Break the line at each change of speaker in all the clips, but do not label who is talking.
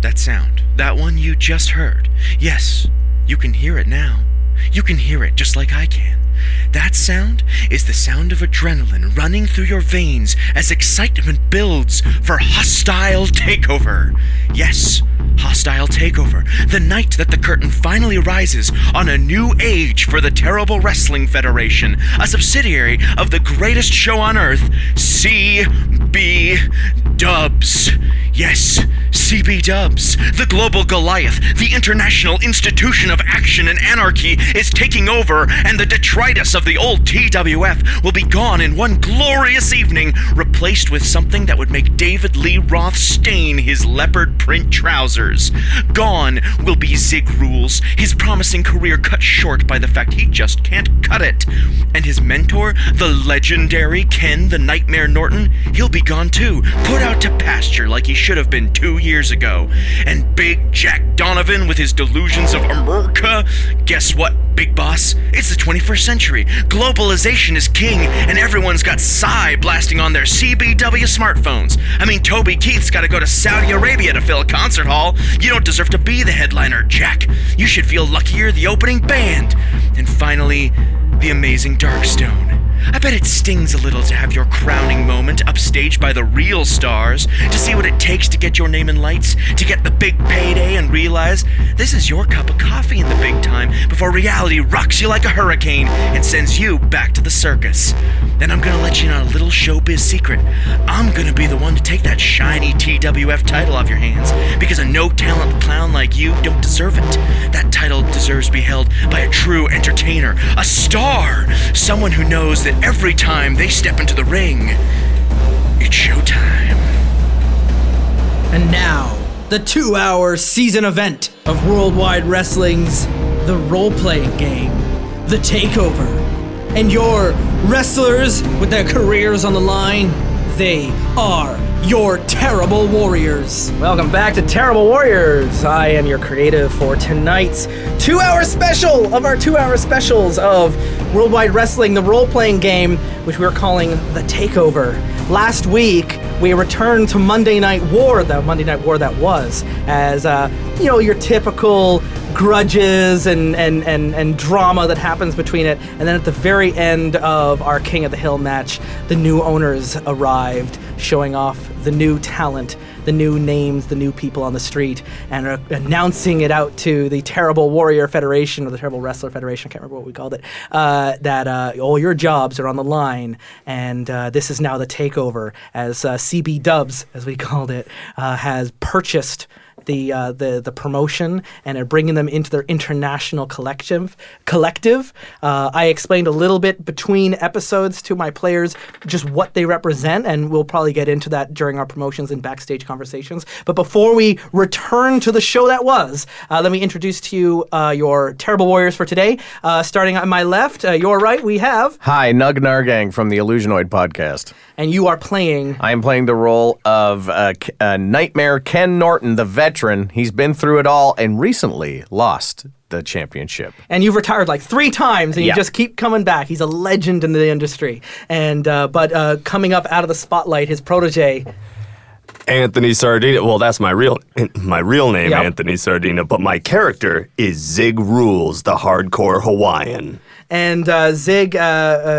that sound. That one you just heard. Yes, you can hear it now. You can hear it just like I can. That sound is the sound of adrenaline running through your veins as excitement builds for hostile takeover. Yes, hostile takeover. The night that the curtain finally rises on a new age for the Terrible Wrestling Federation, a subsidiary of the greatest show on earth, CB Dubs. Yes, CB Dubs, the global Goliath, the international institution of action and anarchy, is taking over, and the detritus of the old TWF will be gone in one glorious evening, replaced with something that would make David Lee Roth stain his leopard print trousers. Gone will be Zig Rules, his promising career cut short by the fact he just can't cut it. And his mentor, the legendary Ken the Nightmare Norton, he'll be gone too, put out to pasture like he should have been two years ago. And Big Jack Donovan with his delusions of America, guess what, Big Boss? It's the 21st century. Globalization is king, and everyone's got Psy blasting on their CBW smartphones. I mean, Toby Keith's gotta go to Saudi Arabia to fill a concert hall. You don't deserve to be the headliner, Jack. You should feel luckier the opening band. And finally, the amazing Darkstone. I bet it stings a little to have your crowning moment upstaged by the real stars, to see what it takes to get your name in lights, to get the big payday and realize this is your cup of coffee in the big time before reality rocks you like a hurricane and sends you back to the circus. Then I'm gonna let you in on a little showbiz secret. I'm gonna be the one to take that shiny TWF title off your hands because a no talent clown like you don't deserve it. That title deserves to be held by a true entertainer, a star, someone who knows that every time they step into the ring, it's showtime.
And now, the two hour season event of Worldwide Wrestling's The Role Playing Game, The Takeover. And your wrestlers with their careers on the line, they are your terrible warriors.
Welcome back to Terrible Warriors. I am your creative for tonight's two hour special of our two hour specials of Worldwide Wrestling, the role playing game, which we're calling The Takeover. Last week, we returned to Monday Night War, the Monday Night War that was, as, uh, you know, your typical grudges and, and, and, and drama that happens between it. And then at the very end of our King of the Hill match, the new owners arrived, showing off the new talent, the new names, the new people on the street, and are announcing it out to the Terrible Warrior Federation or the Terrible Wrestler Federation, I can't remember what we called it, uh, that uh, all your jobs are on the line. And uh, this is now the takeover, as uh, CB Dubs, as we called it, uh, has purchased the uh, the the promotion and are bringing them into their international collective. Collective. Uh, I explained a little bit between episodes to my players just what they represent, and we'll probably get into that during our promotions and backstage conversations. But before we return to the show that was, uh, let me introduce to you uh, your terrible warriors for today. Uh, starting on my left, uh, your right, we have,
Hi, Nug Nargang from the Illusionoid podcast.
and you are playing.
I am playing the role of uh, K- uh, Nightmare Ken Norton, the veteran. He's been through it all and recently lost the championship.
and you've retired like three times, and
Yeah.
you just keep coming back. He's a legend in the industry, and uh, but uh, coming up out of the spotlight, his protege.
Anthony Sardina. Well, that's my real my real name,
Yep.
Anthony Sardina, but my character is Zig Rules, the hardcore Hawaiian.
And uh, Zig uh,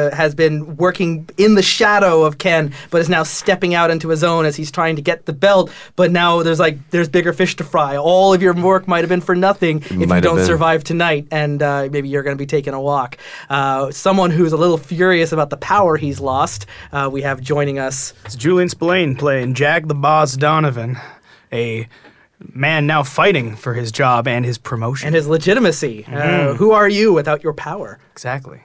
uh, has been working in the shadow of Ken, but is now stepping out into his own as he's trying to get the belt. But now there's like there's bigger fish to fry. All of your work might have been for nothing if
might
you
have
don't
been.
survive tonight, and uh, maybe you're going to be taking a walk. Uh, someone who's a little furious about the power he's lost. Uh, we have joining us.
It's Julian Spillane playing Jack the Boss Donovan, a man now fighting for his job and his promotion.
and his legitimacy. Uh,
Mm-hmm.
who are you without your power?
exactly.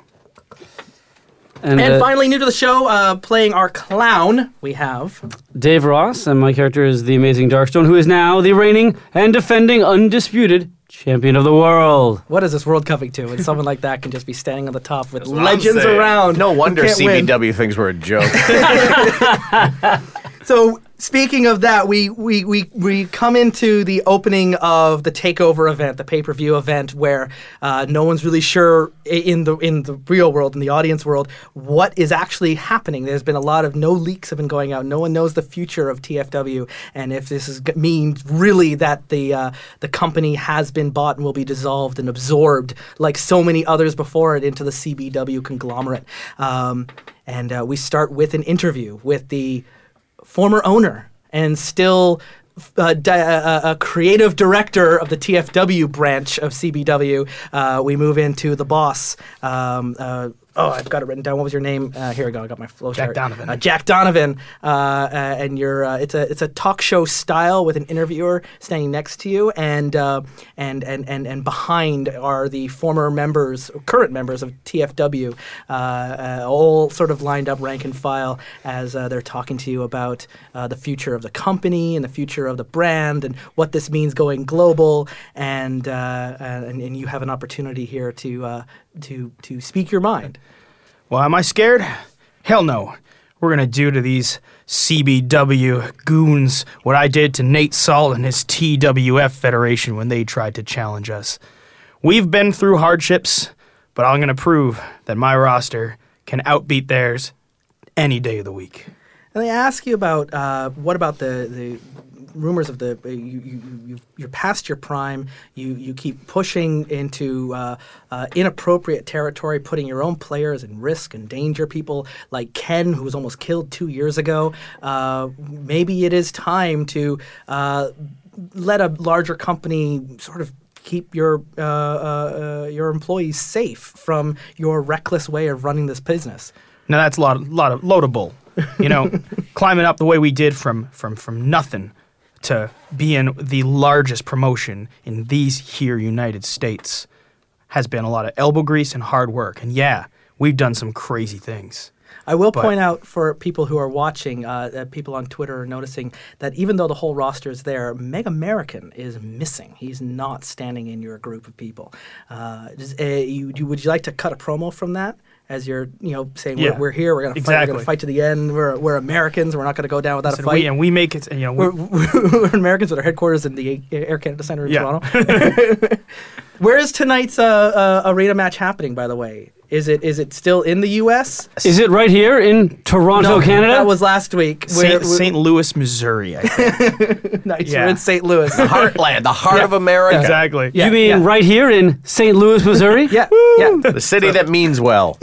And,
And
uh,
finally, new to the show, uh, playing our clown, we have.
Dave Ross, and my character is the amazing Darkstone, who is now the reigning and defending undisputed champion of the world.
What is this world coming to? And someone like that can just be standing on the top with
what I'm
legends
saying.
around.
No
who
wonder
can't win.
CBW things were a joke.
So speaking of that, we we we we come into the opening of the takeover event, the pay per view event, where uh, no one's really sure i- in the in the real world, in the audience world, what is actually happening. There's been a lot of no leaks have been going out. No one knows the future of TFW, and if this is g- means really that the uh, the company has been bought and will be dissolved and absorbed, like so many others before it, into the CBW conglomerate. Um, and uh, we start with an interview with the former owner and still uh, di- uh, uh, a creative director of the TFW branch of CBW. Uh, we move into the boss. Um, uh, oh, I've got it written down. What was your name? Uh, here we go. I got my flow
Jack
chart.
Donovan.
Uh, Jack Donovan. Uh, uh, and you're, uh, it's a it's a talk show style with an interviewer standing next to you, and uh, and and and and behind are the former members, current members of TFW, uh, uh, all sort of lined up rank and file as uh, they're talking to you about uh, the future of the company and the future of the brand and what this means going global. And uh, and, and you have an opportunity here to uh, to to speak your mind.
Well, am I scared? Hell no. We're gonna do to these CBW goons what I did to Nate Saul and his TWF Federation when they tried to challenge us. We've been through hardships, but I'm gonna prove that my roster can outbeat theirs any day of the week.
And they ask you about uh, what about the, the rumors of the uh, you, you you you're past your prime. You you keep pushing into uh, uh, inappropriate territory, putting your own players in risk and danger. People like Ken, who was almost killed two years ago. Uh, maybe it is time to uh, let a larger company sort of keep your uh, uh, uh, your employees safe from your reckless way of running this business.
Now that's a lot, lot of loadable. You know, climbing up the way we did from from from nothing to being the largest promotion in these here United States has been a lot of elbow grease and hard work. And yeah, we've done some crazy things.
I will point out for people who are watching, uh, that people on Twitter are noticing that even though the whole roster is there, Meg American is missing. He's not standing in your group of people. Uh, does, uh, you, do, would you like to cut a promo from that? As you're, you know, saying
Yeah.
we're, we're here, we're gonna fight, we're gonna
Exactly.
fight to the end. We're, we're Americans. We're not gonna go down without
And
a fight.
we, and we make it. You know, we,
we're, we're Americans with our headquarters in the Air Canada Center in
Yeah.
Toronto. Where is tonight's uh, uh, arena match happening? By the way, is it is it still in the U.S.?
Is it right here in Toronto,
No,
Canada?
That was last week. We're-
Saint,
we're-
Saint Louis, Missouri. I think.
nice,
yeah.
We're in St. Louis.
Heartland, the heart of America.
exactly.
you mean
yeah.
right here in St. Louis, Missouri?
yeah, yeah.
The city that means well.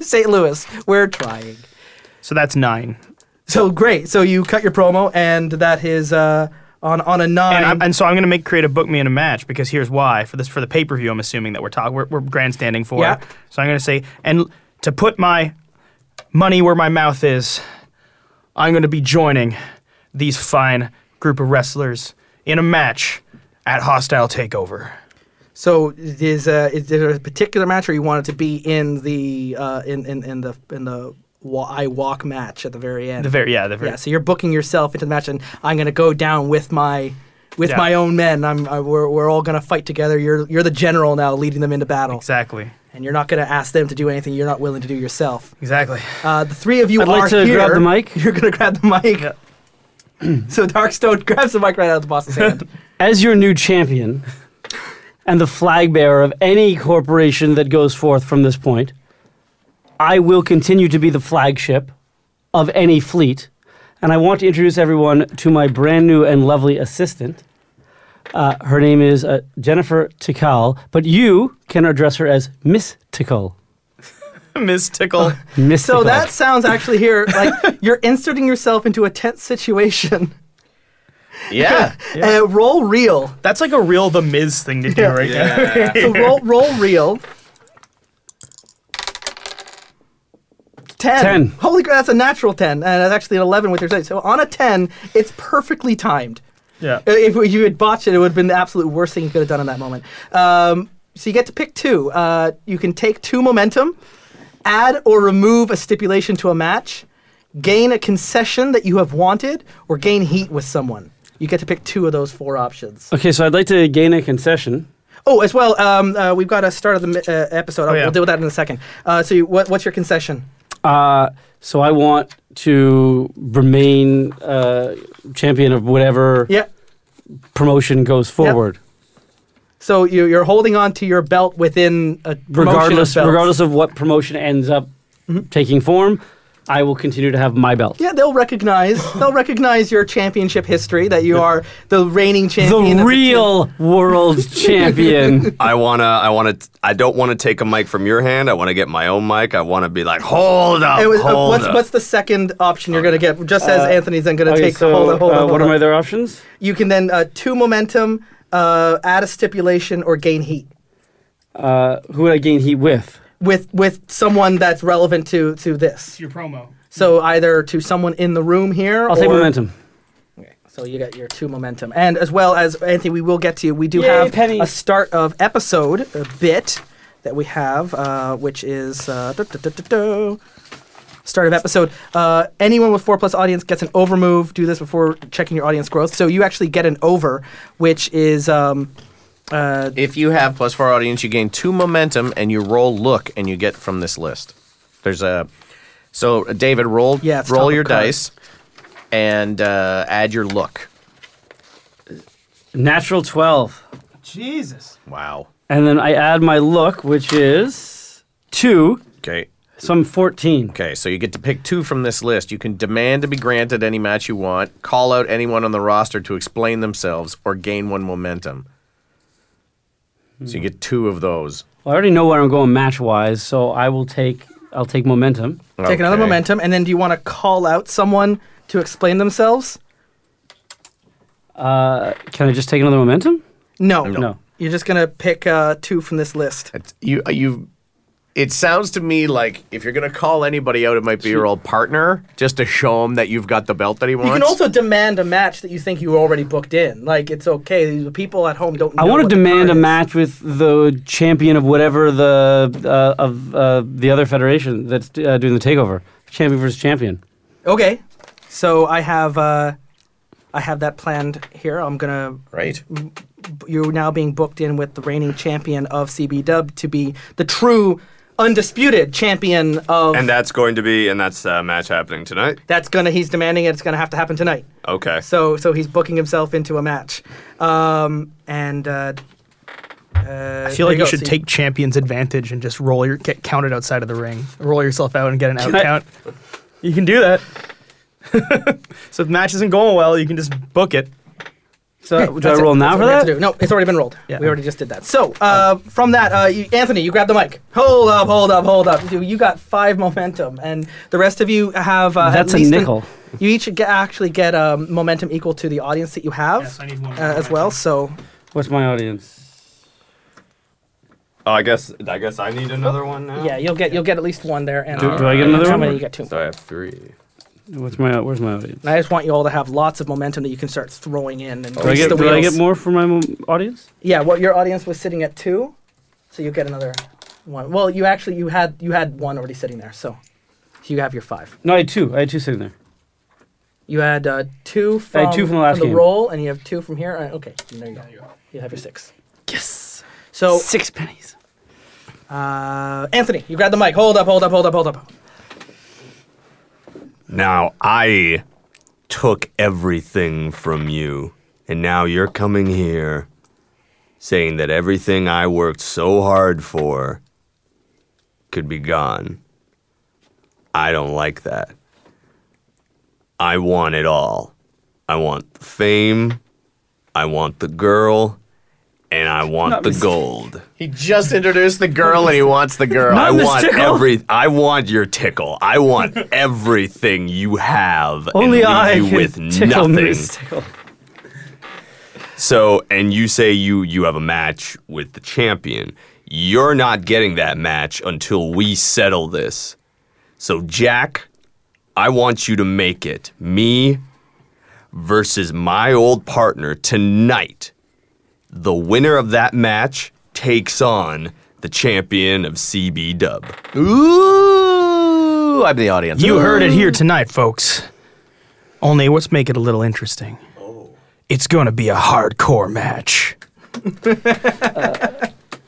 St. Louis. We're trying.
So that's nine.
So great. So you cut your promo, and that is uh, on on a nine.
And, I'm, and so I'm going to make creative book me in a match because here's why for this for the pay per view I'm assuming that we're talking we're, we're grandstanding for.
Yeah.
So I'm going to say and l- to put my money where my mouth is, I'm going to be joining these fine group of wrestlers in a match at Hostile Takeover.
so is uh, is there a particular match, or you want it to be in the uh, in, in in the in the wa- I walk match at the very end?
The very yeah the very
yeah. So you're booking yourself into the match, and I'm gonna go down with my. With
Yeah.
my own men, I'm. I, we're, we're all gonna fight together. You're you're the general now, leading them into battle,
exactly
and you're not gonna ask them to do anything you're not willing to do yourself.
exactly.
Uh, the three of you
I'd
are
like to
here.
grab the mic.
You're gonna grab the mic. so Darkstone grabs the mic right out of the boss's hand.
As your new champion and the flag bearer of any corporation that goes forth from this point, I will continue to be the flagship of any fleet. And I want to introduce everyone to my brand new and lovely assistant. Uh, her name is uh, Jennifer Tikal, but you can address her as Miss Tikal.
Miss Tickle.
Miss
So
Tikal.
that sounds actually here like you're inserting yourself into a tense situation.
Yeah.
Uh, roll real.
That's like a real the Miz thing to do right there.
So roll roll real. Ten.
Ten.
Holy crap! That's a natural ten, and that's actually an eleven with your side. So on a ten, it's perfectly timed.
Yeah.
Uh, If you had botched it, it would have been the absolute worst thing you could have done in that moment. Um, so you get to pick two. Uh, you can take two momentum, add or remove a stipulation to a match, gain a concession that you have wanted, or gain heat with someone. You get to pick two of those four options.
okay, so I'd like to gain a concession.
Oh, as well, um, uh, we've got a start of the mi-
Oh,
uh, episode. I'll,
yeah.
We'll deal with that in a second. Uh, so, you, what, what's your concession?
Uh, so I want to remain uh, champion of whatever
Yeah.
promotion goes forward,
So you, you're holding on to your belt within a promotion of
regardless
belts. Mm-hmm.
regardless of what promotion ends up taking form. I will continue to have my belt.
Yeah, they'll recognize they'll recognize your championship history that you are the reigning champion.
The
of
real world champion.
I wanna, I wanna, t- I don't wanna take a mic from your hand. I wanna get my own mic. I wanna be like, hold up,
It was- uh,
hold
what's,
up.
what's the second option you're going to get? Just as Anthony's then going to
Uh, Okay,
take hold
so
on, hold on,
uh,
hold
what
on.
are my other options?
You can then uh, two momentum, uh, add a stipulation, or gain heat
Uh, who would I gain heat with?
with with someone that's relevant to to this.
Your promo.
So either to someone in the room here.
I'll take
or-
momentum.
So you got your two momentum, and as well as Anthony, we will get to you. We do
Yay,
have
pennies.
a start of episode a bit that we have, uh, which is uh, duh, duh, duh, duh, duh. start of episode. Uh, anyone with four plus audience gets an over move. Do this before checking your audience growth. So you actually get an over, which is um, uh,
If you have plus four audience, you gain two momentum and you roll look and you get from this list. There's a so uh, David roll
Yeah, it's top
roll
of
your
card.
dice and uh, add your look.
Natural 12.
Jesus.
Wow.
And then I add my look, which is two.
Okay.
So I'm 14.
Okay, so you get to pick two from this list. You can demand to be granted any match you want, call out anyone on the roster to explain themselves, or gain one momentum. So you get two of those.
Well, I already know where I'm going match wise, so I will take I'll take momentum.
take another
Okay.
momentum, and then do you want to call out someone to explain themselves?
Can I just take another momentum?
No,
No.
You're just gonna pick uh, two from this list.
It's- You uh, you. It sounds to me like if you're gonna call anybody out, it might be your old partner, just to show him that you've got the belt that he wants.
You can also demand a match that you think you already booked in. Like it's okay. The people at home don't. Know
I want
what
to
the
demand
card
a
is.
match with the champion of whatever the uh, of uh, the other federation that's uh, doing the takeover. Champion versus champion.
Okay, so I have uh, I have that planned here. I'm gonna.
right.
You're now being booked in with the reigning champion of CBW to be the true, undisputed champion of.
and that's going to be, and that's a match happening tonight.
that's gonna. He's demanding it. It's gonna have to happen tonight.
Okay.
So so he's booking himself into a match, um, and. Uh, uh,
I feel like you, should
take.
take champion's advantage and just roll your get counted outside of the ring. Roll yourself out and get an out
I-
count. You can do that. so if the match isn't going well, you can just book it.
So do I
That's it.
roll
That's
now
what
for
we have
that?
to do. No, it's already been rolled.
Yeah.
We already just did that. So uh, from that, uh, you, Anthony, you grab the mic. Hold up, hold up, hold up. You, you got five momentum, and the rest of you have. Uh, at
That's a
least an-
nickel.
you each get, actually get um, momentum equal to the audience that you have
Yes, I need one more
uh, as well. So
What's my audience?
oh, I guess, I guess I need another one now.
yeah, you'll get you'll get at least one there. And uh,
Do I get another
How
one?
many you get two?
So I have three.
What's my where's my audience?
And I just want you all to have lots of momentum that you can start throwing in. And
Do I
grease
get,
the
do I
wheels.
get more for my mo- audience?
Yeah, well, your audience was sitting at two, so you get another one. Well, you actually you had you had one already sitting there, so you have your five.
No, I had two. I had two sitting there.
You had uh, two
I
from,
had two from the last game.
roll, and you have two from here. Uh, okay, there you go. You have your six.
Oh.
Yes.
So,
Six pennies.
uh, Anthony, you grab the mic. Hold up, hold up, hold up, hold up.
Now I took everything from you, and now you're coming here saying that everything I worked so hard for could be gone. I don't like that. I want it all. I want the fame, I want the girl, and I want the gold.
He just introduced the girl and he wants the girl.
I
Not Miss
want
Tickle.
every. I want your tickle. I want everything you have. and
Only
leave
I
you
can
with
tickle
nothing.
Miss Tickle.
So, and you say you you have a match with the champion. You're not getting that match until we settle this. So, Jack, I want you to make it me versus my old partner tonight. The winner of that match takes on the champion of CB Dub.
Ooh, I'm the audience.
You heard it here tonight, folks. Only let's make it a little interesting. It's going to be a hardcore match.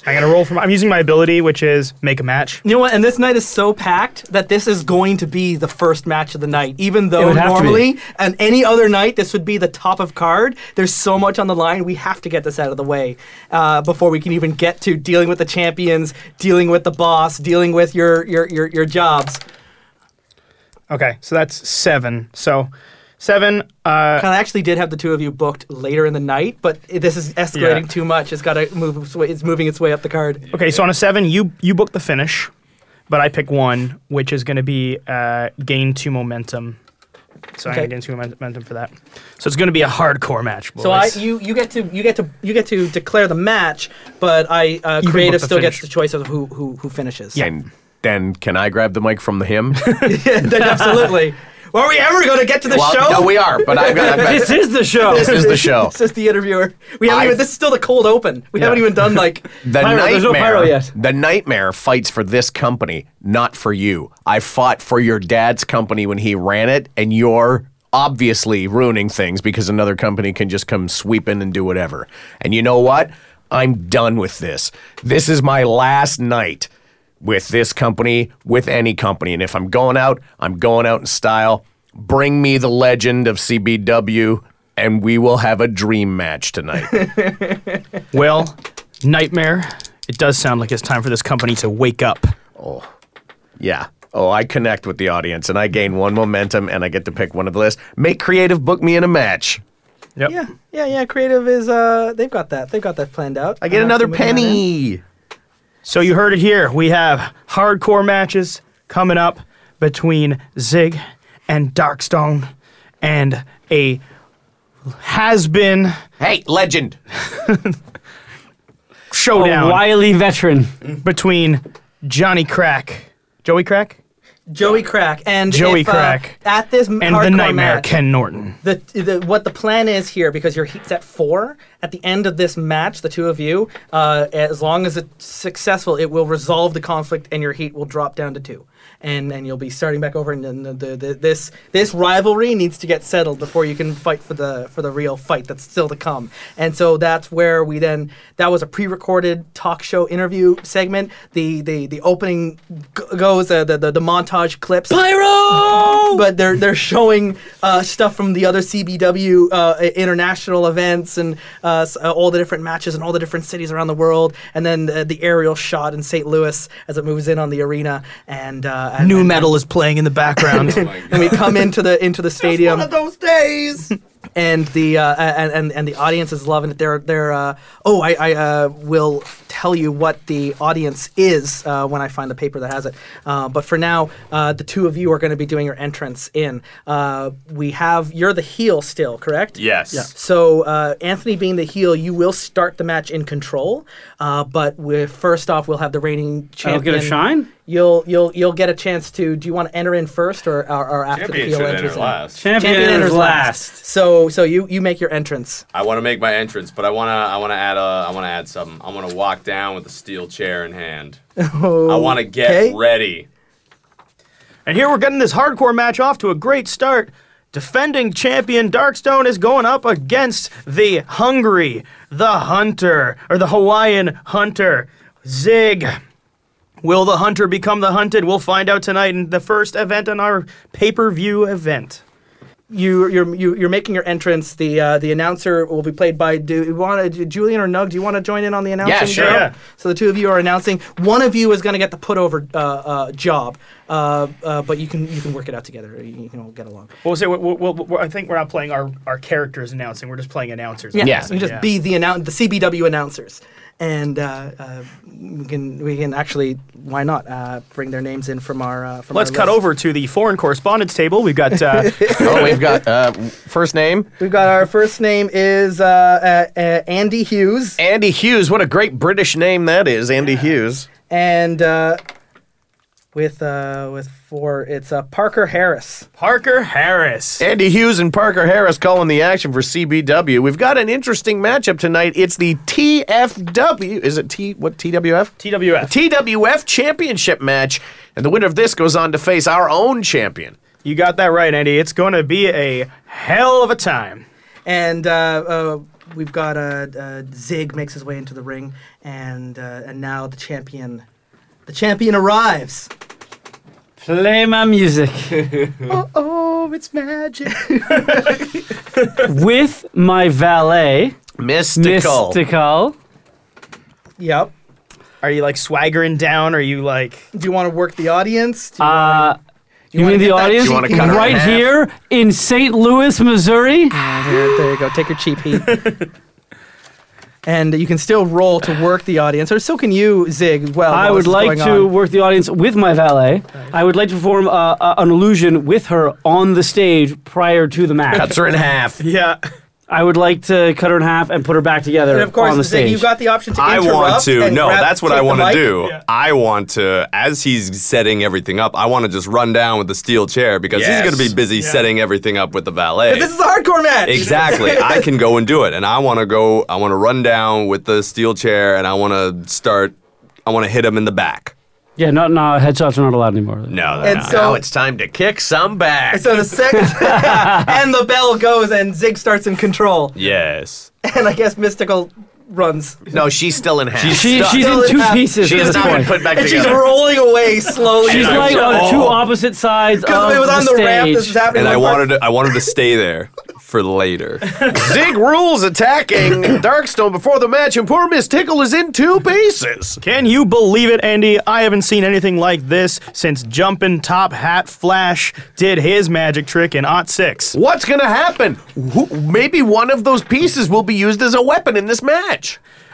I gotta roll from. I'm using my ability, which is make a match.
You know what? And this night is so packed that this is going to be the first match of the night. Even though
would have to be.
normally on any other night this would be the top of card, there's so much on the line. We have to get this out of the way uh, before we can even get to dealing with the champions, dealing with the boss, dealing with your your your, your jobs.
Okay, so that's seven. So seven. Uh,
And I actually did have the two of you booked later in the night, but i- this is escalating
Yeah.
too much. It's got to move. its way- It's moving its way up the card.
okay, so on a seven, you you book the finish, but I pick one, which is gonna be uh, gain two momentum. So
Okay.
I gain two moment- momentum for that. So it's gonna be a hardcore match, boys.
So I, you, you get to you get to you get to declare the match, but I uh,
can book
creative
the
still gets
finish.
the choice of who who, who finishes.
And then can I grab the mic from the him?
Yeah, then absolutely. Are we ever going to get to the
well,
show?
no, we are, but I've got. I've got
This is the show.
this is the show.
Says the interviewer. We haven't
I've-
even. This is still the cold open. We haven't even done like.
The
Pyro,
nightmare.
there's no pyro yet.
The nightmare fights for this company, not for you. I fought for your dad's company when he ran it, and you're obviously ruining things because another company can just come sweep in and do whatever. And you know what? I'm done with this. This is my last night with this company, with any company. And if I'm going out, I'm going out in style. Bring me the legend of CBW, and we will have a dream match tonight.
well, nightmare. It does sound like it's time for this company to wake up.
Yeah. Oh, I connect with the audience and I gain one momentum and I get to pick one of the list. Make creative book me in a match.
Yep.
Yeah, yeah, yeah. Creative is. Uh, they've got that. They've got that planned out. Uh,
I get another penny.
So you heard it here. We have hardcore matches coming up between Zig and Darkstone and a has been
Hey, legend.
showdown
A wily veteran.
between Johnny Crack, Joey Crack,
Joey Crack and
Joey
if, uh,
Crack.
at this
and the
hardcore
Nightmare
match,
Ken Norton.
the, the what the plan is here because your heat's at four at the end of this match the two of you uh, as long as it's successful it will resolve the conflict and your heat will drop down to two and and you'll be starting back over and then the, the, the, this this rivalry needs to get settled before you can fight for the for the real fight that's still to come and so that's where we then that was a pre-recorded talk show interview segment the the the opening g- goes uh, the, the the montage clips but they're they're showing uh, stuff from the other CBW uh, i- international events and uh, s- uh, all the different matches and all the different cities around the world, and then the, the aerial shot in St. Louis as it moves in on the arena, and, uh, and
New
and-
metal is playing in the background.
and we come into the into the stadium
those days.
and the uh, and, and and the audience is loving it. They're they're uh, oh I, I uh, will tell you what the audience is uh, when I find the paper that has it. Uh, but for now, uh, the two of you are going to be doing your entrance in. Uh, we have you're the heel still, correct?
Yes. Yeah.
So uh, Anthony being the heel, you will start the match in control. Uh, but we first off, we'll have the reigning champion.
I'll get a shine?
You'll you'll you'll get a chance to. Do you want to enter in first or or, or after
Champion
the heel
should
enters?
enter
in?
last.
Champion, enters last.
So so you you make your entrance.
I want to make my entrance, but I wanna I wanna add a I wanna add something. I wanna walk down with a steel chair in hand. I wanna get
Okay.
ready.
and here we're getting this hardcore match off to a great start. Defending champion Darkstone is going up against the hungry, the hunter, or the Hawaiian hunter, Zig. Will the hunter become the hunted? We'll find out tonight in the first event on our pay per view event.
You you're you, you're making your entrance. The uh, the announcer will be played by do you want to Julian or Nug? Do you want to join in on the announcing?
sure.
job?
Yeah.
So the two of you are announcing. One of you is going to get the put over uh, uh, job, uh, uh, but you can you can work it out together. You, you can all get along.
What was it? we I think we're not playing our, our characters announcing. We're just playing announcers.
Yeah.
You just
Yeah.
be the announ- the CBW announcers, and uh, uh, we can we can actually why not uh, bring their names in from our uh, from
Let's
our
cut
list.
over to the foreign correspondence table. We've got uh,
oh, we've got uh, first name
We've got our first name is uh, uh, uh, Andy Hughes.
Andy Hughes. What a great British name that is, Andy Hughes.
and uh, with uh, with four, it's uh, Parker Harris.
Parker Harris.
Andy Hughes and Parker Harris calling the action for CBW. We've got an interesting matchup tonight. It's the TFW. Is it T? What TWF?
TWF.
TWF Championship match, and the winner of this goes on to face our own champion.
You got that right, Andy. It's going to be a hell of a time.
And uh, uh, we've got uh, uh, Zig makes his way into the ring, and uh, and now the champion, the champion arrives.
Play my music.
Oh, it's magic.
With my valet,
Mystical.
Mystical.
yep.
Are you like swaggering down? Or are you like
Do you want to work the audience? Do you
Uh, you,
wanna
mean the
get that
audience?
cheap You wanna cut her in
right
half?
here in St. Louis, Missouri?
There, there you go. Take your cheap heat. and you can still roll to work the audience, or so can you, Zig. Well,
I
while
would
this is
like
going
to
on.
work the audience with my valet. I would like to perform uh, uh, an illusion with her on the stage prior to the match.
Cuts her in half.
yeah?
I would like to cut her in half and put her back together
And of course,
on the
Zig,
stage.
you've got the option to
I
interrupt.
want to.
and
No,
grab-
that's what
take
I
the
want to
mic.
do. I want to, as he's setting everything up, I want to just run down with the steel chair because
Yes.
he's going to be busy setting everything up with the valet.
This is a hardcore match.
Exactly. I can go and do it. And I want to go, I want to run down with the steel chair and I want to start, I want to hit him in the back.
yeah, no, no, headshots are not allowed anymore.
No,
And
no.
so-
Now it's time to kick some back.
So the second, and the bell goes, and Zig starts in control,
yes.
and I guess Mystical runs,
No, she's still in half.
She,
Stuck.
she's
Still
in
in
two
half.
pieces
She
at
has
this
not been
point.
put back
and she's
together.
rolling away slowly.
She's
I
like
was-
on two
Oh.
opposite sides of
because it was on the,
stage.
ramp. This is happening.
And I
One part-
wanted to, I wanted to stay there for later.
Zig rules attacking Darkstone before the match, and poor Miss Tickle is in two pieces.
Can you believe it, Andy? I haven't seen anything like this since Jumpin' Top Hat Flash did his magic trick in Ot Six.
What's going to happen? Who, maybe one of those pieces will be used as a weapon in this match.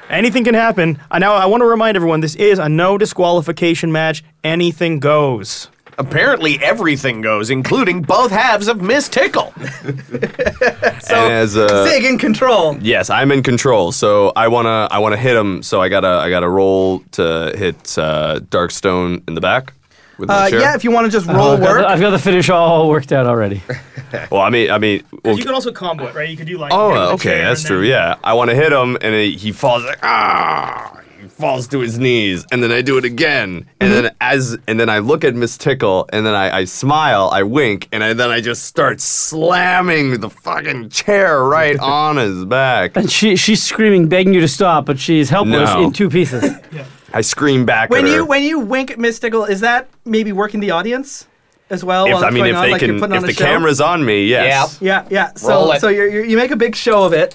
Anything can happen. I now I want to remind everyone this is a no disqualification match. Anything goes.
Apparently, everything goes, including both halves of Miss Tickle.
and as a,
Zig in control.
Yes, I'm in control. So I wanna I wanna hit him. So I gotta I gotta roll to hit uh, Darkstone in the back with my
Uh,
chair.
yeah, if you want to just roll
I've, got
work.
the, I've got the finish all worked out already.
Well, I mean I mean. Well,
You could also combo it, right? You could do like.
oh, uh, okay, that's true. Yeah, I want to hit him, and he he falls like ah. he Falls to his knees, and then I do it again, and
Mm-hmm.
then as and then I look at Miss Tickle, and then I, I smile, I wink, and I, then I just start slamming the fucking chair right on his back.
And she, she's screaming, begging you to stop, but she's helpless
No.
in two pieces.
I scream back.
When
at her.
you when you wink at Mystical, is that maybe working the audience as well?
if,
while
I
that's
mean,
going
if
on?
they
like you're
can,
putting
if
on
the
a show?
camera's on me, yes.
Yep.
Yeah, yeah.
Roll
So
it.
so you're, you're, you make a big show of it.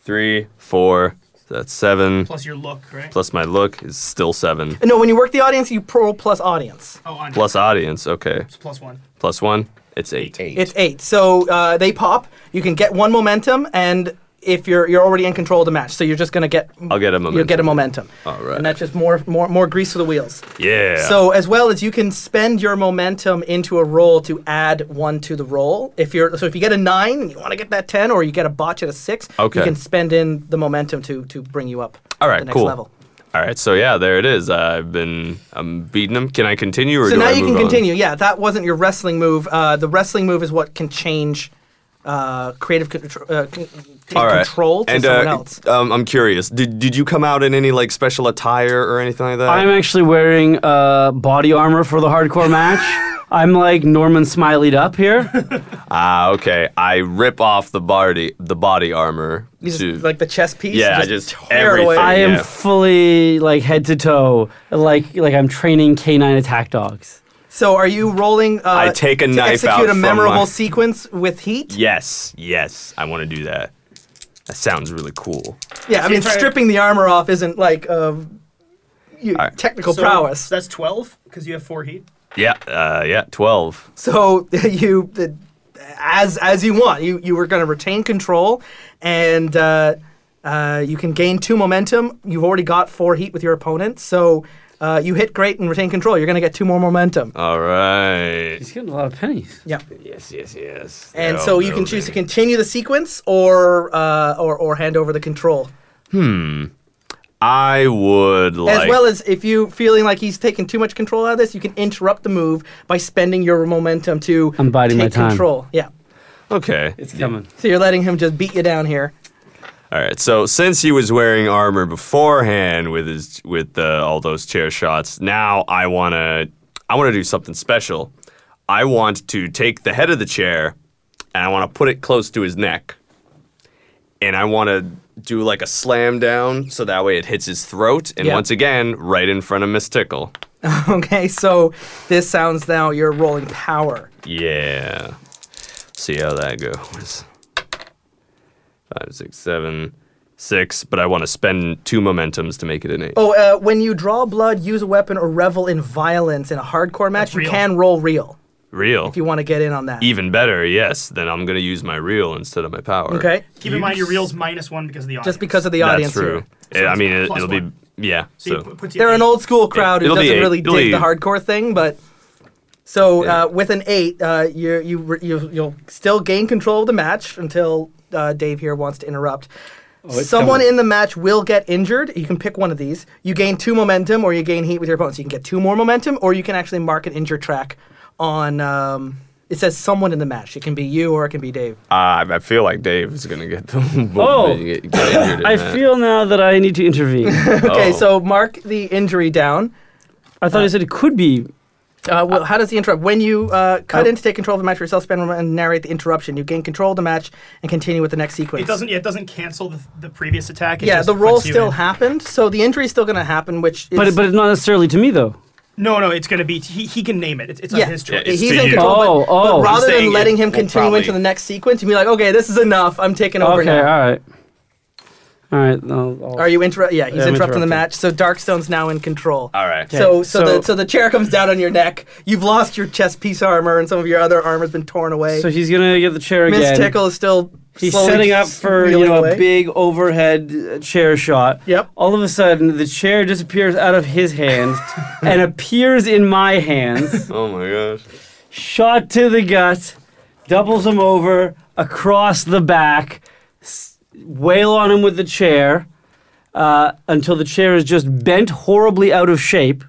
three, four. so That's seven.
Plus your look, right?
Plus my look is still seven.
No, when you work the audience, you roll plus audience.
oh, on
Plus audience, okay.
plus one.
Plus one, it's eight.
It's eight. So uh, they pop. You can get one momentum, and if you're you're already in control of the match, so you're just gonna get.
I'll get a momentum.
You'll get a momentum.
All right.
And that's just more more more grease for the wheels.
Yeah.
So as well as you can spend your momentum into a roll to add one to the roll. If you're so if you get a nine and you want to get that ten, or you get a botch at a six,
Okay.
you can spend in the momentum to to bring you up.
All
to
right,
the next
cool.
level.
All right, so yeah, there it is. I've been I'm beating him. Can I continue or
So
do
now
I
you can
move on?
continue. Yeah, that wasn't your wrestling move. Uh, the wrestling move is what can change uh, creative contr- uh, con- take
All right.
control to
and,
someone
uh,
else.
Um, I'm curious. Did did you come out in any like special attire or anything like that?
I'm actually wearing uh, body armor for the hardcore match. I'm like Norman Smiley'd up here.
ah, okay. I rip off the body the body armor.
You just-
to-
like the chess piece.
yeah,
you
just
tear it away.
everything.
I am
Yeah.
fully like head to toe, like like I'm training canine attack dogs.
So are you rolling? Uh,
I take a
to
knife
execute
out
a
from
memorable
my-
sequence with heat.
Yes, yes, I want to do that. That sounds really cool.
Yeah, I mean,
try to-
stripping the armor off isn't like uh, you,
Alright.
technical prowess.
that's twelve because you have four heat.
Yeah, uh, yeah, twelve.
So you, the- as as you want, you you were going to retain control, and uh, uh, you can gain two momentum. You've already got four heat with your opponent, so uh, you hit great and retain control. You're going to get two more momentum.
All right.
He's getting a lot of pennies.
yeah.
Yes, yes, yes.
And so you can choose to continue the sequence or uh, or or hand over the control.
I would like.
As well as if you feeling like he's taking too much control out of this, you can interrupt the move by spending your momentum to
I'm biding my
take
time.
control. Yeah.
okay.
It's coming.
So you're letting him just beat you down here.
All right. So since he was wearing armor beforehand with his with uh, all those chair shots, now I wanna I wanna do something special. I want to take the head of the chair, and I want to put it close to his neck. and I want to do like a slam down so that way it hits his throat, and
Yeah.
once again, right in front of Miss Tickle.
Okay, so this sounds now you're rolling power.
Yeah. See how that goes. Five, six, seven, six. But I want to spend two momentums to make it an eight.
Oh, uh, when you draw blood, use a weapon, or revel in violence in a hardcore match, you
real.
can roll real
real.
if you want to get in on that.
Even better, yes. Then I'm gonna use my reel instead of my power.
Okay,
Keep in mind your reel's minus one because of the audience.
just because of the
That's
audience.
true.
here.
Yeah, I
it's
mean, it,
plus
it'll
one.
be yeah.
So
So,
you put- puts you
They're
at
an
eight.
old school crowd who
It'll be
doesn't
eight.
really
It'll
dig
be-
the hardcore thing, but so
Yeah.
uh, with an eight, uh, you you re- you you'll still gain control of the match until uh, Dave here wants to interrupt. Someone
coming.
in the match will get injured. You can pick one of these. You gain two momentum, or you gain heat with your opponent. So you can get two more momentum, or you can actually mark an injured track on. Um, it says someone in the match. It can be you, or it can be Dave.
uh, I feel like Dave is gonna get the.
Oh.
get, get injured in
I
that.
feel now that I need to intervene.
Okay,
Oh.
so mark the injury down.
I thought I said it could be.
Uh, well, how does the interrupt? When you uh, cut
Oh.
in to take control of the match for yourself, spend and narrate the interruption. You gain control of the match and continue with the next sequence.
It doesn't. yeah, It doesn't cancel the, the previous attack. It
Yeah,
just
the roll
puts you
still
in-
happened, so the injury's still going to happen, which is,
But it, but it's not necessarily to me though.
No, no, it's gonna be. He, he can name it. It's, it's
yeah,
on his
Yeah,
choice.
it's
he's
to
in
you.
control. but-
Oh,
but
oh.
rather
He's
than
saying
letting
it
him
will
continue
probably-
into the next sequence, you'd be like, okay, this is enough. I'm taking over
okay, uh,
now.
all right, all right. I'll, I'll-
Are you interrupt? Yeah, he's
I'm
interrupting the
interrupting.
match. So Darkstone's now in control.
All right.
So, so,
so-
the, so the chair comes down on your neck. You've lost your chest piece armor, and some of your other armor's been torn away.
So he's gonna get the chair
Miss
again.
Tickle is still
He's
slowly
setting up for you
reeling
know a
away.
big overhead uh, chair shot.
Yep.
All of a sudden, the chair disappears out of his hands and appears in my hands.
Oh my gosh.
shot to the gut, doubles him over across the back, s- wail on him with the chair uh, until the chair is just bent horribly out of shape.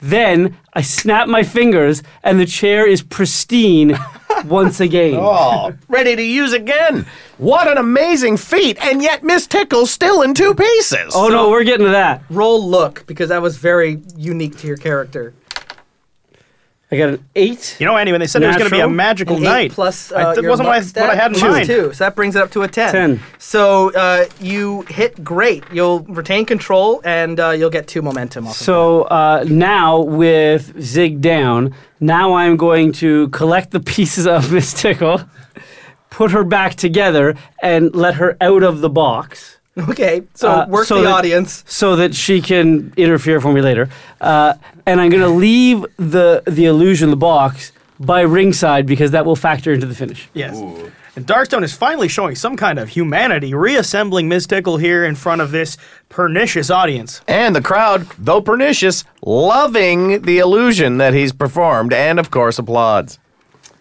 Then I snap my fingers and the chair is pristine once again.
Oh, ready to use again. What an amazing feat, and yet Miss Tickle's still in two pieces.
Oh no, we're getting to that.
roll look because that was very unique to your character.
I got an eight.
You know, Andy, when they said it was going to be
Natural.
a magical
An eight
night,
plus
I-
uh,
that
your
wasn't what I,
luck
what I
stat
had in
plus
mind.
Two, so that brings it up to a ten.
10.
So uh, you hit great. You'll retain control and uh, you'll get two momentum. Off of
So uh, now with Zig down, now I'm going to collect the pieces of Miss Tickle, put her back together, and let her out of the box
that. okay. So
Uh,
work
so
the
that-
audience.
so that she can interfere for me later. Uh, and I'm going to leave the the illusion, the box, by ringside because that will factor into the finish.
Yes. And Darkstone is finally showing some kind of humanity, reassembling Ms. Tickle here in front of this pernicious audience.
And the crowd, though pernicious, loving the illusion that he's performed, and of course applauds.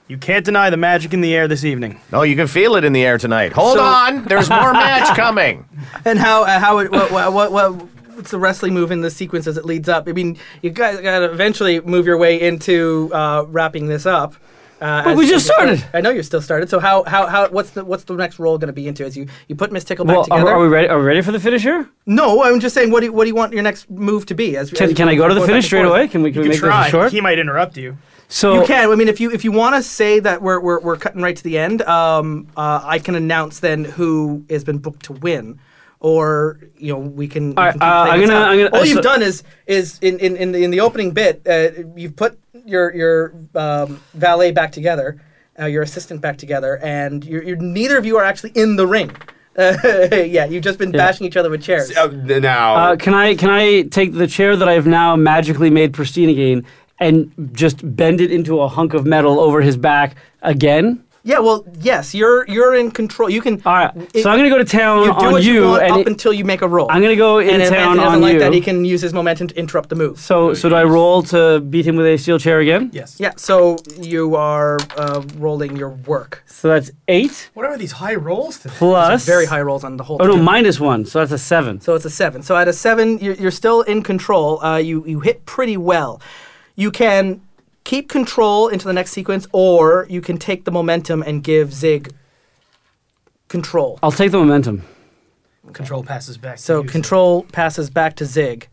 You can't deny the magic in the air this evening.
Oh, you can feel it in the air tonight. Hold
So-
on, there's more match coming.
And how uh, how it what what what. what What's the wrestling move in this sequence as it leads up? I mean, you guys gotta eventually move your way into uh, wrapping this up. Uh,
But
as-
we
as
just
you start-
started.
I know you're still started. So how, how, how what's the what's the next role going to be into as you, you put Miss Tickle back
Well, are,
together?
are we ready? Are we ready for the finish here?
No, I'm just saying. What do you, what do you want your next move to be? As
Can,
as-
can I go to the
going
finish
back
straight
and forth?
away? Oh. Can we, can we
You
make
try.
this short?
He might interrupt you.
So
You can. I mean, if you if you want to say that we're, we're we're cutting right to the end, um, uh, I can announce then who has been booked to win, or you know we can. we
All right,
can keep
uh,
playing
I'm
this
gonna-
out.
I'm gonna-
All
uh,
you've
so-
done is is in in in the, in the opening bit, uh, you've put your your um, valet back together, uh, your assistant back together, and you're, you're neither of you are actually in the ring. yeah, you've just been bashing each other with chairs.
Uh, n- now
Uh, can I can I take the chair that I have now magically made pristine again and just bend it into a hunk of metal over his back again?
Yeah, well, yes, you're you're in control. You can.
All right.
it-
so I'm gonna go to town
you do
on
what you,
you,
want
and
up
it-
until you make a roll.
I'm gonna go in
and if
town
Anthony
on
doesn't like
you.
that, he can use his momentum to interrupt the move.
so so do I roll to beat him with a steel chair again?
Yes.
yeah, so you are uh, rolling your work.
So that's eight
What are these high rolls? Today?
plus
Very high rolls on the whole.
Oh no,
thing.
minus one. So that's a seven.
So it's a seven. So at a seven, you're, you're still in control. Uh, you you hit pretty well. You can keep control into the next sequence, or you can take the momentum and give Zig control.
I'll take the momentum.
Control passes back. to
So
you,
control passes back to Zig.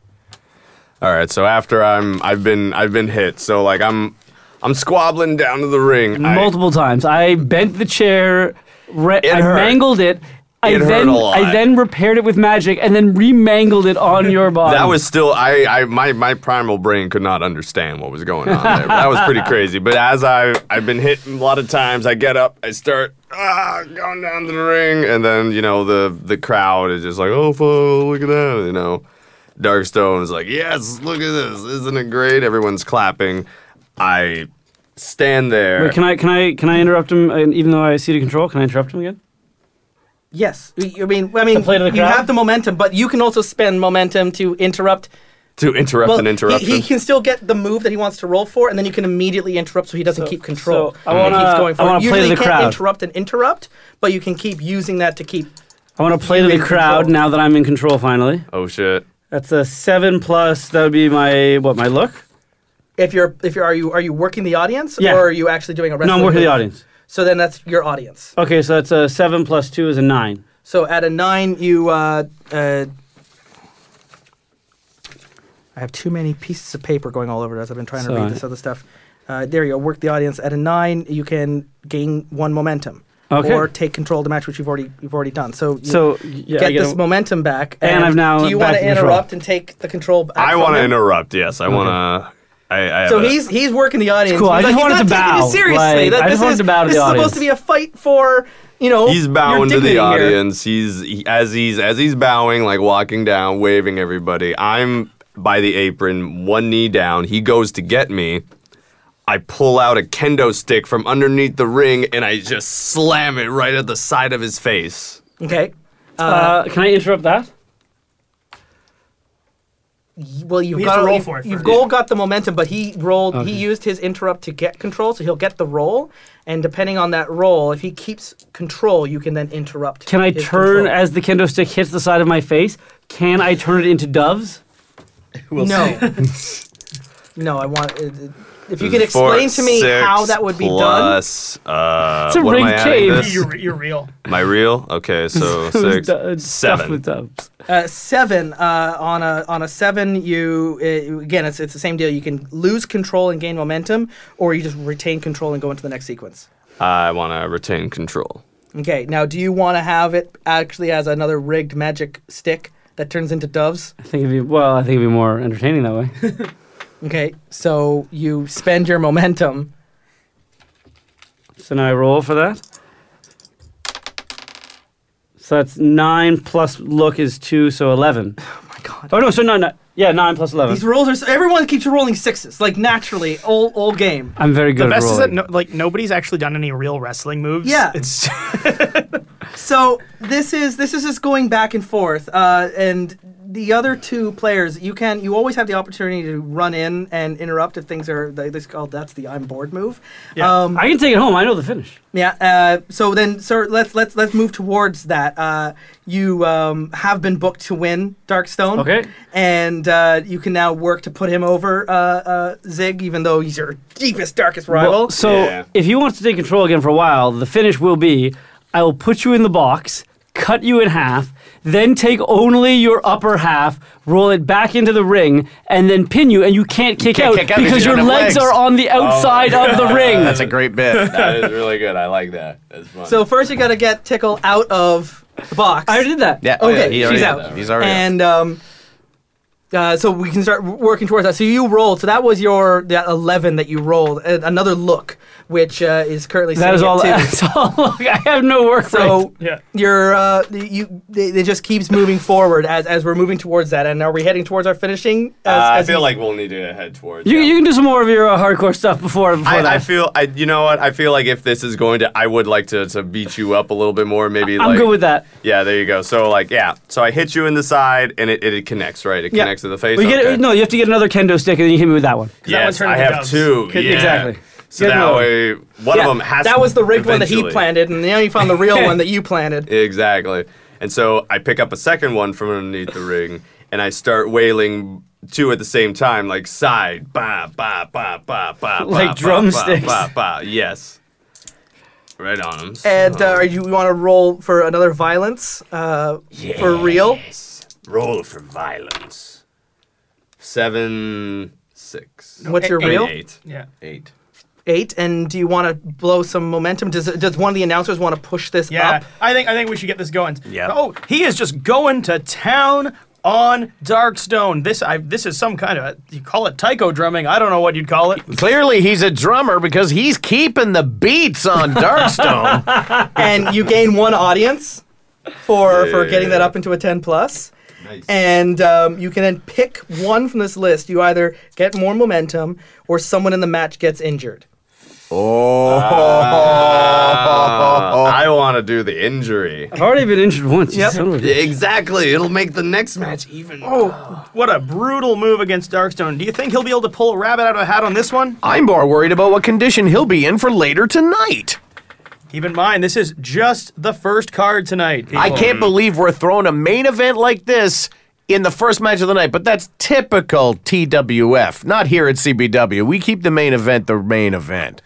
All right, so after I'm I've been I've been hit, so like I'm I'm squabbling down to the ring. I-
Multiple times. I bent the chair. Re-
It
I
hurt.
mangled it. I
It hurt
then
a lot.
I then repaired it with magic and then remangled it on your body.
That was still I, I my my primal brain could not understand what was going on there. that was pretty crazy. But as I I've been hit a lot of times, I get up, I start ah, going down to the ring, and then you know the the crowd is just like, oh fuck, look at that, you know. Darkstone is like, yes, look at this, isn't it great? Everyone's clapping. I stand there.
Wait, can I can I can I interrupt him? And even though I see to control, can I interrupt him again?
Yes, I I mean, I mean,
play to the
you
crowd?
have the momentum, but you can also spend momentum to interrupt.
to interrupt
Well,
an
he-
interruption.
He, can still get the move that he wants to roll for, and then you can immediately interrupt, so he doesn't keep control.
so I
He
Mm-hmm.
wanna-
keeps going
I
forward.
wanna play to
Usually you
the
can't
crowd.
interrupt and interrupt, but you can keep using that to keep.
I want to play to
You're
the
in
crowd
control.
now that I'm in control finally.
oh shit.
That's a seven plus. That would be my what my look.
If you're, if you're, are you, are you working the audience,
Yeah.
or are you actually doing a
No,
wrestling?
I'm working the
move?
audience.
So then that's your audience.
Okay, so that's a seven plus two is a nine.
So at a nine, you. Uh, uh, I have too many pieces of paper going all over it as I've been trying
So
to
I-
read this other stuff. Uh, there you go. Work the audience at a nine. You can gain one momentum,
Okay.
or take control of the match, which you've already you've already done. So you
So yeah,
get,
I get
this
a-
momentum back.
And I've now
Do you
back
want to
in control.
interrupt and take the control? Back
I
from
want to
him?
interrupt. Yes, I want to. I, I
So
have a-
he's he's working the audience.
cool. I
He's
just wanted
he's
to
not taking
bow.
You seriously,
Like,
that
I
this
just wanted
is,
to bow to
this
the
is supposed
audience.
to be a fight for you know.
He's
your
bowing to
dignity
the
here.
audience. He's he- as he's as he's bowing, like walking down, waving everybody. I'm by the apron, one knee down. He goes to get me. I pull out a kendo stick from underneath the ring and I just slam it right at the side of his face.
Okay.
Uh, can I interrupt that?
Well, you've
We have
got
to roll
you've,
for it
You've
first.
goal got the momentum, but he rolled. He used his interrupt to get control, so he'll get the roll. And depending on that roll, if he keeps control, you can then interrupt.
Can I
his
turn
control.
as the kendo stick hits the side of my face? Can I turn it into doves?
no, no. I want. uh, uh, if you
This
could
is four,
explain to me how
six
that would be done.
plus, be done. Uh,
It's a
what am I
rigged
adding
cave.
this?
You're, you're real.
My reel? Okay, so six,
Du- uh, stuffed
seven.
with doves.
Uh, seven uh, on a on a seven. You uh, again, it's it's the same deal. You can lose control and gain momentum, or you just retain control and go into the next sequence.
I want to retain control.
Okay, now do you want to have it actually as another rigged magic stick that turns into doves?
I think it'd be well. I think it'd be more entertaining that way.
Okay, so you spend your momentum.
so now I roll for that. So that's nine plus look is two, so eleven.
Oh my god.
Oh no, so no, no, yeah, nine plus eleven.
These rolls are so, everyone keeps rolling sixes, like naturally, all all game.
I'm very good
The
at
best is that
rolling.
no, like nobody's actually done any real wrestling moves.
Yeah.
It's
So this is this is just going back and forth, uh, and the other two players, you can you always have the opportunity to run in and interrupt if things are. They, this called that's the I'm bored move.
Yeah.
Um,
I can take it home. I know the finish.
Yeah. Uh, so then, sir, let's let's let's move towards that. Uh, you um, have been booked to win Darkstone.
Okay.
And uh, you can now work to put him over uh, uh, Zig, even though he's your deepest, darkest rival.
Well, so
Yeah.
if he wants to take control again for a while, the finish will be I will put you in the box, cut you in half, then take only your upper half, roll it back into the ring, and then pin you, and you can't kick,
can't
out,
kick out
because
because you
your
don't have
legs,
legs. Oh.
are on the outside of the ring.
That's a great bit.
That is really good. I like that. That's fun.
so first, you gotta get Tickle out of the box.
I already did that.
Yeah. Oh,
Okay,
yeah, he
she's
already-
out.
He's already. out.
and um, uh, so we can start w- working towards that. So you rolled. So that was your that eleven that you rolled. Uh, another look, which uh, is currently
That is
sitting at
all.
two.
That's all. Look, I have no work
So
rate.
Yeah.
you're uh, the- you it, it just keeps moving forward as as we're moving towards that. And are we heading towards our finishing? As,
Uh, I
as
feel
we-
like we'll need to head towards.
You,
that.
you can do some more of your uh, hardcore stuff before before that.
I, I feel I you know what I feel like if this is going to I would like to, to beat you up a little bit more maybe
I'm
like
good with that.
yeah there you go so like yeah so I hit you in the side and it, it, it connects right it connects to the face
We get it-
okay.
no, you have to get another kendo stick and then you hit me with that one.
that
yes
one's turning
I
to
have
doves.
two
Could-
yeah.
exactly.
so
Get
that
another
way one
Yeah,
of them has
that was the rigged one that he
eventually.
planted, and now you found the real one that you planted.
exactly and so I pick up a second one from underneath the ring and I start wailing two at the same time like side ba ba ba ba ba
Like
ba, ba,
drumsticks.
ba ba ba yes right on him
And uh, are you, want to roll for another violence uh, for real?
Yes. Roll for violence. Seven, six.
What's your
Eight,
real?
Eight.
yeah.
Eight.
eight. And do you want to blow some momentum? Does does one of the announcers want to push this
Yeah,
up?
I think I think we should get this going.
Yeah.
Oh, he is just going to town on Darkstone. This I this is some kind of you call it taiko drumming. I don't know what you'd call it.
Clearly, he's a drummer because he's keeping the beats on Darkstone.
and you gain one audience for for getting that up into a 10 plus and um, you can then pick one from this list you either get more momentum or someone in the match gets injured
Uh, I want to do the injury.
I've already been injured once. you son of a-
Exactly. It'll make the next match even.
What a brutal move against Darkstone. Do you think he'll be able to pull a rabbit out of a hat on this one?
I'm more worried about what condition he'll be in for later tonight.
Keep in mind, this is just the first card tonight.
I
people.
can't believe we're throwing a main event like this in the first match of the night, but that's typical TWF. Not here at CBW. We keep the main event the main event.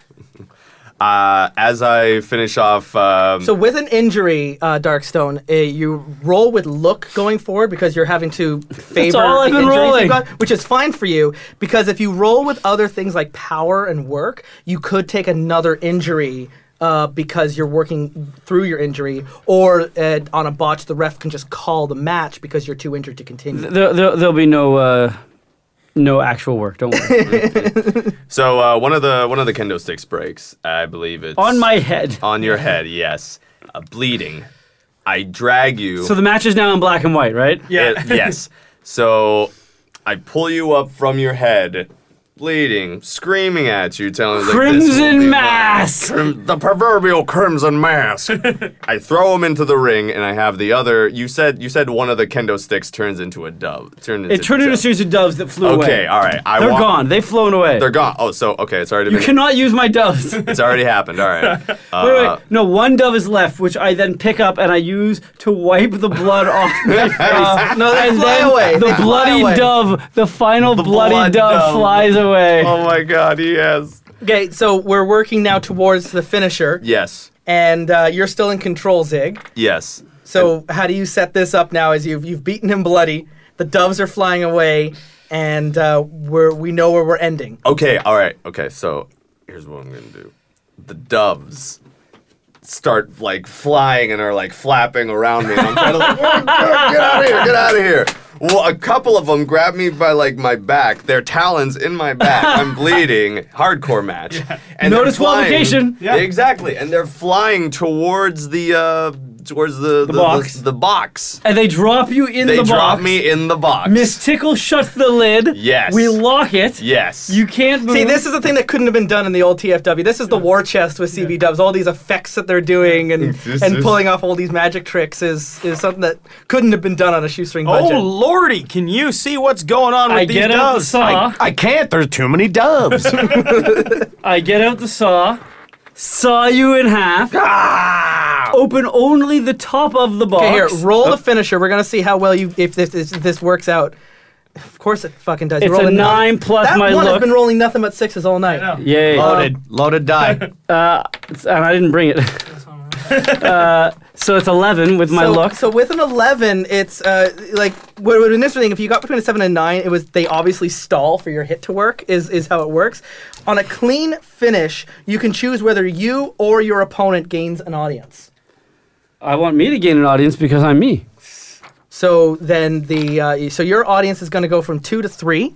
Uh, as I finish off, um,
so with an injury uh, darkstone uh, you roll with look going forward because you're having to favor
all I've
the
been
injuries you've
rolling.
got, which is fine for you because if you roll with other things like power and work you could take another injury uh, because you're working through your injury, or uh, on a botch, the ref can just call the match because you're too injured to continue.
There, there, there'll be no uh, no actual work. Don't worry.
so uh, one of the one of the kendo sticks breaks. I believe it's
on my head.
on your head. Yes, uh, bleeding. I drag you.
So the match is now in black and white, right?
Yeah.
It- yes. So I pull you up from your head, bleeding, screaming at you, telling like, this will be
Crimson
mine.
mask.
Crim- the proverbial crimson mask. I throw him into the ring, and I have the other. You said you said one of the kendo sticks turns into a dove. Turned into
It turned
a
into a
dove.
series of doves that flew away.
Okay, all right. I
They're
wa-
gone. They've flown away.
They're gone. Oh, so okay, it's already
you
been.
cannot use my doves. wait,
it's already happened. All right.
Uh,
Uh,
wait. No, one dove is left, which I then pick up and I use to wipe the blood off my face.
No, they
and
fly
then
away.
the
They fly
bloody
away.
dove, the final bloody
blood
dove,
dove.
flies away.
Oh my God. Yes.
Okay, so we're working now towards the finisher,
Yes.
and uh, you're still in control, Zig.
Yes.
So how do you set this up now? As you've you've beaten him bloody, the doves are flying away, and uh, we're we know where we're ending.
Okay, all right. Okay, so here's what I'm gonna do. The doves start like flying and are like flapping around me. And I'm kind of like, "Oh, God, get out of here, get out of here. Well, a couple of them grab me by like my back, their talons in my back. I'm bleeding. Hardcore match. And they're
No
flying-
disqualification.
Yeah.
Exactly. And they're flying towards the uh towards the the,
box.
The, box.
And they drop you in
They
the
drop
box.
me in the box.
Miss Tickle shuts the lid.
Yes.
We lock it.
Yes.
You can't move.
See, this is the thing that couldn't have been done in the old TFW. This is the war chest with CB Dubs. All these effects that they're doing and
This
and
is-
pulling off all these magic tricks is is something that couldn't have been done on a shoestring
Oh
budget.
lordy, can you see what's going on with
I
these
get out the
doves?
saw.
I can't. There's too many doves.
I get out the saw, saw you in half,
Ah!
open only the top of the box.
Okay, here, roll the finisher. We're gonna see how well you if this if this works out. Of course, it fucking does. You
It's
roll
a nine plus
That
my
one has
look.
been rolling nothing but sixes all night.
Yay.
Loaded. Loaded die.
It's- and I didn't bring it. uh, so it's 11 with my
so,
luck.
So with an eleven, it's uh like what would this thing? If you got between a seven and nine, it was they obviously stall for your hit to work. Is is how it works. On a clean finish, you can choose whether you or your opponent gains an audience.
I want me to gain an audience because I'm me.
So then the uh, so your audience is going to go from two to three.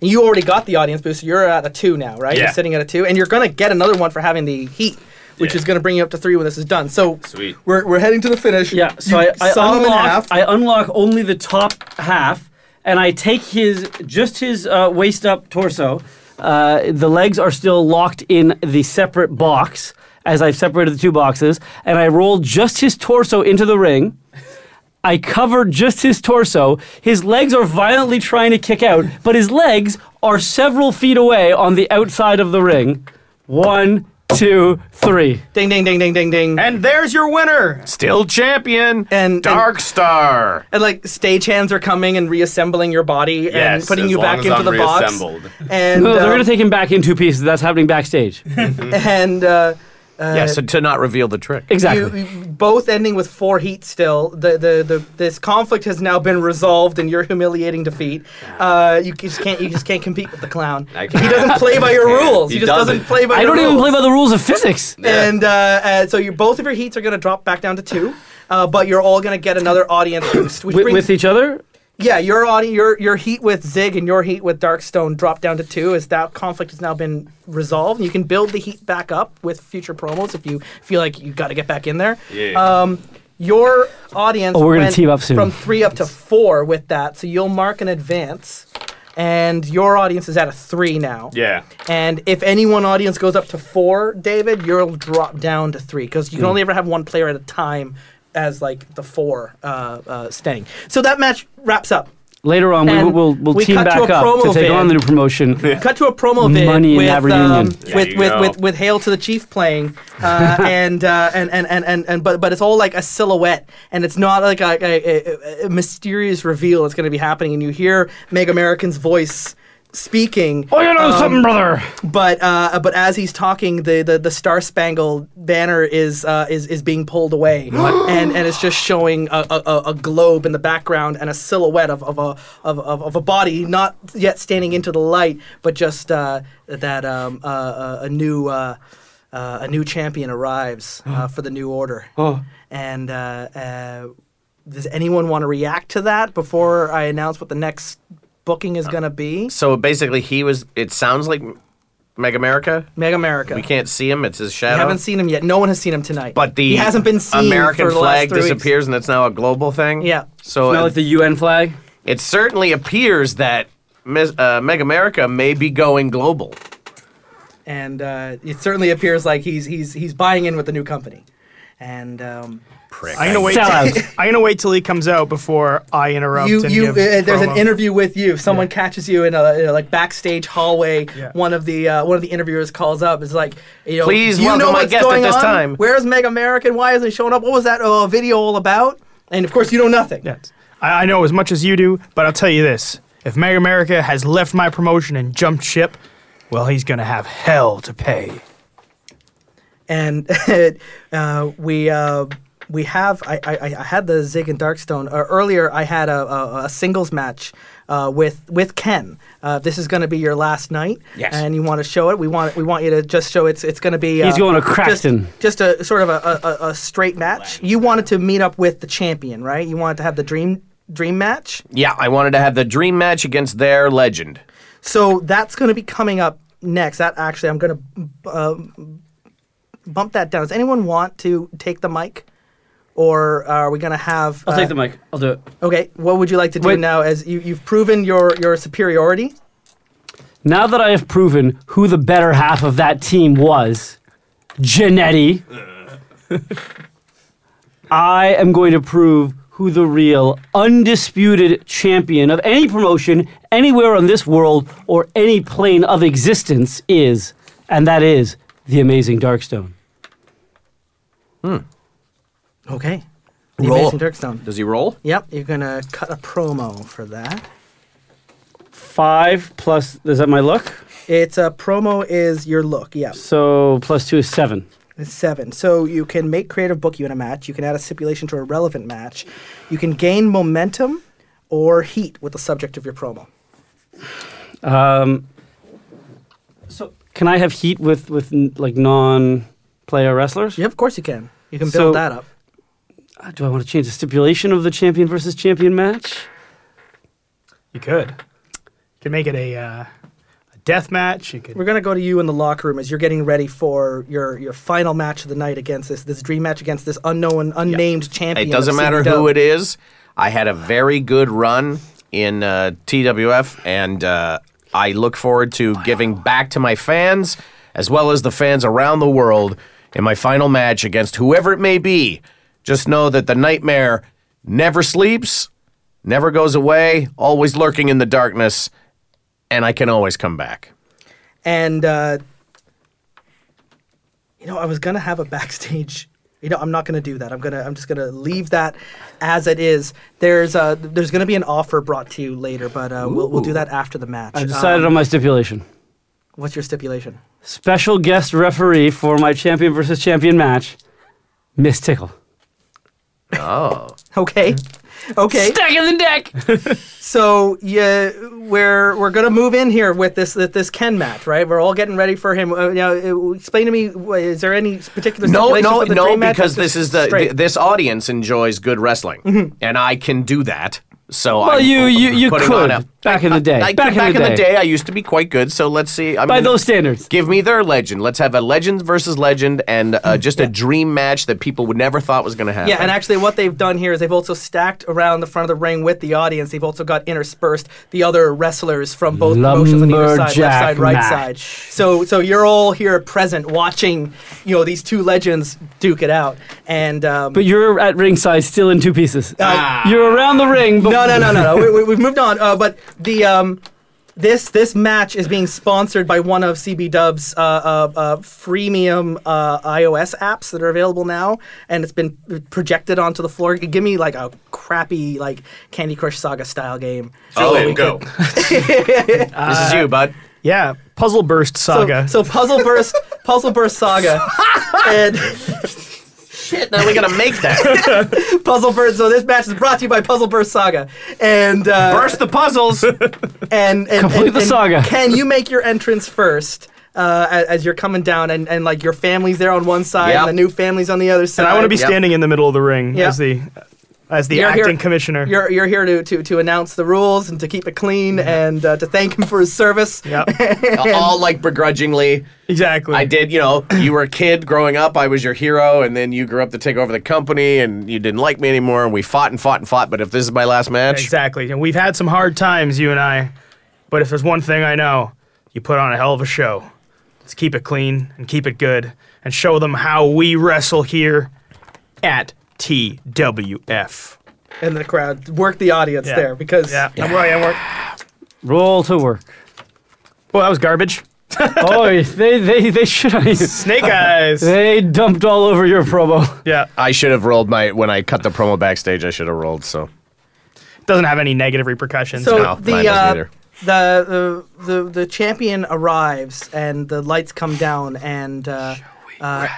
And you already got the audience boost. So you're at a two now, right?
Yeah.
You're sitting at a two, and you're going to get another one for having the heat, which
Yeah.
is going to bring you up to three when this is done. So
Sweet.
We're, we're heading to the finish.
Yeah, so
You
I, I,
saw him in
unlock,
half.
I unlock only the top half, and I take his just his uh, waist up torso. Uh, the legs are still locked in the separate box as I've separated the two boxes, and I roll just his torso into the ring. I cover just his torso. His legs are violently trying to kick out, but his legs are several feet away on the outside of the ring. One, two, three.
ding ding ding ding ding ding. And,
And there's your winner.
Still champion.
And-
Dark Star.
like stagehands are coming and reassembling your body and
Yes,
putting
as
you
long
back
as
into
I'm
the box.
reassembled.
And
No, they're
um,
going to take him back in two pieces. That's happening backstage.
and uh,
yeah, so to not reveal the trick.
Exactly.
You, you- both ending with four heat still. The, the the this conflict has now been resolved in your humiliating defeat. Uh, you just can't you just can't compete with the clown.
I
He
can't.
doesn't play by your
I can't.
rules. He,
He
just doesn't,
doesn't.
play by
I
your
don't
rules.
even play by the rules of physics.
And uh, uh, so you both of your heats are gonna drop back down to two. Uh, but you're all gonna get another audience boost. Which
With,
brings-
with each other?
yeah, your audience, your your heat with Zig and your heat with Darkstone drop down to two as that conflict has now been resolved. You can build the heat back up with future promos if you feel like you got to get back in there.
Yeah.
Um, your audience.
Oh, we're gonna
went
team up soon.
From three up to four with that, so you'll mark an advance, and your audience is at a three now.
Yeah.
And if any one audience goes up to four, David, you'll drop down to three because you
Hmm.
can only ever have one player at a time as like the four uh, uh, staying. So that match wraps up.
Later on, we,
And
will we'll
we
team
cut to
back
a
up to
promo
take
van.
on the new promotion. Oh,
Cut to a promo vid
Money in
with,
that
um,
reunion.
There
with,
you
with,
go.
with with Hail to the Chief playing, uh, and, uh, and and and and and but but it's all like a silhouette, and it's not like a, a, a, a mysterious reveal that's going to be happening, and you hear Meg American's voice speaking.
Oh, you know
um,
something, brother.
But uh, but as he's talking, the, the, the Star Spangled Banner is uh, is is being pulled away, and and it's just showing a, a, a- a globe in the background and a silhouette of, of a of, of, of a body not yet standing into the light, but just uh, that um, uh, uh, a new. Uh, uh, a new champion arrives uh, for the new order, and uh, uh, does anyone want to react to that before I announce what the next booking
Uh,
is going to be?
So basically, he was. It sounds like Meg America.
Meg America.
We can't see him; it's his shadow.
I haven't seen him yet. No one has seen him tonight.
But the
he hasn't been seen.
American
for the
flag
last three
disappears, and it's now a global thing.
Yeah.
So it,
the UN flag?
it certainly appears that Ms., uh, Meg America may be going global.
weeks. and uh, it certainly appears like he's he's he's buying in with the new company. And um,
I'm gonna wait.
Sell
till-
out.
I'm gonna wait till he comes out before I interrupt.
you
and
you uh,
give
there's an
promo.
interview with you. Someone catches you in a, in a, like backstage hallway.
Yeah.
One of the uh, one of the interviewers calls up. It's like you know,
Please
you
welcome
know
my
what's
guest at
going
this
on?
time."
Where's Meg American? Why isn't he showing up? What was that uh, video all about? And of course you know nothing.
Yes. I, I know as much as you do, but I'll tell you this: if Meg America has left my promotion and jumped ship, well, he's gonna have hell to pay.
and uh, we uh, we have I, I, I had the Zig and Darkstone uh, earlier. I had a, a, a singles match uh, with with Ken. Uh, this is going to be your last night,
Yes.
and you want to show it. We want we want you to just show it's it's going to be. Uh,
He's going to
just-
Crackton.
Just, a sort of a, a, a- a straight match. You wanted to meet up with the champion, right? You wanted to have the dream dream match.
Yeah, I wanted to have the dream match against their legend.
So that's going to be coming up next. That actually, I'm going to uh, bump that down. Does anyone want to take the mic, or are we going to have?
I'll
uh,
take the mic. I'll do it.
Okay, what would you like to do
Wait.
now? As you, you've proven your your superiority.
Now that I have proven who the better half of that team was, Janetti, I am going to prove who the real undisputed champion of any promotion anywhere on this world or any plane of existence is, and that is the amazing Darkstone.
Okay. The
Roll.
Amazing Dirkstone.
Does he roll?
Yep, you're gonna cut a promo for that.
Five plus, is that my luck?
It's a promo is your look. Yeah,
So plus two is seven.
It's seven. So you can make creative book you in a match. You can add a stipulation to a relevant match. You can gain momentum or heat with the subject of your promo.
Um, so can I have heat with, with n- like non-player wrestlers?
Yeah, of course you can. You can build
So-
that up.
Uh, Do I want to change the stipulation of the champion versus champion match?
You could. You could make it a, uh, a death match. You could.
We're gonna go to you in the locker room as you're getting ready for your your final match of the night against this this dream match against this unknown, unnamed champion.
It doesn't matter who it is. I had a very good run in uh, TWF, and uh, I look forward to giving back to my fans as well as the fans around the world in my final match against whoever it may be. Just know that the nightmare never sleeps, never goes away, always lurking in the darkness, and I can always come back.
And uh, you know, I was gonna have a backstage. You know, I'm not gonna do that. I'm gonna I'm just gonna leave that as it is. There's uh there's gonna be an offer brought to you later, but uh, we'll we'll do that after the match.
I decided
Um,
on my stipulation.
what's your stipulation?
special guest referee for my champion versus champion match, Miss Tickle.
Okay. Okay.
Stacking the deck.
So yeah, we're we're gonna move in here with this with this Ken match, right? We're all getting ready for him. Uh, now, uh, explain to me, wh- is there any particular
No,
stipulation
no,
for the
no,
dream match?
because
It's
this is
just
the
straight.
th- this audience enjoys good wrestling, and I can do that. So
Well,
I'm
you you you
putting on
could
a-
back in the day.
I-
back, in, the day.
I used to be quite good. So let's see. I
By
mean,
those standards.
give me their legend. Let's have a legend versus legend, and uh, just a dream match that people would never thought was going to happen.
yeah, and actually, what they've done here is they've also stacked around the front of the ring with the audience. They've also got interspersed the other wrestlers from both promotions on either side, left
Lumberjack
side, right
match.
side. So, so you're all here present, watching, you know, these two legends duke it out. And um,
But you're at ringside still in two pieces.
Ah.
You're around the ring, but
No, no, no, no, no. We, we, we've moved on. Uh, but the um, this this match is being sponsored by one of CB Dub's uh, uh, uh, freemium uh, iOS apps that are available now, and it's been projected onto the floor. Give me like a crappy like Candy Crush Saga style game.
oh,
So we
go.
could-
this is you, bud.
Yeah, Puzzle Burst Saga.
So, so Puzzle Burst, Puzzle Burst Saga, and
Now we got to make that
Puzzle Burst. So this match is brought to you by Puzzle Burst Saga, and uh,
burst the puzzles.
and, and
Complete
and-
the
and
saga.
Ken, you make your entrance first uh, as, as you're coming down, and, and like your family's there on one side,
Yep.
and the new family's on the other side.
and I want to be
Yep.
standing in the middle of the ring
Yeah.
as the as the
You're
acting
here-
commissioner.
You're, you're here to, to, to announce the rules and to keep it clean and uh, to thank him for his service.
yeah,
All like begrudgingly.
exactly.
I did, you know, you were a kid growing up. I was your hero, and then you grew up to take over the company, and you didn't like me anymore, and we fought and fought and fought. But if this is my last match,
Exactly. And we've had some hard times, you and I. But if there's one thing I know, you put on a hell of a show. Let's keep it clean and keep it good and show them how we wrestle here at TWF.
And the crowd, work the audience
Yeah.
there because
Yeah, I'm right, I'm right.
roll to work.
Well, that was garbage.
oh, they they they should have.
Snake eyes.
They dumped all over your promo.
yeah,
I should have rolled my when I cut the promo backstage. I should have rolled. So
doesn't have any negative repercussions.
So
No, mine
the,
doesn't
uh,
either.
the the the the champion arrives and the lights come down and uh, uh,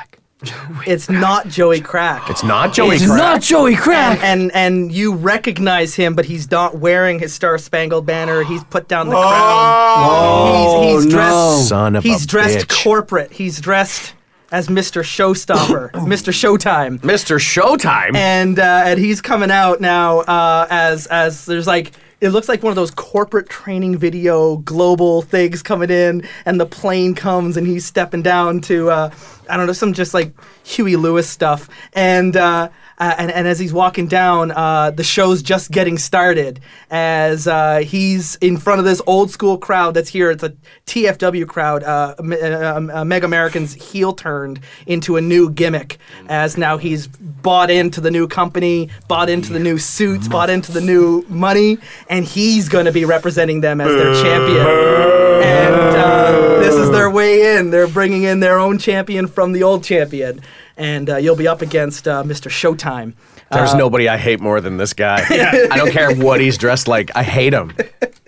it's not Joey Crack.
it's not Joey.
It's
Crack.
not Joey Crack.
and and you recognize him, but he's not wearing his Star Spangled Banner. He's put down the crown. He's, he's
no.
dressed.
Son of a
he's dressed
bitch.
corporate. He's dressed as Mr. Showstopper, Mr. Showtime,
Mr. Showtime.
and uh, and he's coming out now uh, as as there's like. It looks like one of those corporate training video global things coming in, and the plane comes, and he's stepping down to uh, I don't know some just like Huey Lewis stuff, and uh, uh, and and as he's walking down, uh, the show's just getting started. As uh, he's in front of this old school crowd that's here, it's a TFW crowd. Uh, Me- uh, um, uh, Mega Americans heel turned into a new gimmick. As now he's bought into the new company, bought into the new suits, bought into the new money, and he's going to be representing them as their champion. And uh, this is their way in. They're bringing in their own champion from the old champion. And uh, you'll be up against uh, Mr. Showtime.
There's
uh,
nobody I hate more than this guy. I don't care what he's dressed like. I hate him.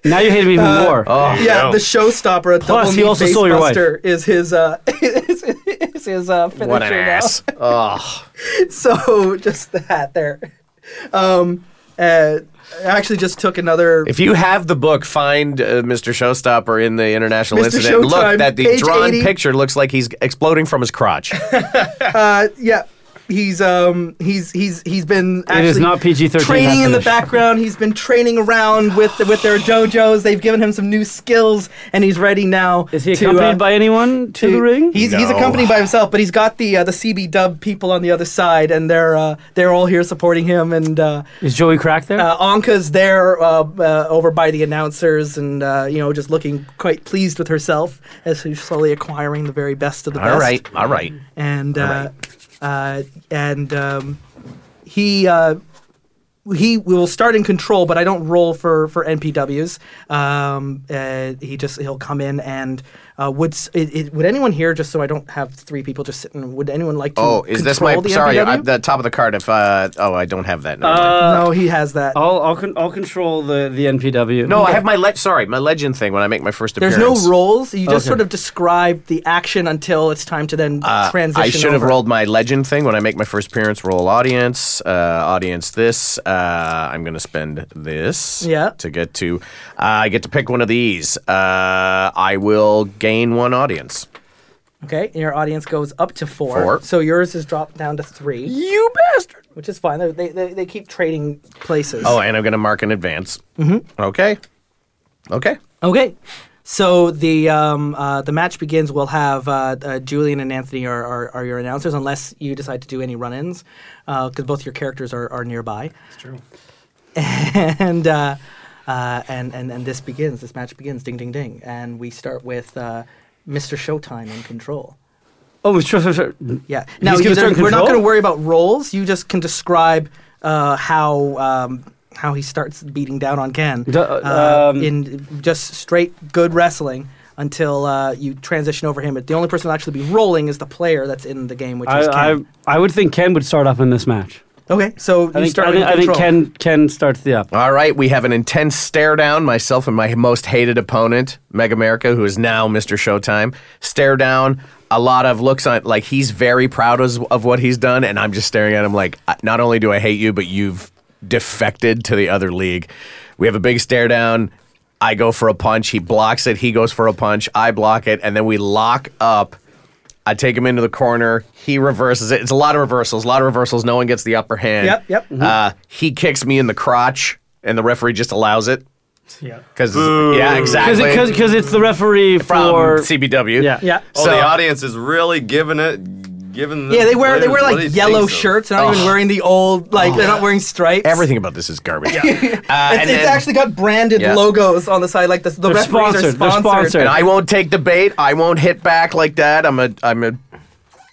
now you hate him even more.
Yeah, the showstopper, a double
he
knee
also
face
stole your wife.
buster, is his uh, is, is his uh, finisher
What an
now.
ass. Oh,
So just that there. Um, uh, I actually just took another.
if you have the book, find uh, Mr. Showstopper in the international
Mr.
incident.
Showtime,
Look that the
page
drawn
80.
picture looks like he's exploding from his crotch.
Uh, yeah, he's um he's he's he's been.
it
Actually
is not PG thirteen.
Training in the background, he's been training around with with their dojos. They've given him some new skills, and he's ready now.
Is he
to,
accompanied
uh,
by anyone to the ring?
He's, he's
No.
accompanied by himself, but he's got the uh, the CB Dub people on the other side, and they're uh, they're all here supporting him. And uh,
is Joey Crack there?
uh, Anka's there uh, uh, over by the announcers, and uh, you know just looking quite pleased with herself as she's slowly acquiring the very best of the best.
all right, all right.
and uh, uh, and um, he. Uh, he will start in control, but I don't roll for for NPWs. Um, uh, he just he'll come in and Uh, would s- it, it, would anyone here, just so I don't have three people just sitting, would anyone like to?
Oh, is this
control
my?
the
Sorry,
MPW?
I'm the top of the card. If uh, oh, I don't have that. Never mind.
Uh, no, he has that.
I'll I'll, con- I'll control the the NPW.
no, I have my le- Sorry, my legend thing when I make my first
There's
appearance.
no roles. You just
Okay.
sort of describe the action until it's time to then
Uh,
transition.
I should have
over.
rolled my legend thing when I make my first appearance. Roll audience, uh, audience. This uh, I'm going to spend this.
Yeah.
To get to, uh, I get to pick one of these. Uh, I will gain one audience.
Okay, and your audience goes up to four.
Four.
So yours is dropped down to three. You bastard! Which is fine. They, they, they, they keep trading places.
Oh, and I'm going to mark in advance. Mm-hmm. Okay. Okay.
Okay. So the um, uh, the match begins. We'll have uh, uh, Julian and Anthony are, are, are your announcers, unless you decide to do any run-ins, because both your characters are, are nearby. That's true. And uh, uh, and and and this begins. This match begins. Ding ding ding. And we start with uh, Mr. Showtime in control.
Oh, it's just, it's just-
Yeah. Now
gonna
you-
start in
we're not
control?
going to worry about roles. You just can describe uh, how um, how he starts beating down on Ken
Duh,
uh,
um,
in just straight good wrestling until uh, you transition over him. But the only person who'll actually be rolling is the player that's in the game, which is
I, I
Ken.
I would think Ken would start up in this match.
okay, so
I
you
think,
start
I
with
think, I think
control.
Ken Ken starts the up.
All right, we have an intense stare down. Myself and my most hated opponent, Meg America, who is now Mr. Showtime, stare down. A lot of looks on like he's very proud of, of what he's done, and I'm just staring at him like, "I- not only do I hate you, but you've defected to the other league. We have a big stare down. I go for a punch. He blocks it. He goes for a punch. I block it, and then we lock up. I take him into the corner. He reverses it. It's a lot of reversals. A lot of reversals. No one gets the upper hand.
Yep, yep. mm-hmm.
Uh, he kicks me in the crotch, and the referee just allows it.
Yeah.
Because yeah, exactly.
Because it's the referee
from
for
CBW.
Yeah.
yeah.
Oh,
So-
the audience is really giving it, giving.
Yeah, they wear they wear
players what
like
he
yellow
thinks of.
shirts. They're not
Oh.
even wearing the old like they're not wearing stripes.
Everything about this is garbage. Yeah. Uh,
It's,
and
it's
then-
actually got branded
Yeah.
logos on the side, like the, the
They're
referees are
sponsored. They're sponsored.
And I won't take the bait. I won't hit back like that. I'm a I'm a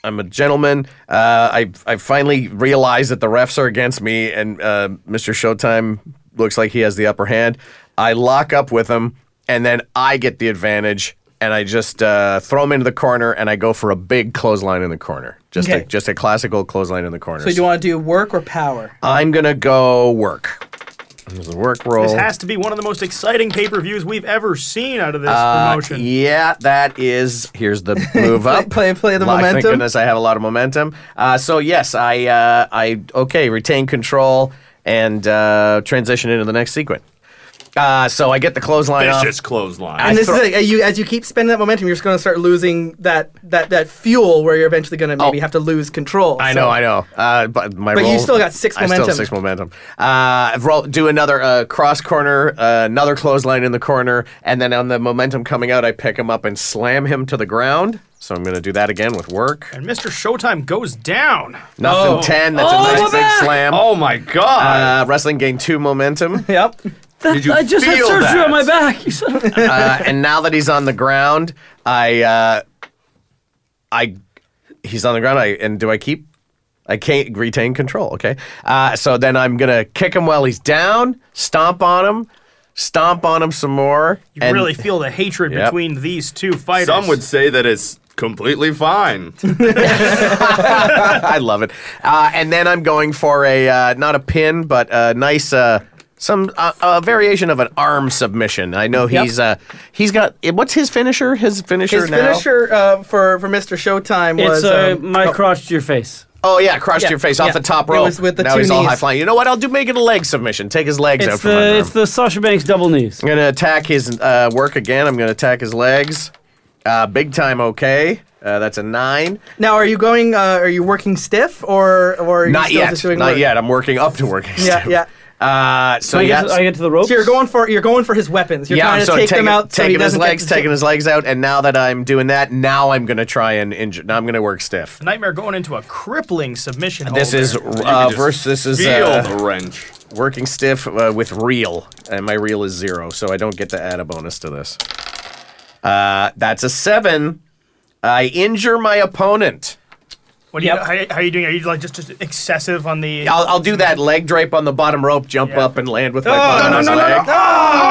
I'm a gentleman. Uh, I I finally realize that the refs are against me, and uh, Mr. Showtime looks like he has the upper hand. I lock up with him, and then I get the advantage, and I just uh, throw him into the corner, and I go for a big clothesline in the corner, just
Okay.
a, just a classical clothesline in the corner.
So do you want to do work or power?
I'm gonna go work. There's a work roll.
This has to be one of the most exciting pay per views we've ever seen out of this
Uh,
promotion.
yeah, that is. Here's the move up.
play- play the
Well, I- Thank
momentum.
goodness I have a lot of momentum. Uh, so yes, I uh, I okay retain control and uh, transition into the next sequence. Uh, so I get the clothesline off.
Vicious clothesline.
I
And this
throw-
is like, as you as you keep spending that momentum, you're just going to start losing that that that fuel where you're eventually going to maybe
Oh.
have to lose control.
I
So-
know, I know. Uh, but my
But you
roll-
still got six
I still have
momentum.
six momentum. Uh, roll, do another uh, cross corner, uh, another clothesline in the corner, and then on the momentum coming out, I pick him up and slam him to the ground. So I'm going to do that again with work.
and Mr. Showtime goes down.
Nothing
Oh.
10. That's a nice big slam.
oh my god!
Uh, wrestling gained two momentum.
Yep.
Did you
I just had
feel
surgery
that?
on my back. You son of a-
uh, and now that he's on the ground, I, uh, I, he's on the ground. I and do I keep? I can't retain control. Okay, uh, so then I'm gonna kick him while he's down, stomp on him, stomp on him some more.
You really feel the hatred
Yep.
between these two fighters.
Some would say that it's completely fine.
Uh, I love it. Uh, and then I'm going for a uh, not a pin, but a nice uh, some uh, a variation of an arm submission. I know
Yep.
he's uh, he's got what's his finisher? His finisher
His
now?
finisher uh, for for Mr. Showtime was
It's uh,
um,
my crotch to your face.
Oh yeah, crushed
Yeah,
your face
yeah.
off the top
It
rope.
was with the
now
two
he's all
knees.
high flying. You know what? I'll do make it a leg submission. Take his legs out
It's
from under
the
him.
it's the Sasha Banks double knees.
I'm gonna attack his uh, work again. I'm gonna attack his legs. Uh, big time. Okay, uh, that's a nine.
now. Are you going? Uh, are you working stiff or or are you
Not
still
yet.
Just doing
Not
work?
yet. I'm working up to working.
Yeah, yeah.
Uh, so
I,
yeah.
get to, I get to the ropes.
So you're going for you're going for his weapons. You're
yeah,
trying
I'm
to
so
take
taking,
them out. so he
taking his
doesn't get
legs,
to-
taking his legs out, and now that I'm doing that, now I'm gonna try and injure. Now I'm gonna work stiff.
Nightmare going into a crippling submission.
This
hold
is
there.
uh, versus. This is
Feel
uh,
the wrench.
working stiff uh, with reel, and my reel is zero, so I don't get to add a bonus to this. Uh, that's a seven. I injure my opponent.
What do you,
Yep.
how, how are you doing? Are you like just, just excessive on the?
I'll, I'll do that leg drape on the bottom rope, jump
Yeah.
up and land with my butt on his leg.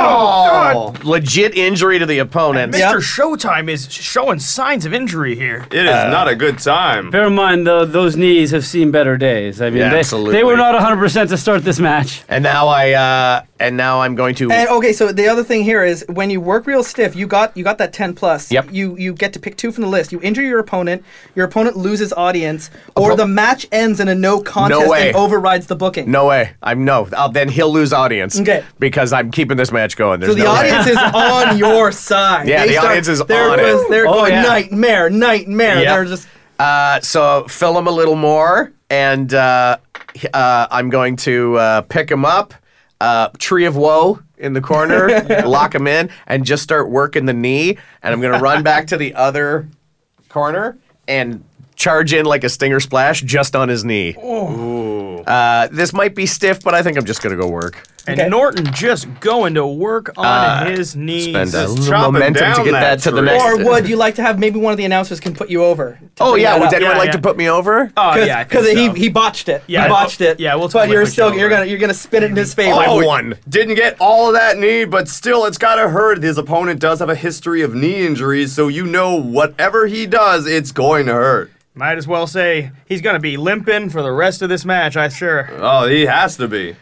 Oh, legit injury to the opponent.
Mr. Showtime is showing signs of injury here.
It is
uh,
not a good time.
Bear in mind, though, those knees have seen better days. I mean,
Yeah,
they,
absolutely.
they were not 100% to start this match.
And now I uh, and now I'm going to
And okay, so the other thing here is when you work real stiff, you got you got that ten plus.
Yep.
You you get to pick two from the list. You injure your opponent, your opponent loses audience, or the match ends in a no contest
way.
and overrides the booking.
No way. I'm no. I'll, then he'll lose audience.
Okay.
Because I'm keeping this match going. There's
So the
no way.
audience is on your side.
Yeah, the audience is
they're
on it.
just- They're
Oh,
going
yeah.
nightmare, nightmare.
Yep.
They're just
Uh, so fill him a little more, and uh, h- uh, I'm going to uh, pick him up. Uh, tree of woe in the corner, lock him in, and just start working the knee. And I'm going to run back to the other corner and charge in like a stinger splash just on his knee. Uh, this might be stiff, but I think I'm just going to go work.
And Norton just going to work on his knees.
Uh, Spend a
just
little
chop him
momentum to
down
get
that
that to the
tree.
next.
or would you like to have maybe one of the announcers can put you over? to
Oh
bring
yeah,
that
would
up?
anyone
Yeah,
like
yeah.
to put me over?
Oh
Cause,
yeah,
because
because
he he botched it.
Yeah,
he botched it.
yeah, we'll
But
totally
you're
put you
still you're
over.
gonna you're gonna spin it in
Oh,
his favor.
I won.
Didn't get all of that knee, but still, it's gotta hurt. His opponent does have a history of knee injuries, so you know whatever he does, it's going to hurt.
might as well say he's gonna be limping for the rest of this match. I sure.
Oh, he has to be.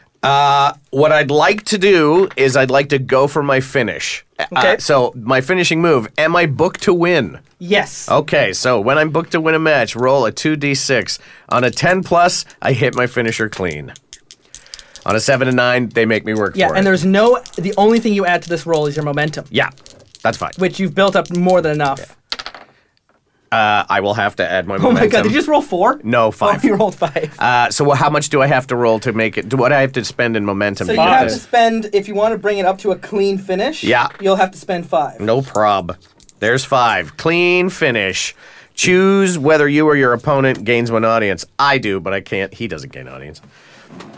What I'd like to do is I'd like to go for my finish. Uh,
Okay.
so my finishing move. Am I booked to win?
Yes.
Okay. So when I'm booked to win a match, roll a two d six. On a ten plus, I hit my finisher clean. On a seven and nine, they make me work
Yeah,
for it.
and there's no. The only thing you add to this roll is your momentum,
yeah, that's fine.
which you've built up more than enough.
Uh, I will have to add my
Oh
momentum.
my god! Did you just roll four?
No, five.
Oh, you rolled five.
uh, so wh- how much do I have to roll to make it? Do what I have to spend in momentum?
so
to
you
get
have to
this?
spend if you want to bring it up to a clean finish.
Yeah.
You'll have to spend five.
No prob. There's five. Clean finish. Choose whether you or your opponent gains one audience. I do, but I can't. He doesn't gain audience.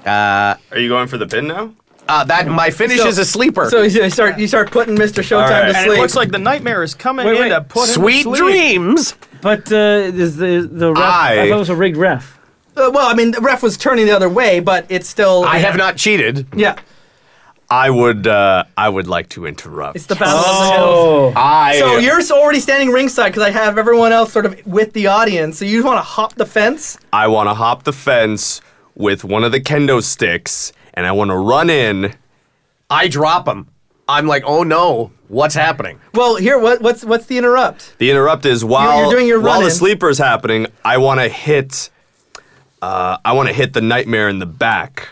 Are you going for the pin now?
Uh, that my finish
So-
is a sleeper.
So you start you start putting Mr. Showtime
right.
to
And
sleep.
it looks like the nightmare is coming
Wait,
in
wait.
to put him to
Sweet
sleep.
dreams.
But uh, is the, the ref, I,
I-
thought it was a rigged ref.
Uh, well, I mean, the ref was turning the other way, but it's still.
I have not cheated.
Yeah.
I would. Uh, I would like to interrupt.
It's the battle of the hills.
I.
So you're already standing ringside because I have everyone else sort of with the audience. So you want to hop the fence?
I want to hop the fence with one of the kendo sticks, and I want to run in.
I drop him. I'm like, oh no, what's happening?
Well, here, what, what's what's the interrupt?
The interrupt is while
you're doing your
while
run-in.
the sleeper's happening. I want to hit. Uh, I want to hit the nightmare in the back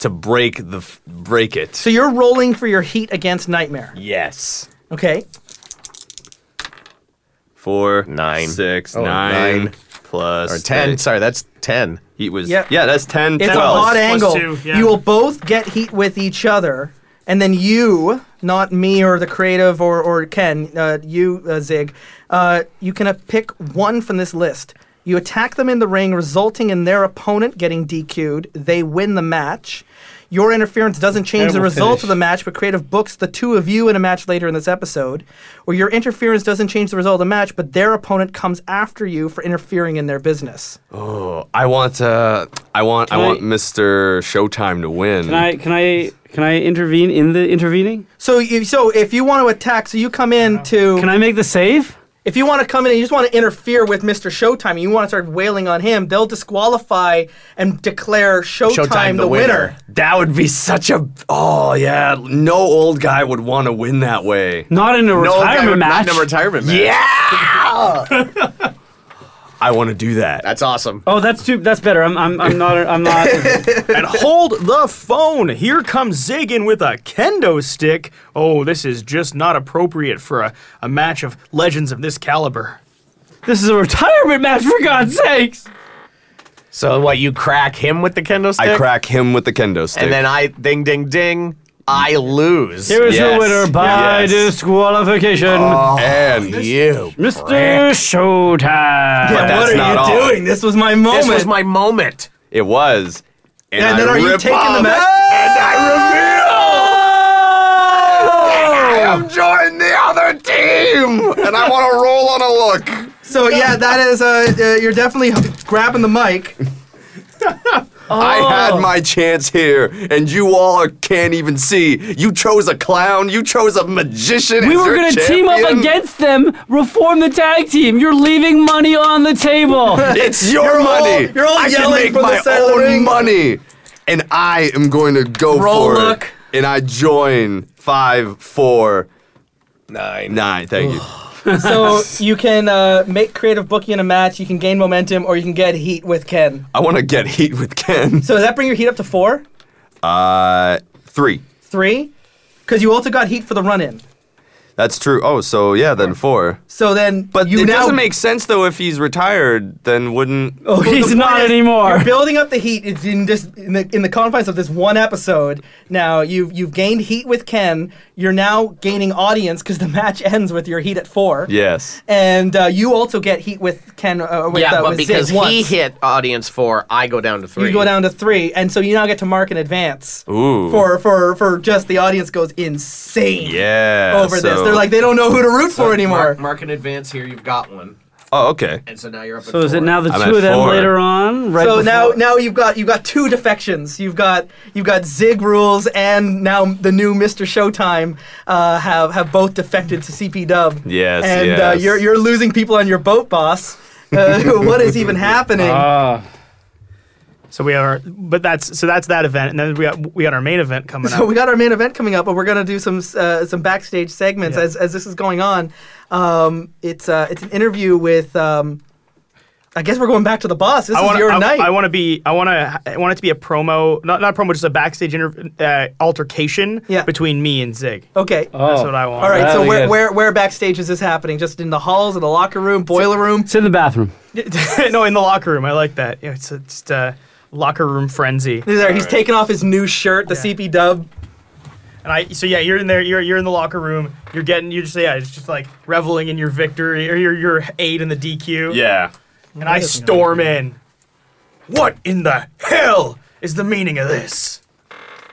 to break the f- break it.
So you're rolling for your heat against nightmare.
yes.
Okay.
Four
Nine.
six,
Oh,
nine,
nine.
plus
Or ten?
six.
Sorry, that's ten.
He was
Yep.
yeah. That's ten.
It's
twelve.
a hot angle.
two, yeah.
You will both get heat with each other, and then you, not me or the creative or, or Ken, uh, you, uh, Zig, uh, you can uh, pick one from this list. You attack them in the ring, resulting in their opponent getting DQ'd. They win the match. Your interference doesn't change the result of the match, but creative books the two of you in a match later in this episode. Or your interference doesn't change the result of the match, but their opponent comes after you for interfering in their business.
I want. Uh, I want. I
Can I-
want Mr. Showtime to win.
Can I, can, I, can I intervene in the intervening?
So, you, so if you want to attack, so you come in to,
Uh, Can I make the save?
if you want to come in and you just want to interfere with Mr. Showtime, and you want to start wailing on him, they'll disqualify and declare Showtime,
Showtime
the,
the
winner.
winner.
That would be such a. Oh yeah, no old guy would want to win that way.
Not in a
No,
retirement
not
match.
in a retirement match.
I want to do that.
that's awesome.
oh, that's too. That's better. I'm. I'm. I'm not. I'm not.
And hold the phone. Here comes Zagin with a kendo stick. Oh, this is just not appropriate for a, a match of legends of this caliber.
this is a retirement match for God's sakes.
So what? You crack him with the kendo stick,
I crack him with the kendo stick.
and then I ding, ding, ding. I lose.
Here is your
Yes.
winner by
Yes.
disqualification,
Oh,
and
you.
Mr. Showtime.
But that's
what are
not
you
all.
doing? This was my moment.
This was my moment.
it was. And,
and then
I
are you
rip
taking
off
the match?
And I reveal. that I have joined the other team, and I want to roll on a look.
So yeah, that is uh, uh, you're definitely
grabbing the mic.
I
Oh.
had my chance here, and you all can't even see. You chose a clown. You chose a magician.
We
as
were
your
going to team up
champion.
against them, reform the tag team. You're leaving money on the table.
It's your
You're all-
money.
you're all
I can
yelling
make
from the
my
side of the
own
ring.
money, and I am going to go
Roll
for
luck.
it. And I join five, four,
Nine.
nine. Thank you.
so you can uh, make creative booking in a match. You can gain momentum, or you can get heat with Ken.
I want to get heat with Ken.
So does that bring your heat up to four,
Uh, three.
three? Because you also got heat for the run-in.
That's true. Oh, so yeah, then four.
So then,
But
you
it
now
doesn't make sense though. If he's retired, then wouldn't
oh,
the
he's
point
not
is,
anymore.
You're building up the heat It's in just in the, in the confines of this one episode. Now you've you've gained heat with Ken. You're now gaining audience because the match ends with your heat at four.
yes.
And uh, you also get heat with Ken. Uh, with,
Yeah,
uh,
but
with Zig
because he
once.
hit audience four, I go down to three.
You go down to three, and so you now get to mark in advance
Ooh.
for for for just the audience goes insane
Yeah.
over this.
so-
They're like they don't know who to root for anymore.
Mark, mark in advance here. You've got one,
oh, okay.
and so now you're up.
So is it now the
I'm
two
at
of them
four.
later on? Right
so
before-
now now you've got you've got two defections. You've got you've got Zig rules and now the new Mr. Showtime uh, have have both defected to CP Dub.
Yes,
and Uh,
yes.
you're you're losing people on your boat, boss. Uh, what is even happening?
So we are, but that's so that's that event, and then we got we got our main event coming
So
up.
we got our main event coming up, but we're gonna do some uh, some backstage segments
Yeah.
as, as this is going on. Um, it's uh, it's an interview with. Um, I guess we're going back to the boss. This
I
is
want
your
I,
night.
I want to be. I want to. I want it to be a promo, not not a promo, just a backstage inter- uh, altercation
Yeah.
between me and Zig.
okay.
That's
Oh.
what I want.
All right. So
That'll be
where,
good.
where where backstage is this happening? Just in the halls, in the locker room, boiler room.
It's in the bathroom.
no, in the locker room. I like that. Yeah, it's a, just a locker room frenzy.
He's there. He's taking off his new shirt, the CP Dub.
And I, so yeah, you're in there. You're you're in the locker room. You're getting. You're just yeah. It's just like reveling in your victory or your your aid in the DQ.
Yeah.
And I storm in. What in the hell is the meaning of this?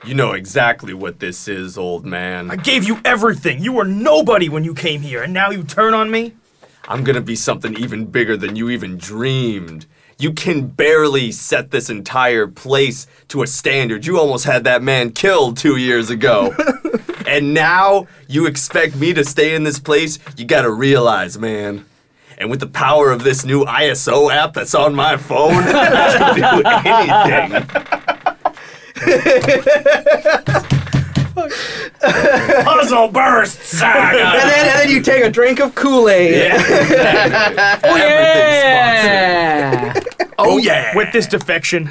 You know exactly what this is, old man.
I gave you everything. You were nobody when you came here, and now you turn on me.
I'm gonna be something even bigger than you even dreamed. You can barely set this entire place to a standard. You almost had that man killed two years ago. and now you expect me to stay in this place? You gotta realize, man. And with the power of this new ISO app that's on my phone, I can do anything. Puzzle burst saga!
And then, and then you take a drink of Kool Aid.
oh, Oh yeah.
With this defection,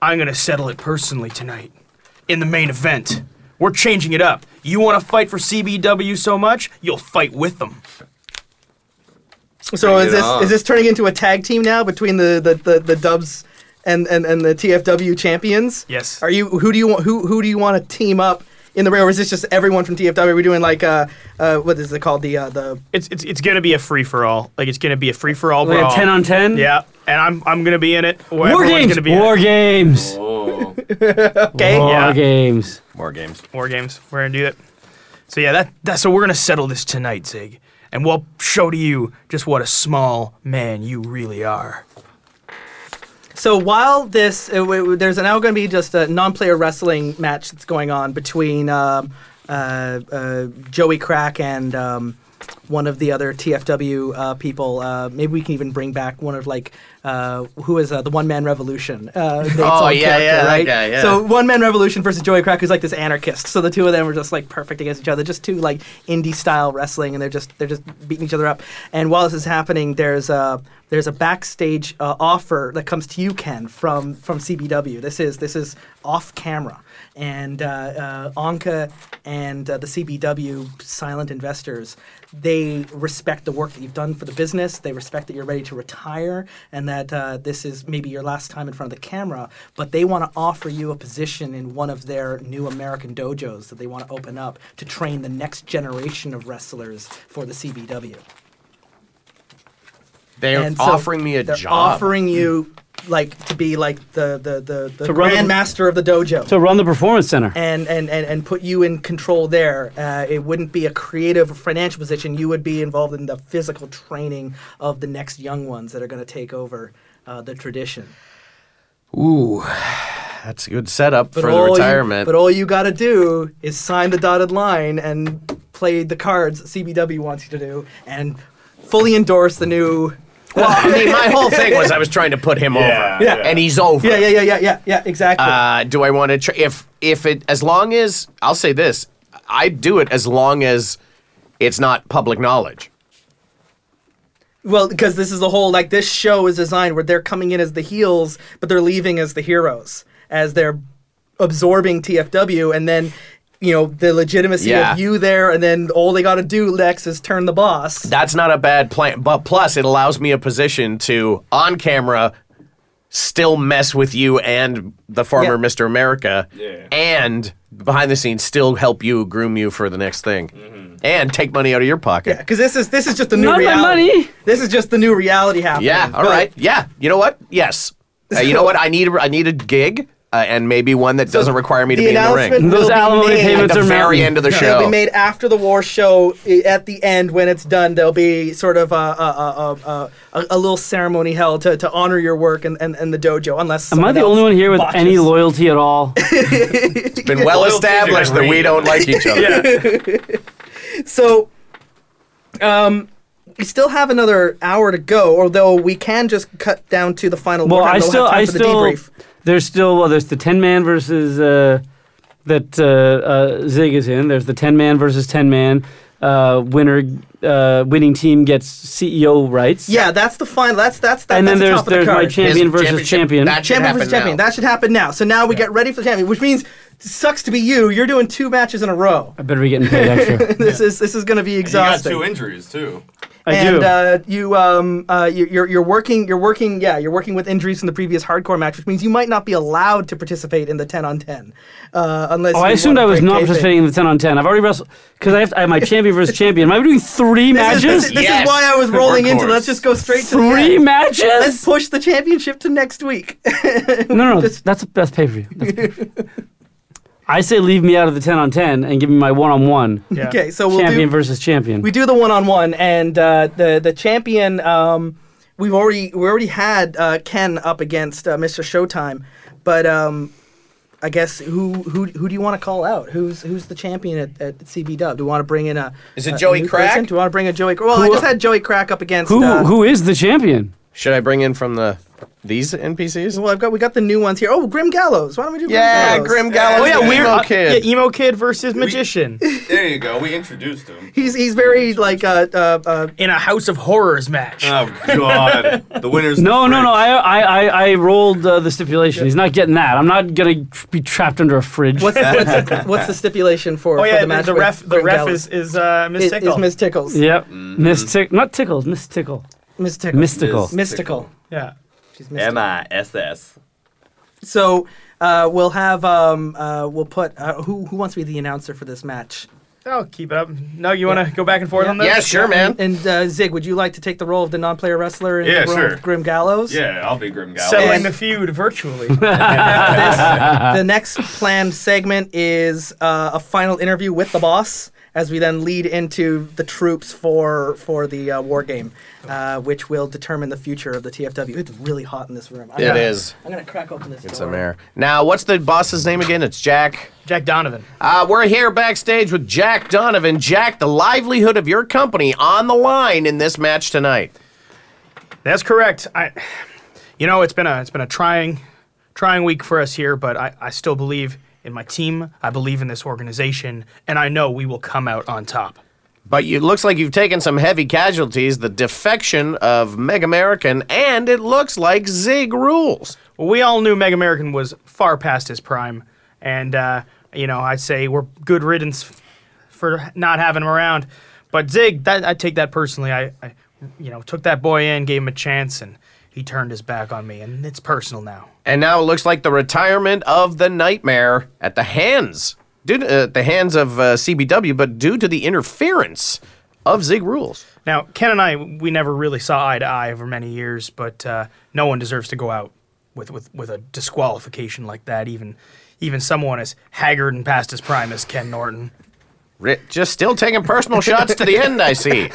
I'm gonna settle it personally tonight. In the main event, we're changing it up. You want to fight for CBW so much, you'll fight with them.
So is
it
this
on.
is this turning into a tag team now between the the, the, the Dubs and, and, and the TFW champions?
Yes.
Are you who do you want who who do you want to team up in the ring, or is this just everyone from TFW? We're doing like uh uh what is it called the uh, the
It's it's it's gonna be a free for all. Like it's gonna be a free for all.
Like a 10 on 10?
Yeah, and I'm I'm gonna be in it.
War
Everyone's
games.
Gonna be in
War
it.
games. War
okay
Yeah.
games.
More games.
War games. We're gonna do it. So yeah, that that so we're gonna settle this tonight, Zig, and we'll show to you just what a small man you really are.
So while this, uh, w- w- there's now going to be just a non-player wrestling match that's going on between um, uh, uh, Joey Crack and um, one of the other TFW uh, people. Uh, maybe we can even bring back one of like uh, who is uh, the One Man Revolution. Uh, Nate's
Oh,
own
yeah,
character,
yeah, that
right?
guy, yeah.
So One Man Revolution versus Joey Crack, who's like this anarchist. So the two of them were just like perfect against each other, just two like indie style wrestling, and they're just they're just beating each other up. And while this is happening, there's uh, a there's a backstage uh, offer that comes to you, Ken, from from CBW. This is this is off camera, and uh, uh, Anka and uh, the CBW silent investors, they respect the work that you've done for the business. They respect that you're ready to retire and that uh, this is maybe your last time in front of the camera. But they want to offer you a position in one of their new American dojos that they want to open up to train the next generation of wrestlers for the CBW.
They're
And so
offering me a
they're
job.
Offering you like to be like the the the, the
To run the-
grandmaster of the dojo
To run the performance center.
and, and, and, and put you in control there. Uh, it wouldn't be a creative or financial position. You would be involved in the physical training of the next young ones that are going to take over uh, the tradition.
Ooh, that's a good setup for the
all you-
retirement.
but all you gotta do is sign the dotted line and play the cards CBW wants you to do, and fully endorse the new.
well, I mean, my whole thing was I was trying to put him over,
Yeah.
and he's over.
Yeah, yeah, yeah, yeah, yeah, yeah. Exactly.
Uh, do I want to? Tr- if if it as long as I'll say this, I do it as long as it's not public knowledge.
well, because this is the whole like this show is designed where they're coming in as the heels, but they're leaving as the heroes as they're absorbing TFW, and then. You know the legitimacy
Yeah.
of you there, and then all they got to do, Lex, is turn the boss.
That's not a bad plan. But plus, it allows me a position to on camera still mess with you and the former
Yeah.
Mr. America, and behind the scenes still help you groom you for the next thing, and take money out of your pocket.
Yeah, because this is this is just the new
Not my
reality.
money.
This is just the new reality happening.
Yeah. All
But-
right. Yeah. You know what? Yes. Uh, you know what? I need a, I need a gig, uh, and maybe one that doesn't require me to be in the ring.
announcement
Those
will be
alimony
made-
payments
At the
are
very
mountain.
end of the
It'll be
show.
made after the war show. I- At the end, when it's done, there'll be sort of a a, a, a, a, a little ceremony held to, to honor your work and, and, and the dojo. Unless
Am I
someone
the
else
only one here with
botches.
any loyalty at all?
It's been well
Loyalty to
established that we
Green.
don't like each other.
So, um, we still have another hour to go. Although we can just cut down to the final.
Well,
wartime.
I
We'll have
still,
time
I
for
still,
The debrief.
there's still, well, there's the 10 man versus uh, that uh, uh, Zig is in. There's the 10 man versus 10 man. Uh, winner, uh, winning team gets CEO rights.
Yeah, that's the final. That's that's that,
And
that's
then
the
there's
top of the
there's my
card.
champion
His
versus
championship
champion.
match should
Champion versus
happen now.
champion. That should happen now. So now we get ready for the champion, which means sucks to be you. You're doing two matches in a row.
I better be getting paid extra.
This is this is going to be
You got
exhausting.
two injuries too.
I
and
do.
Uh, you um uh you, you're you're working you're working yeah you're working with injuries from the previous hardcore match, which means you might not be allowed to participate in the ten on ten, uh, unless.
oh, I
you
assumed
wanna
I was
break
not
kayfabe.
participating in the 10 on 10. I've already wrestled because I have, to, I have my champion versus champion. Am I doing three
This is,
matches?
this, is, this
Yes.
is why I was rolling into.
Workhorse.
Let's just go straight to the
three
end.
matches?
Let's push the championship to next week.
no, no,
just-
that's that's pay per view. I say leave me out of the 10 on 10 and give me my one on one.
okay, so we'll do
Champion versus champion.
we do the one on one, and uh, the the champion. Um, we've already we already had uh, Ken up against uh, Mr. Showtime, but um, I guess who who who do you want to call out? Who's who's the champion at, at CB Dub? Do you want to bring in a
Is it
a- a
Joey
new
Crack?
person? Do you want to bring a Joey? Well, I
Who-
just had Joey Crack up against
who
uh,
who is the champion?
Should I bring in from the these NPCs?
Well, I've got we got the new ones here. Oh, Grim Gallows. Why don't we do
Yeah,
Grim Gallows?
Grim Gallows.
Oh yeah,
the
weird.
emo
uh,
kid.
yeah, emo kid versus magician
There you go. We introduced him.
He's he's very like uh, uh, uh,
in a House of Horrors match.
Oh God, the winner's
No,
the
no, no.
French.
I I I, I rolled uh, the stipulation. He's not getting that. I'm not gonna tr- be trapped under a fridge.
what's, what's what's the stipulation for?
oh
for
yeah,
the, match
the, the
with
ref. The
Grim
ref
Gallows?
is is uh, Miss
is,
Tickle.
is Miss Tickles.
Yep. Miss Tick, not tickled. Miss Tickle.
Mm-hmm. Miss Tickle.
Mystical.
Mystical.
yeah.
She's mystical.
M I S S.
So uh, we'll have um, uh, we'll put uh, who who wants to be the announcer for this match?
I'll Oh, keep it up. No, you want to go back and forth on this?
yeah, sure, man.
And uh, Zig, would you like to take the role of the non-player wrestler and
Yeah,
the role
sure.
of Grim Gallows?
Yeah, I'll be Grim Gallows.
Settling
And-
the feud virtually.
The next planned segment is uh, a final interview with the boss, as we then lead into the troops for for the uh, war game, uh, which will determine the future of the TFW. It's really hot in this room. I'm
It
gonna-
is.
I'm gonna crack open this.
It's a
door.
mare. Now, what's the boss's name again? It's Jack.
Jack Donovan.
Uh, we're here backstage with Jack Donovan. Jack, the livelihood of your company on the line in this match tonight.
That's correct. I, you know, it's been a it's been a trying, trying week for us here, but I, I still believe in my team. I believe in this organization, and I know we will come out on top.
But you- it looks like you've taken some heavy casualties. The defection of Meg American, and it looks like Zig rules.
Well, we all knew Meg American was far past his prime, and uh, you know, I'd say we're good riddance f- for not having him around. But Zig, that, I take that personally. I, I, you know, took that boy in, gave him a chance, and he turned his back on me, and it's personal now.
And now it looks like the retirement of the nightmare at the hands, due to, uh, at the hands of uh, CBW, but due to the interference of Zig Rules.
Now, Ken and I, we never really saw eye to eye over many years, but uh, no one deserves to go out with, with, with a disqualification like that. Even even someone as haggard and past his prime as Ken Norton.
Ri- Just still taking personal shots to the end, I see.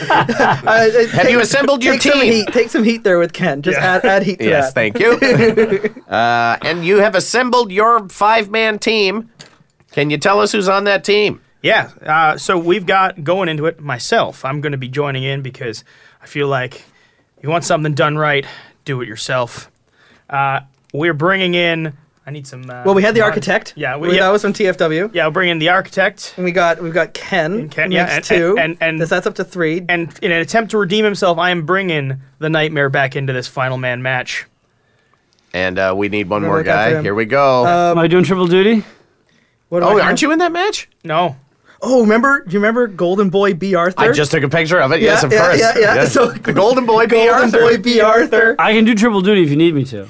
Uh, uh,
Have you assembled your
take some
team?
heat. Take some heat there with Ken. Just add, add heat to
Yes,
that.
thank you. uh, and you have assembled your five man team. Can you tell us who's on that team?
Yeah. Uh, so we've got going into it myself. I'm going to be joining in because I feel like you want something done right, do it yourself. Uh, we're bringing in. I need some. Uh,
Well, we had the
mod-
architect.
Yeah,
we,
we- yeah.
that was from TFW.
Yeah, I'll bring in the architect.
And we got we've got Ken.
Ken, yeah,
makes
and-
two.
and- and-
This- that's up to three.
And in an attempt to redeem himself, I am bringing the nightmare back into this final man match.
And uh, we need one more
look after
guy.
him. Uh,
Here we go.
Am I doing triple duty?
what do
oh,
I
aren't
have?
you in that match?
No.
Oh, remember? Do you remember Golden Boy B Arthur?
I just took a picture of it. yes, of
yeah,
course.
yeah, yeah. So-
the Golden Boy, B.
Golden
Arthur.
Boy B Arthur.
I can do triple duty if you need me to.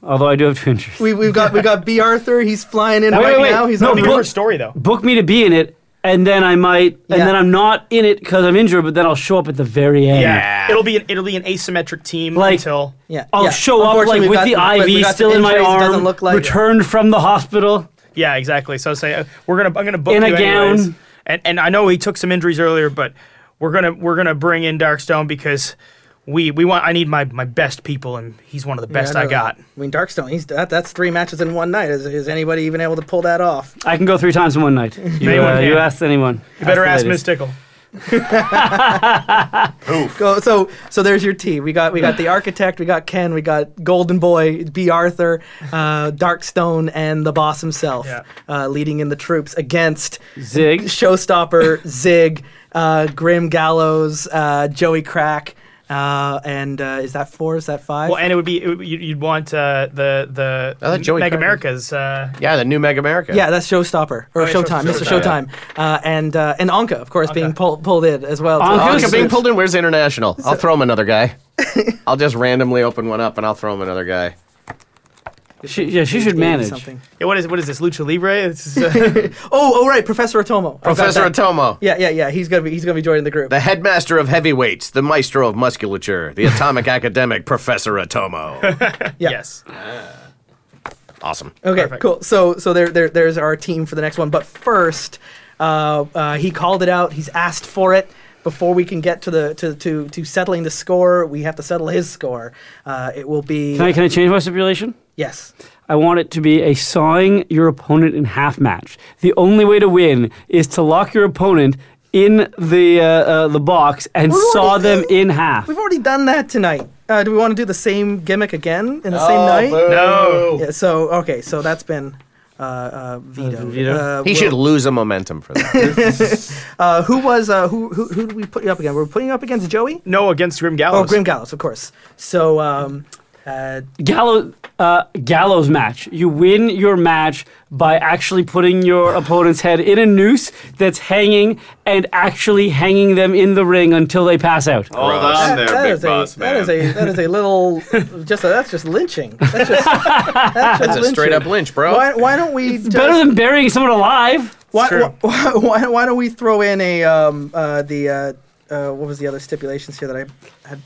Although I do have two injuries.
We we've got we got B Arthur. He's flying in
Wait,
right
wait, wait.
now. He's
No,
on
The
the
but-
river story, though.
Book me to be in it, and then I might, and
Yeah.
then I'm not in it because I'm injured, but then I'll show up at the very end.
Yeah. It'll be an, it'll be an asymmetric team
Like-
until.
Yeah,
I'll
yeah.
show up
Unfortunately,
like
we've
with
got-
the
we've
IV
got
still
some
in my
injuries, it
arm,
Doesn't look like
returned from the hospital.
Yeah, exactly. So say uh, we're gonna I'm gonna book
In a
you anyways.
gown.
And and I know he took some injuries earlier, but we're gonna we're gonna bring in Darkstone because we we want I need my my best people, and he's one of the
Yeah,
best
know
I
that.
got.
I mean, Darkstone. He's that, that's three matches in one night. Is, is anybody even able to pull that off?
I can go three times in one night. You,
Anyone
uh,
can.
you asked anyone.
You better
the
ask
ladies.
Miss Tickle.
Go. So so there's your team. We got we got the architect. We got Ken. We got Golden Boy B Arthur, uh, Darkstone, and the boss himself
Yeah.
uh, leading in the troops against
Zig.
Showstopper, Zig, uh, Grim Gallows, uh, Joey Crack, uh, and uh, is that four? Is that five?
Well, and it would be it would, you'd you'd want uh, the the
I thought Joey
Meg
Craig was-
America's. Uh,
Yeah, the new Meg America.
yeah, that's Showstopper or
yeah,
Showtime, Mr.
Showtime,
Showtime, uh, and uh, and Anka, of course, being pull, pulled in as well.
Anka
Anka
Yes.
being pulled in. Where's international? I'll throw him another guy. I'll just randomly open one up and I'll throw him another guy.
She, yeah, she should manage.
Something.
yeah, what is what is this Lucha Libre? This is, uh,
Oh, oh, right, Professor Otomo. I've got
Professor
that.
Otomo,
Yeah, yeah, yeah. He's gonna be he's gonna be joining the group.
the headmaster of heavyweights, the maestro of musculature, the atomic academic, Professor Otomo.
Yes.
Awesome.
Okay,
Perfect.
cool. So so there, there there's our team for the next one. But first, uh, uh, he called it out. He's asked for it. Before we can get to the to, to, to settling the score, we have to settle his score. Uh, it will be
Can I, can I change my stipulation?
yes.
I want it to be a sawing your opponent in half match. The only way to win is to lock your opponent in the uh, uh, the box and
We're
saw
already
them
in.
in half.
We've already done that tonight. Uh, do we want to do the same gimmick again in the same night?
No.
Yeah, so okay, so that's been uh, uh, veto.
veto.
Uh,
He
we'll-
should lose a momentum for that.
Uh, who was uh, who, who? Who did we put you up against? We're putting you up against Joey.
No against Grim
Oh,
Gallows.
Grim Gallows, of course. So um, uh,
Gallows, uh, gallows match. You win your match by actually putting your opponent's head in a noose that's hanging and actually hanging them in the ring until they pass out.
Hold on there,
that
big
is
boss
a
man.
that is a that is a little just a, that's just lynching. That's just, that's just
That's a
lynching.
straight up lynch, bro.
Why, why don't we just,
Better than burying someone alive.
why, why, why, why don't we throw in a um uh, the uh, uh, what was the other stipulations here that I had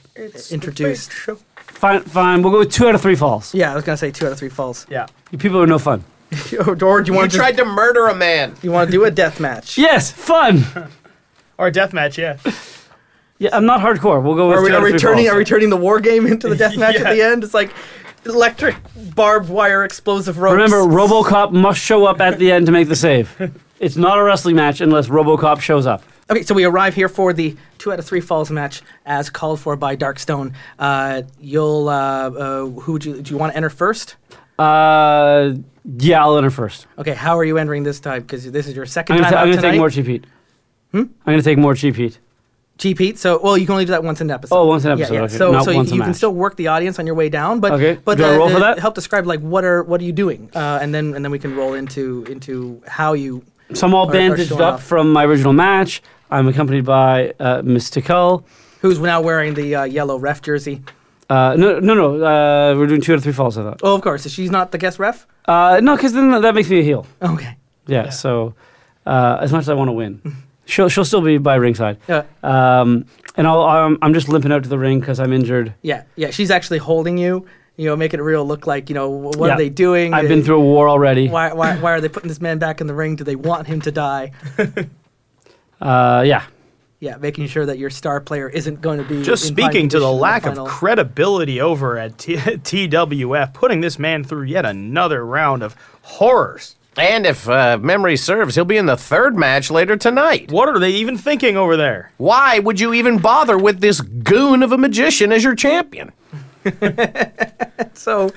introduced?
Fine, fine. We'll go with two out of three falls.
Yeah, I was gonna say two out of three falls.
Yeah.
You people are no fun.
or do you
You
want to
tried to murder a man.
you want to do a death match?
Yes, fun.
Or a death match. Yeah.
Yeah, I'm not hardcore. We'll go with
Are we,
two out
are we
of three
turning
falls.
are we turning the war game into the death match at the end? It's like electric barbed wire explosive ropes.
Remember, RoboCop must show up at the end to make the save. It's not a wrestling match unless RoboCop shows up.
Okay, so we arrive here for the two out of three falls match as called for by Darkstone. Uh, you'll uh, uh, who would you do you want to enter first?
Uh, yeah, I'll enter first.
Okay, how are you entering this time? Because this is your 2nd
I'm
time
gonna, ta-
out
I'm gonna
tonight.
take Hmm? more cheap heat. I'm gonna take more cheap heat.
G Pete. So, well, you can only do that once an episode.
Oh, once an episode,
Yeah, yeah.
okay.
So,
Not
so
once a
you, you can
match.
still work the audience on your way down, but
Okay.
but
Do I
uh,
roll for
uh,
that?
help describe like what are what are you doing, uh, and then and then we can roll into into how you.
So I'm all
Or- or
bandaged
showing
up
off.
from my original match. I'm accompanied by uh, Miss Tickle.
Who's now wearing the uh, yellow ref jersey?
Uh, no, no, no. Uh, we're doing two out of three falls. I thought.
Oh, of course. She's not the guest ref.
Uh, no, because then that makes me a heel.
Okay.
Yeah. So uh, as much as I want to win, she'll she'll still be by ringside.
Yeah.
Um, and I'll, I'm I'm just limping out to the ring because I'm injured.
Yeah, yeah. She's actually holding you. You know, making it real look like you know wh- what
Yeah.
are they doing?
I've
They-
been through a war already.
Why, why, why are they putting this man back in the ring? Do they want him to die?
Uh, yeah.
Yeah, making sure that your star player isn't going to be
Just
in prime
speaking to
condition
the
in
lack of
final.
credibility over at T- TWF, putting this man through yet another round of horrors.
And if uh, memory serves, he'll be in the third match later tonight.
What are they even thinking over there?
Why would you even bother with this goon of a magician as your champion?
So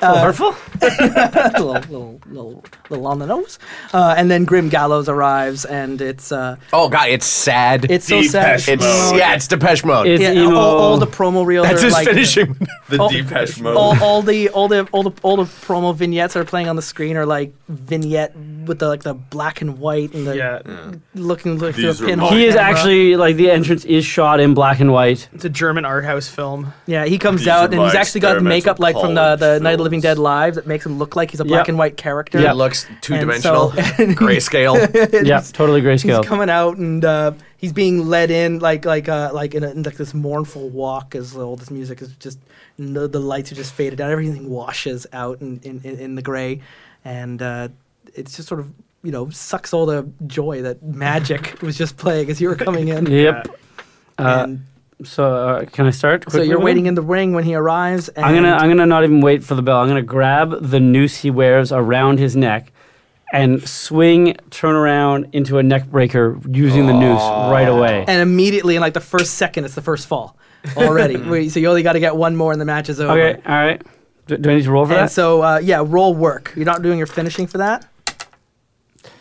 Hurtful?
a little, little, little, little on the nose. Uh, and then Grim Gallows arrives, and it's uh,
Oh god, it's sad.
it's so sad.
Depeche
it's
Mode.
yeah, it's Depeche Mode.
It's
yeah, all,
emo.
all the promo reels.
That's
are
his
like,
finishing.
The
all-
Depeche Mode.
All, all the all the all the all the promo vignettes that are playing on the screen are like vignette with the like the black and white and the
Yeah,
looking like through a
These are
pinhole.
mine.
He is
camera.
actually, like, the entrance is shot in black and white.
it's a German art house film.
Yeah, he comes
These are
out and
my
he's actually got
experimental
makeup like from the, the
college
Night of the Living
films.
Dead Live that makes him look like he's a black
Yep.
and white character.
Yeah.
It looks two dimensional,
so-
grayscale.
yeah, totally
He's
grayscale.
coming out and uh, he's being led in like like uh, like in, a, in like this mournful walk as all this music is just and the, the lights are just faded out everything washes out in in, in, in the gray and uh, it's just sort of you know sucks all the joy that magic was just playing as you were coming in
Yep. Uh,
and
so uh, can I start?
so
Quickly
you're
with
waiting
him?
in the ring when he arrives and
I'm gonna I'm gonna not even wait for the bell. I'm gonna grab the noose he wears around his neck and swing, turn around into a neck breaker using the noose right away.
Oh. and immediately in like the first second it's the first fall already Wait, so you only got to get one more and the match is over
okay, all right. Do, do I need to roll for
and
that?
so uh, yeah roll work you're not doing your finishing for that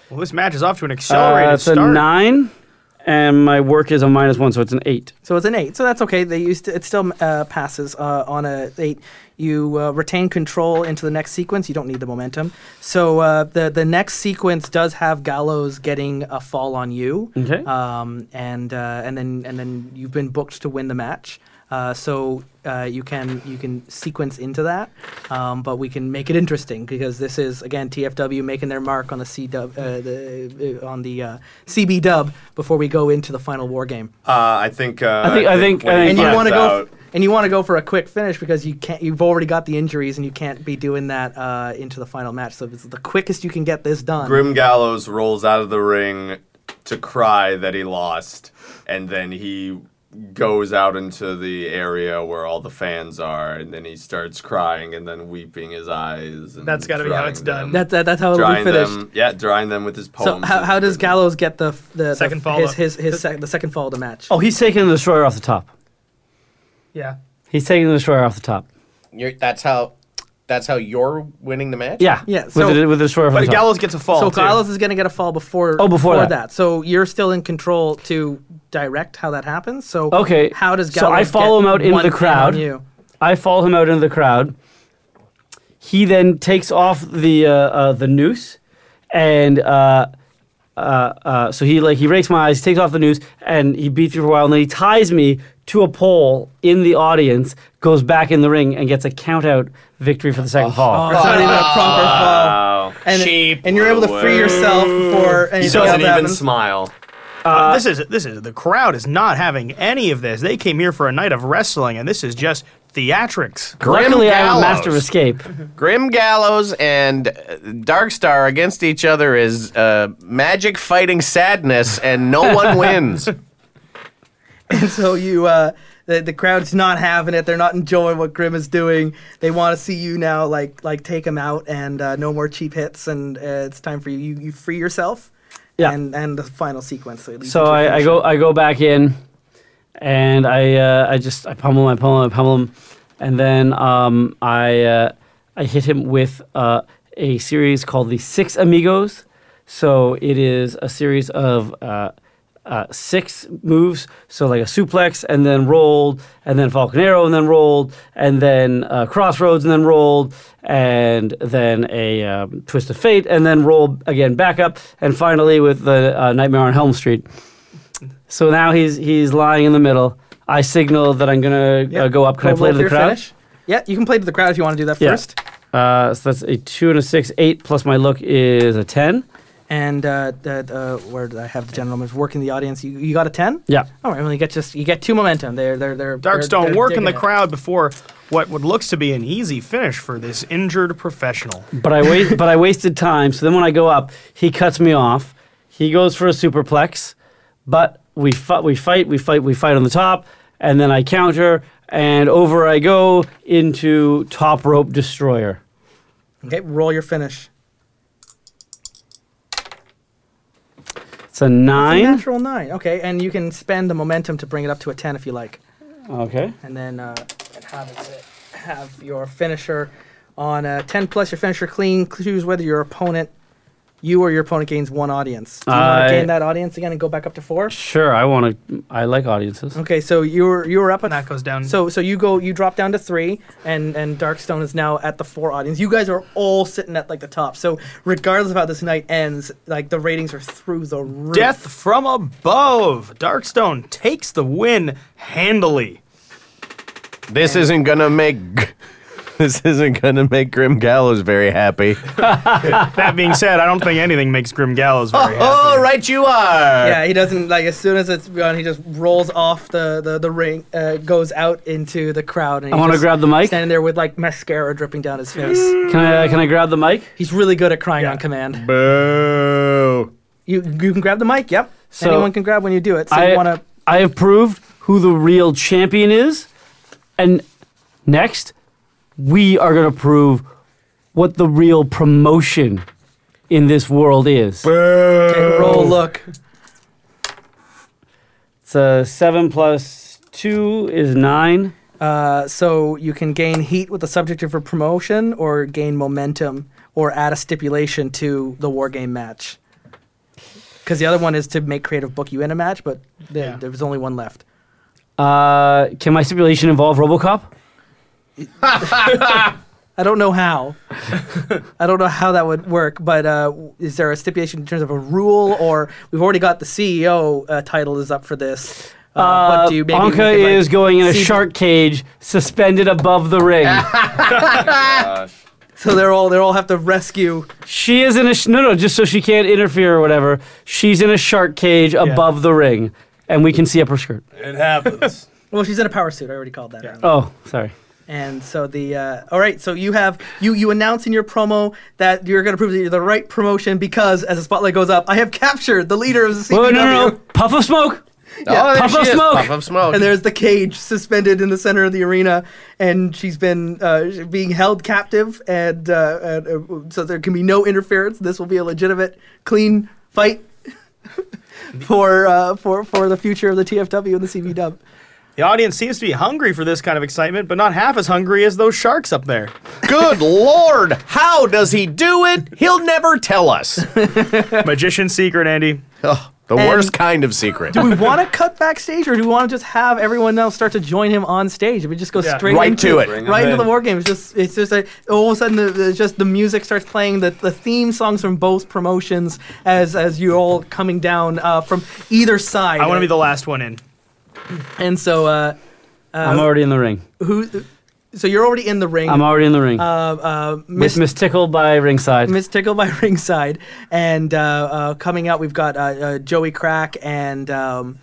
Well, this match is off to an
uh,
accelerated
it's a
start.
nine, and my work is a minus one, so it's an eight.
So it's an eight. So that's okay. They used to, it still uh, passes uh, on a eight. You uh, retain control into the next sequence. You don't need the momentum. So uh, the the next sequence does have Gallows getting a fall on you.
Okay.
Um, and uh, and then and then you've been booked to win the match. Uh, so uh, you can you can sequence into that, um, but we can make it interesting because this is again TFW making their mark on the C dub uh, the, uh, on the uh, CB dub before we go into the final war game.
Uh, I think. Uh,
I think- I think-
when
I
he
think-
And you
finds
want to go,
out-
and you want to go for a quick finish because you can't. You've already got the injuries, and you can't be doing that uh, into the final match. So it's the quickest you can get this done.
Grim Gallows rolls out of the ring to cry that he lost, and then he goes out into the area where all the fans are, and then he starts crying and then weeping his eyes. And
That's gotta be how it's
drying them-
done.
That, that, that's how it'll be
drying
finished.
them, yeah, drying them with his
so
poems.
how,
that
how
he's
does
written.
Gallows get the the- the
Second fall
his
up.
his, his sec, the second fall of the match?
Oh, he's taking the destroyer off the top.
yeah.
He's taking the destroyer off the top.
You're, that's how. That's how you're winning the match.
Yeah.
Yeah,
With,
so-
the, with the destroyer off
But
the top.
Gallows gets a fall.
so
too.
Gallows is going to get a fall before
Oh, before that.
So you're still in control to direct how that happens. So
Okay,
how does
so
Gallows
I follow
get
him out into
one
the
pin on
crowd.
you?
I follow him out into the crowd. He then takes off the uh, uh, the noose, and uh, uh, uh, so he like he rakes my eyes, takes off the noose, and he beats me for a while, and then he ties me to a pole in the audience, goes back in the ring, and gets a count out victory for the second fall.
Oh, it's not even a proper fall.
Wow.
And,
Cheap
and you're able to free yourself before anything
He
else
doesn't even
happens.
smile.
Uh,
uh,
this is this is the crowd is not having any of this. They came here for a night of wrestling, and this is just theatrics.
Grim
Luckily, I'm a
Gallows.
master of escape.
Grim Gallows and uh, Darkstar against each other is uh, magic fighting sadness, and no one wins.
And so you, uh, the, the crowd's not having it. They're not enjoying what Grim is doing. They want to see you now, like like take him out and uh, no more cheap hits. And uh, it's time for you. You, you free yourself.
Yeah.
And and the final sequence. that leads
So
into a
I, I
finish.
go I go back in, and I uh, I just I pummel him, I pummel him, I pummel him, and then um, I uh, I hit him with uh, a series called the Six Amigos. So it is a series of uh, uh, six moves. So like a suplex, and then rolled, and then Falconero, and then rolled, and then uh, crossroads, and then rolled, and then a um, twist of fate, and then rolled again back up, and finally with the uh, Nightmare on Helm Street. So now he's he's lying in the middle. I signal that I'm gonna uh,
Yep.
go up. Can
Roll-
I
roll
play
for
to the
your
crowd?
finish. Yeah, you can play to the crowd if you want to do that
Yeah.
first.
Uh, so that's a two and a six, eight plus my look is a ten.
And uh, that uh, where did I have the gentleman who's working the audience? You, you got a ten?
Yeah.
All right. Well, you get just you get two momentum. They're they're they're
Darkstone
they're-
work
they're
in the
digging it.
crowd before what would looks to be an easy finish for this injured professional.
But I wait. but I wasted time. So then when I go up, he cuts me off. He goes for a superplex, But we fight, we fight, we fight, we fight on the top, and then I counter, and over I go into top rope destroyer.
Okay, roll your finish.
It's a nine.
Natural nine. Okay, and you can spend the momentum to bring it up to a ten if you like,
Okay.
and then uh, and have it, have your finisher on a ten plus your finisher clean. Choose whether your opponent, you or your opponent, gains one audience. Do you want
I-
to gain that audience again and go back up to four?
Sure, I want to. I like audiences.
Okay, so you're you're up at
That goes down.
So so you go you drop down to three, and and Darkstone is now at the four audience. You guys are all sitting at like the top. So regardless of how this night ends, like the ratings are through the roof.
Death from above. Darkstone takes the win handily.
This isn't gonna make. This isn't gonna make Grim Gallows very happy.
That being said, I don't think anything makes Grim Gallows very happy.
oh, right, you are.
Yeah, he doesn't like as soon as it's gone, he just rolls off the the the ring, uh, goes out into the crowd. And
I
he's
want to
just
grab the mic.
Standing there with like mascara dripping down his face.
Can I? Can I grab the mic?
He's really good at crying on command.
Boo.
You you can grab the mic. Yep.
So-
Anyone can grab when you do it. So
I
you want to.
I have proved who the real champion is, and next we are going to prove what the real promotion in this world is.
roll look.
It's a seven plus two is nine.
Uh, so you can gain heat with the subject of a promotion, or gain momentum, or add a stipulation to the war game match. Because the other one is to make creative book you in a match, but there, there was only one left.
Uh, can my stipulation involve RoboCop?
I don't know how. I don't know how that would work, but uh, w- is there a stipulation in terms of a rule, or we've already got the CEO uh, title is up for this? Uh,
Uh,
but do you maybe we
Anka
could, like,
is going in a
see-
shark cage suspended above the ring.
Gosh.
So they're all they all have to rescue.
she is in a sh- no no just so she can't interfere or whatever. She's in a shark cage above the ring, and we can see up her skirt.
It happens.
Well, she's in a power suit. I already called that. earlier.
Oh, sorry.
And so the uh, all right, so you have you you announce in your promo that you're going to prove that you're the right promotion because as the spotlight goes up, I have captured the leader of the E CPW,
Whoa, no, no, no. Puff of smoke.
Oh, there
Puff
she
of
is.
smoke.
Puff of smoke.
and there's the cage suspended in the center of the arena, and she's been uh, being held captive, and, uh, and uh, so there can be no interference. This will be a legitimate, clean fight for uh, for for the future of the TFW and the CBW.
The audience seems to be hungry for this kind of excitement, but not half as hungry as those sharks up there.
Good lord, how does he do it? He'll never tell us.
Magician's secret, Andy.
Ugh, the worst kind of secret.
Do we want to cut backstage, or do we want to just have everyone now start to join him on stage? If we just go
Yeah.
straight
Right
into
to
Bring
it.
him
right into
in.
the war game. It's just it's just like all of a sudden the, the just the music starts playing the, the theme songs from both promotions as as you're all coming down uh, from either side.
I want to be the last one in.
and so uh,
I'm already in the ring.
who so you're already in the ring.
I'm already in the ring.
uh, uh,
Miss
Miss
Miss Tickle by ringside.
Miss Tickle by ringside, and uh, uh, coming out we've got uh, uh, Joey Crack and. Um,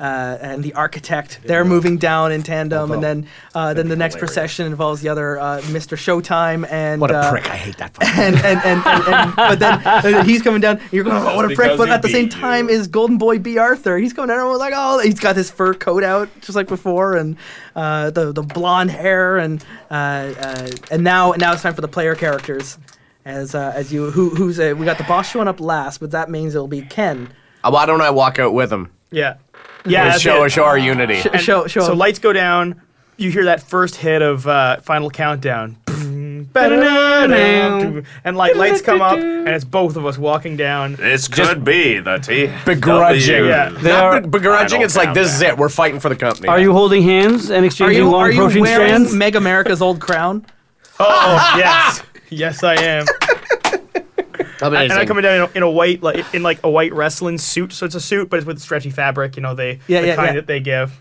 uh, and the architect, they're moving down in tandem, and then uh, then the next procession involves the other uh, Mr. Showtime and
What a
uh,
prick. I hate that fucker.
and and, and, and, and but then uh, he's coming down. And you're going, oh, what a prick!
Because
But
he
at the same
beat you.
time, is Golden Boy B Arthur? He's coming down. And everyone's like, oh, he's got his fur coat out just like before, and uh, the the blonde hair, and uh, uh, and now now it's time for the player characters. As uh, as you who who's uh, we got the boss showing up last, but that means it'll be Ken.
Uh, Why don't I walk out with him?
Yeah. Yeah.
Let's
that's
show,
it.
show our unity.
And
show- show
So
him.
lights go down. You hear that first hit of uh, Final Countdown. And like lights come up, and it's both of us walking down.
This could be the T.
Begrudging.
Yeah.
Not
They are-
be- begrudging.
I
It's like,
don't
this is it. We're fighting for the company.
are you holding hands and
Are
exchanging
you
long
are you
protein
wearing
strands?
Meg America's old crown?
Oh yes, yes I am.
Amazing.
And I'm coming down in a, in a white like in like a white wrestling suit. So it's a suit, but it's with stretchy fabric. You know they
Yeah,
the
yeah,
kind
yeah.
that they give.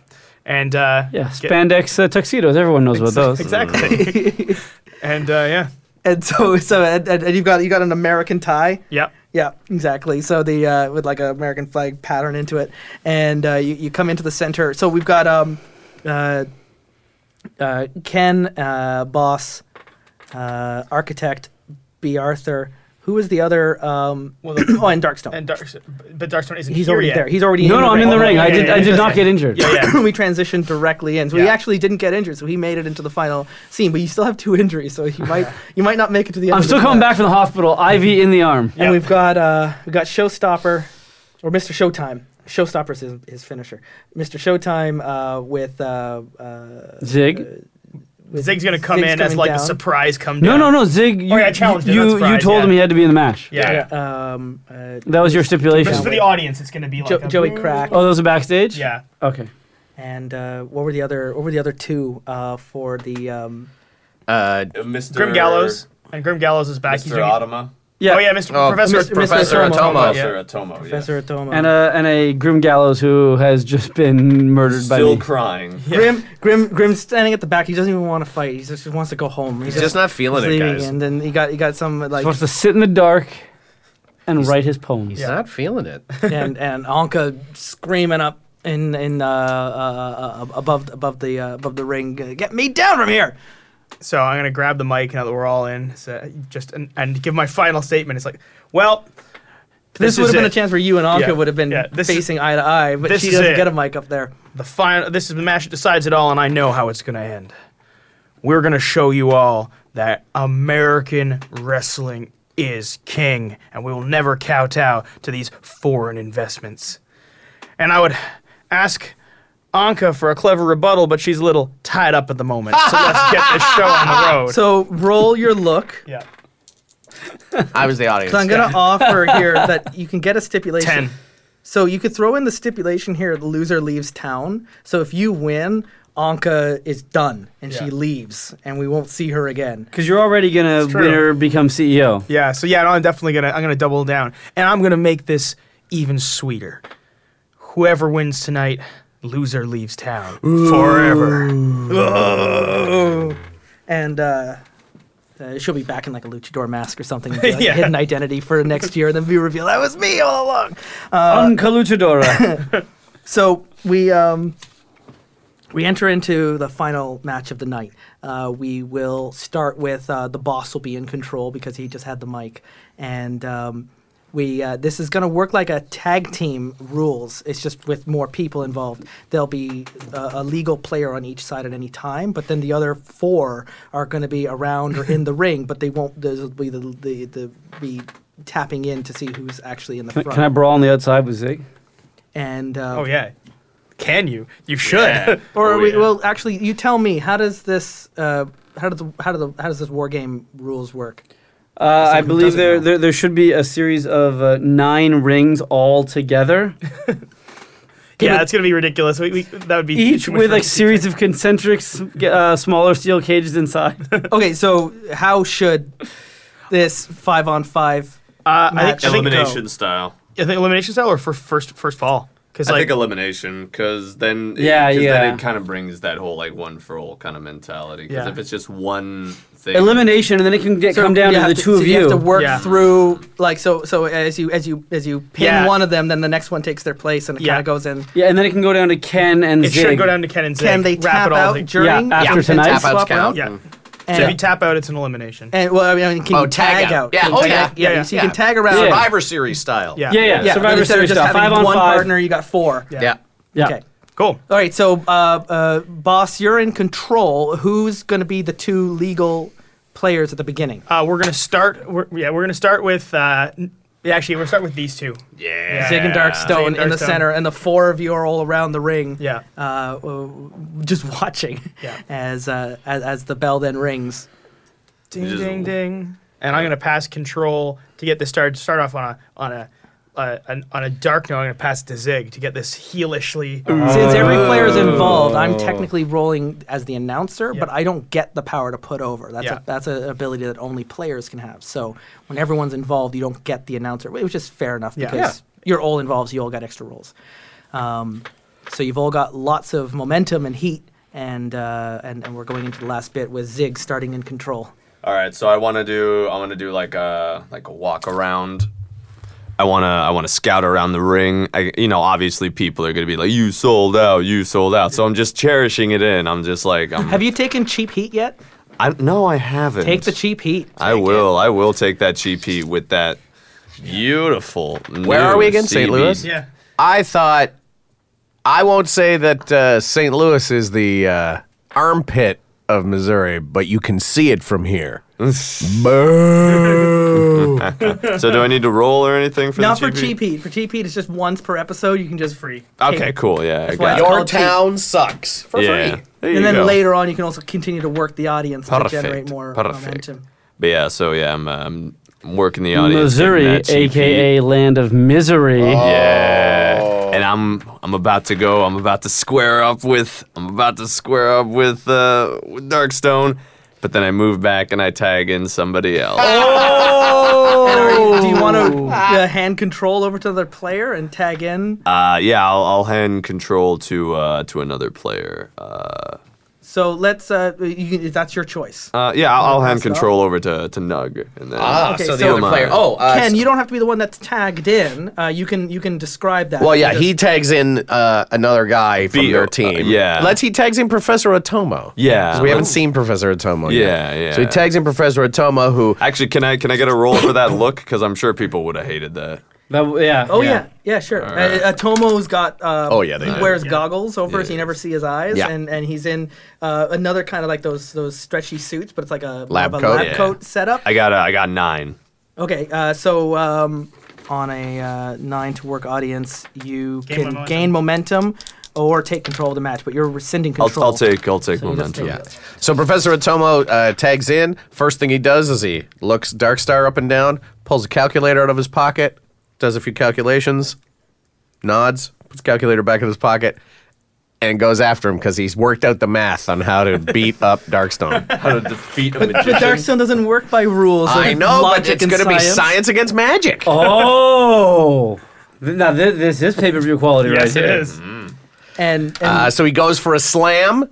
And uh,
yeah,
get-
spandex uh, tuxedos. Everyone knows about those.
exactly. and uh, yeah,
And so so and, and and you've got you got an American tie.
yep.
Yeah, exactly. So the uh, with like an American flag pattern into it, and uh, you, you come into the center. So we've got um, uh, uh, Ken, uh, boss, uh, architect, B. Arthur, Who was the other? Um,
the-
oh, and Darkstone.
And Dark, but Darkstone isn't
he's
here
already
yet.
there. He's already
No,
in
no,
the
I'm
ring.
in the
Oh,
ring.
yeah,
I
yeah,
did.
yeah,
I did
that's
not
right.
get injured.
Yeah, yeah.
we transitioned directly in, so he
Yeah.
actually didn't get injured. So he made it into the final scene, but you still have two injuries, so you might you might not make it to the end.
I'm
of
still
the
coming
match.
back from the hospital. IV in the arm.
And we've got uh, we've got Showstopper, or Mr. Showtime. Showstopper's his, his finisher. Mr. Showtime uh, with uh, uh,
Zig.
with
Zig's gonna come
Zig's
in as
coming
like the
down.
surprise come
No,
down.
no, no. Zig. You,
yeah, I challenged him,
you,
that's
you
right,
told
yeah.
him he had to be in the match.
Yeah. yeah.
Um, uh,
That was your
But
stipulation.
just for the audience, it's gonna be like
Jo-
a,
Joey Crack.
Oh, those are backstage.
Yeah.
Okay.
And uh, what were the other? What were the other two uh, for the? Um,
Uh,
Uh, Mr.
Grim Gallows and Grim Gallows is back. He's
Mr.
doing.
Automa.
Oh yeah, Mr.
Oh,
Professor.
Mr.
Professor
Professor-
Otomo.
Otomo.
Professor Otomo. Professor
Professor Otomo.
And uh, a and a Grim Gallows who has just been murdered by
Still
me.
crying.
Grim, Grim, Grim's standing at the back. He doesn't even want to fight. He just wants to go home. He's,
He's just not feeling it,
leaving.
guys.
And then he got he got some like
supposed to sit in the dark and write his poems.
He's not feeling it.
and and Anka screaming up in in uh, uh, uh, above above the uh, above the ring. uh, Get me down from here.
So I'm gonna grab the mic now that we're all in. So just and, and give my final statement. It's like, well,
This,
This
would
is
have been
it.
a chance where you and Anka
Yeah.
would have been
Yeah, this is-
facing eye to eye, but
this
she
is
doesn't
it.
get a mic up there.
the final. This is the match that decides it all, and I know how it's gonna end. We're gonna show you all that American wrestling is king, and we will never kowtow to these foreign investments. And I would ask Anka for a clever rebuttal, but she's a little tied up at the moment. So let's get this show on the road.
So roll your look.
yeah,
I was the audience.
So I'm gonna offer here that you can get a stipulation.
ten.
So you could throw in the stipulation here: the loser leaves town. So if you win, Anka is done and she
Yeah.
leaves, and we won't see her again.
Because you're already gonna
true.
win or become CEO.
Yeah, so yeah, no, I'm definitely gonna I'm gonna double down. And I'm gonna make this even sweeter. Whoever wins tonight, loser leaves town. Forever.
And uh, uh, she'll be back in like a luchador mask or something, and be like
Yeah.
a hidden identity for next year, and then be revealed that was me all along.
Unca Luchadora.
So we um, we enter into the final match of the night. Uh, we will start with uh, the boss will be in control because he just had the mic, and um, we uh, this is going to work like a tag team rules. It's just with more people involved. There'll be a, a legal player on each side at any time, but then the other four are going to be around or in the ring, but they won't. There'll be the the, the be tapping in to see who's actually in the front.
Can I brawl on the outside with Zig?
and uh,
Oh yeah. Can you? You should.
Or
Oh,
we,
yeah.
well, actually, you tell me. How does this? Uh, how does the, how do the how does this war game rules work?
Uh, I
who
believe
doesn't
there,
know.
there there should be a series of uh, nine rings all together,
yeah, it's gonna be ridiculous. We, we, that would be
each
too much
with a
fun.
series of concentric, s- uh, smaller steel cages inside.
Okay, so how should this five on five?
uh, I think,
match.
I think,
Elimination
Elimination style.
I think elimination style or for first first fall. Because
I
like
think elimination, because then it,
Yeah,
'cause
yeah.
Then it kind of brings that whole like one for all kind of mentality. Because
Yeah.
if it's just one thing,
Elimination, and then it can get, come down
you
to
have
the
to-
two
so
of
you.
you.
have to work
Yeah.
through like so. So as you as you as you pin
Yeah.
one of them, then the next one takes their place, and it
Yeah.
kind of goes in.
yeah, and then it can go down to Ken and
it
Zig.
should go down to Ken and Zig.
Can they
wrap
tap
it all
out
to-
during?
Yeah, after
Can they
tonight?
tap
Tap outs
swap out?
count? Mm.
Yeah.
And,
So if you tap out, it's an elimination.
and- well, I mean, can
Oh,
you
tag
tag out?
out. Yeah,
Can you
oh,
tag-
yeah.
yeah. So you
Yeah.
can tag around.
Yeah.
Survivor Series style.
yeah.
yeah, yeah,
Yeah,
Survivor
instead
Series
of just
stuff.
having
Five on
one
five.
partner, you got four.
Yeah.
Yeah.
Okay.
Cool.
All right, so uh, uh, boss, you're in control. Who's going to be the two legal players at the beginning?
Uh, we're gonna start. We're, yeah, we're gonna start with. Uh, n- yeah, actually, we're gonna start with these two.
yeah,
Zig and Darkstone
Zig and
in the
Darkstone.
center, and the four of you are all around the ring,
Yeah.
uh, uh, just watching
Yeah.
as, uh, as as the bell then rings.
Ding
Just-
ding ding. And I'm gonna pass control to get this start. Start off on a on a. Uh, an, on a dark note, I'm gonna pass it to Zig to get this heelishly.
Since every player is involved, I'm technically rolling as the announcer, but
Oh. Yeah.
I don't get the power to put over. That's
Yeah.
a, that's an ability that only players can have. So when everyone's involved, you don't get the announcer, which is fair enough
Yeah.
because you're all involved, so you all got extra rolls. Um, so you've all got lots of momentum and heat, and, uh, and and we're going into the last bit with Zig starting in control.
All right, so I want to do I want to do like a like a walk around. I want to I want to scout around the ring. I, you know, obviously people are going to be like you sold out, you sold out. So I'm just cherishing it in. I'm just like I'm
Have you taken cheap heat yet?
I no, I haven't.
Take the cheap heat.
I will. I will take that cheap heat with that beautiful.
Where are
new
we again? St.
CB.
Louis?
Yeah.
I thought I won't say that uh, St. Louis is the uh, armpit of Missouri, but you can see it from here. Boo.
So do I need to roll or anything for
Not
the
for cheap heat. For cheap heat, it's just once per episode. You can just free.
Okay, cool. Yeah,
why
I got
it's
it.
called
Your
cheap.
town sucks for
yeah.
free.
There you
and then
go.
later on, you can also continue to work the audience
Perfect.
to generate more
Perfect.
momentum.
But yeah, so yeah, I'm, uh, I'm working the audience.
Missouri,
getting that cheap heat.
aka land of misery.
Oh.
Yeah. And I'm I'm about to go. I'm about to square up with I'm about to square up with uh with Darkstone, but then I move back and I tag in somebody else.
Oh.
Oh.
And are you- do you want to
Ah.
uh, hand control over to their player and tag in?
Uh yeah, I'll, I'll hand control to uh to another player. Uh,
So let's. Uh, you can, that's your choice.
uh yeah, I'll, I'll hand
pass it off?
control over to to Nug and then
Ah,
Okay,
so the
so-
other player.
Mine.
Oh, uh,
Ken, you don't have to be the one that's tagged in. Uh, you can you can describe that.
well, yeah,
Just-
he tags in uh, another guy from
Be-
their
uh,
team.
yeah.
let's he tags in Professor Otomo.
Yeah,
'Cause we haven't
let's-
seen Professor Otomo
Yeah,
yet.
yeah.
So he tags in Professor Otomo, who
Actually, can I can I get a roll for that look? Because I'm sure people would have hated that.
That w- yeah.
Oh yeah, yeah, sure. Uh, Atomo's got. Uh,
Oh, yeah, they
he
do.
wears goggles over, so you
Yeah.
never see his eyes,
Yeah.
and and he's in uh, another kind of like those those stretchy suits, but it's like a
Lab
a
coat?
lab
Yeah.
coat setup.
I got a, I got nine.
Okay, uh, so um, on a uh, nine to work audience, you
Gain
can
momentum.
gain momentum or take control of the match, but you're rescinding
I'll,
control.
I'll take I'll take
So you just
momentum.
take it.
Yeah. So Professor Otomo uh, tags in. First thing he does is he looks Darkstar up and down, pulls a calculator out of his pocket, does a few calculations, nods, puts the calculator back in his pocket, and goes after him because he's worked out the math on how to beat up Darkstone.
How to defeat a
But Darkstone doesn't work by rules.
I
of
know, but
logic
it's
and
going to be
science.
science against magic.
Oh. Th- Now this, this is pay per view quality right Uh,
Yes, it
here.
is.
And, and
Uh, so he goes for a slam.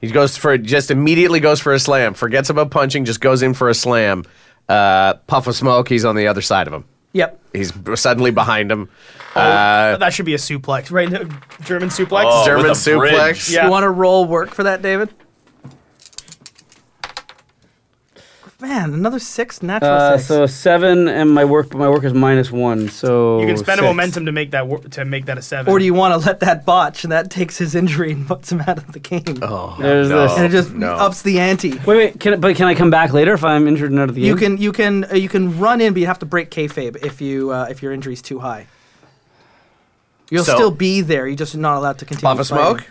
He goes for just immediately goes for a slam. Forgets about punching, just goes in for a slam. Uh, puff of smoke. He's on the other side of him.
yep.
He's b- suddenly behind him. Uh,
Oh, that should be a suplex, right? No, German suplex.
Oh,
German
with a
suplex.
bridge.
Yeah.
You want to roll work for that, David? Man, another six natural
Uh,
six.
so seven and my work, but my work is minus one. So
You can spend
six.
a momentum to make that wor- to make that a seven.
or do you want to let that botch and that takes his injury and puts him out of the game? Oh,
There's
and it
this.
just ups the ante.
Wait, wait. Can, I- but can I come back later if I'm injured and out of the game?
You can you can uh, you can run in, but you have to break kayfabe if you uh, if your injury's too high. You'll
So-
still be there. You're just not allowed to continue.
Puff of
fighting.
smoke.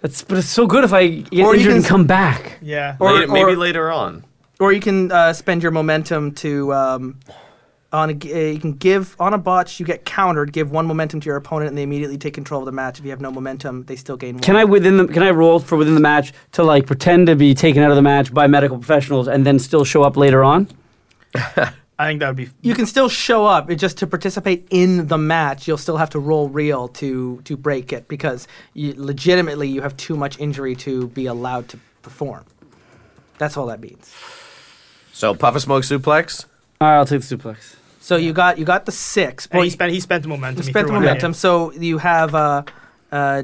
That's but it's so good if I get
Or you
injured
can
and
s-
come back.
Yeah.
Or-
Later- maybe later on.
or you can uh, spend your momentum to um, on a, g- uh, you can give on a botch. You get countered. Give one momentum to your opponent, and they immediately take control of the match. If you have no momentum, they still gain one.
Can I within the can I roll for within the match to like pretend to be taken out of the match by medical professionals and then still show up later on?
I think that would be.
you can still show up. It just to participate in the match, you'll still have to roll real to to break it because you, legitimately you have too much injury to be allowed to perform. That's all that means.
So puff of smoke suplex.
All right, I'll take the suplex.
So you got you got the six.
Well,
but
he spent he spent the momentum.
you
he
spent the
threw one at
momentum,
you.
so you have uh, uh,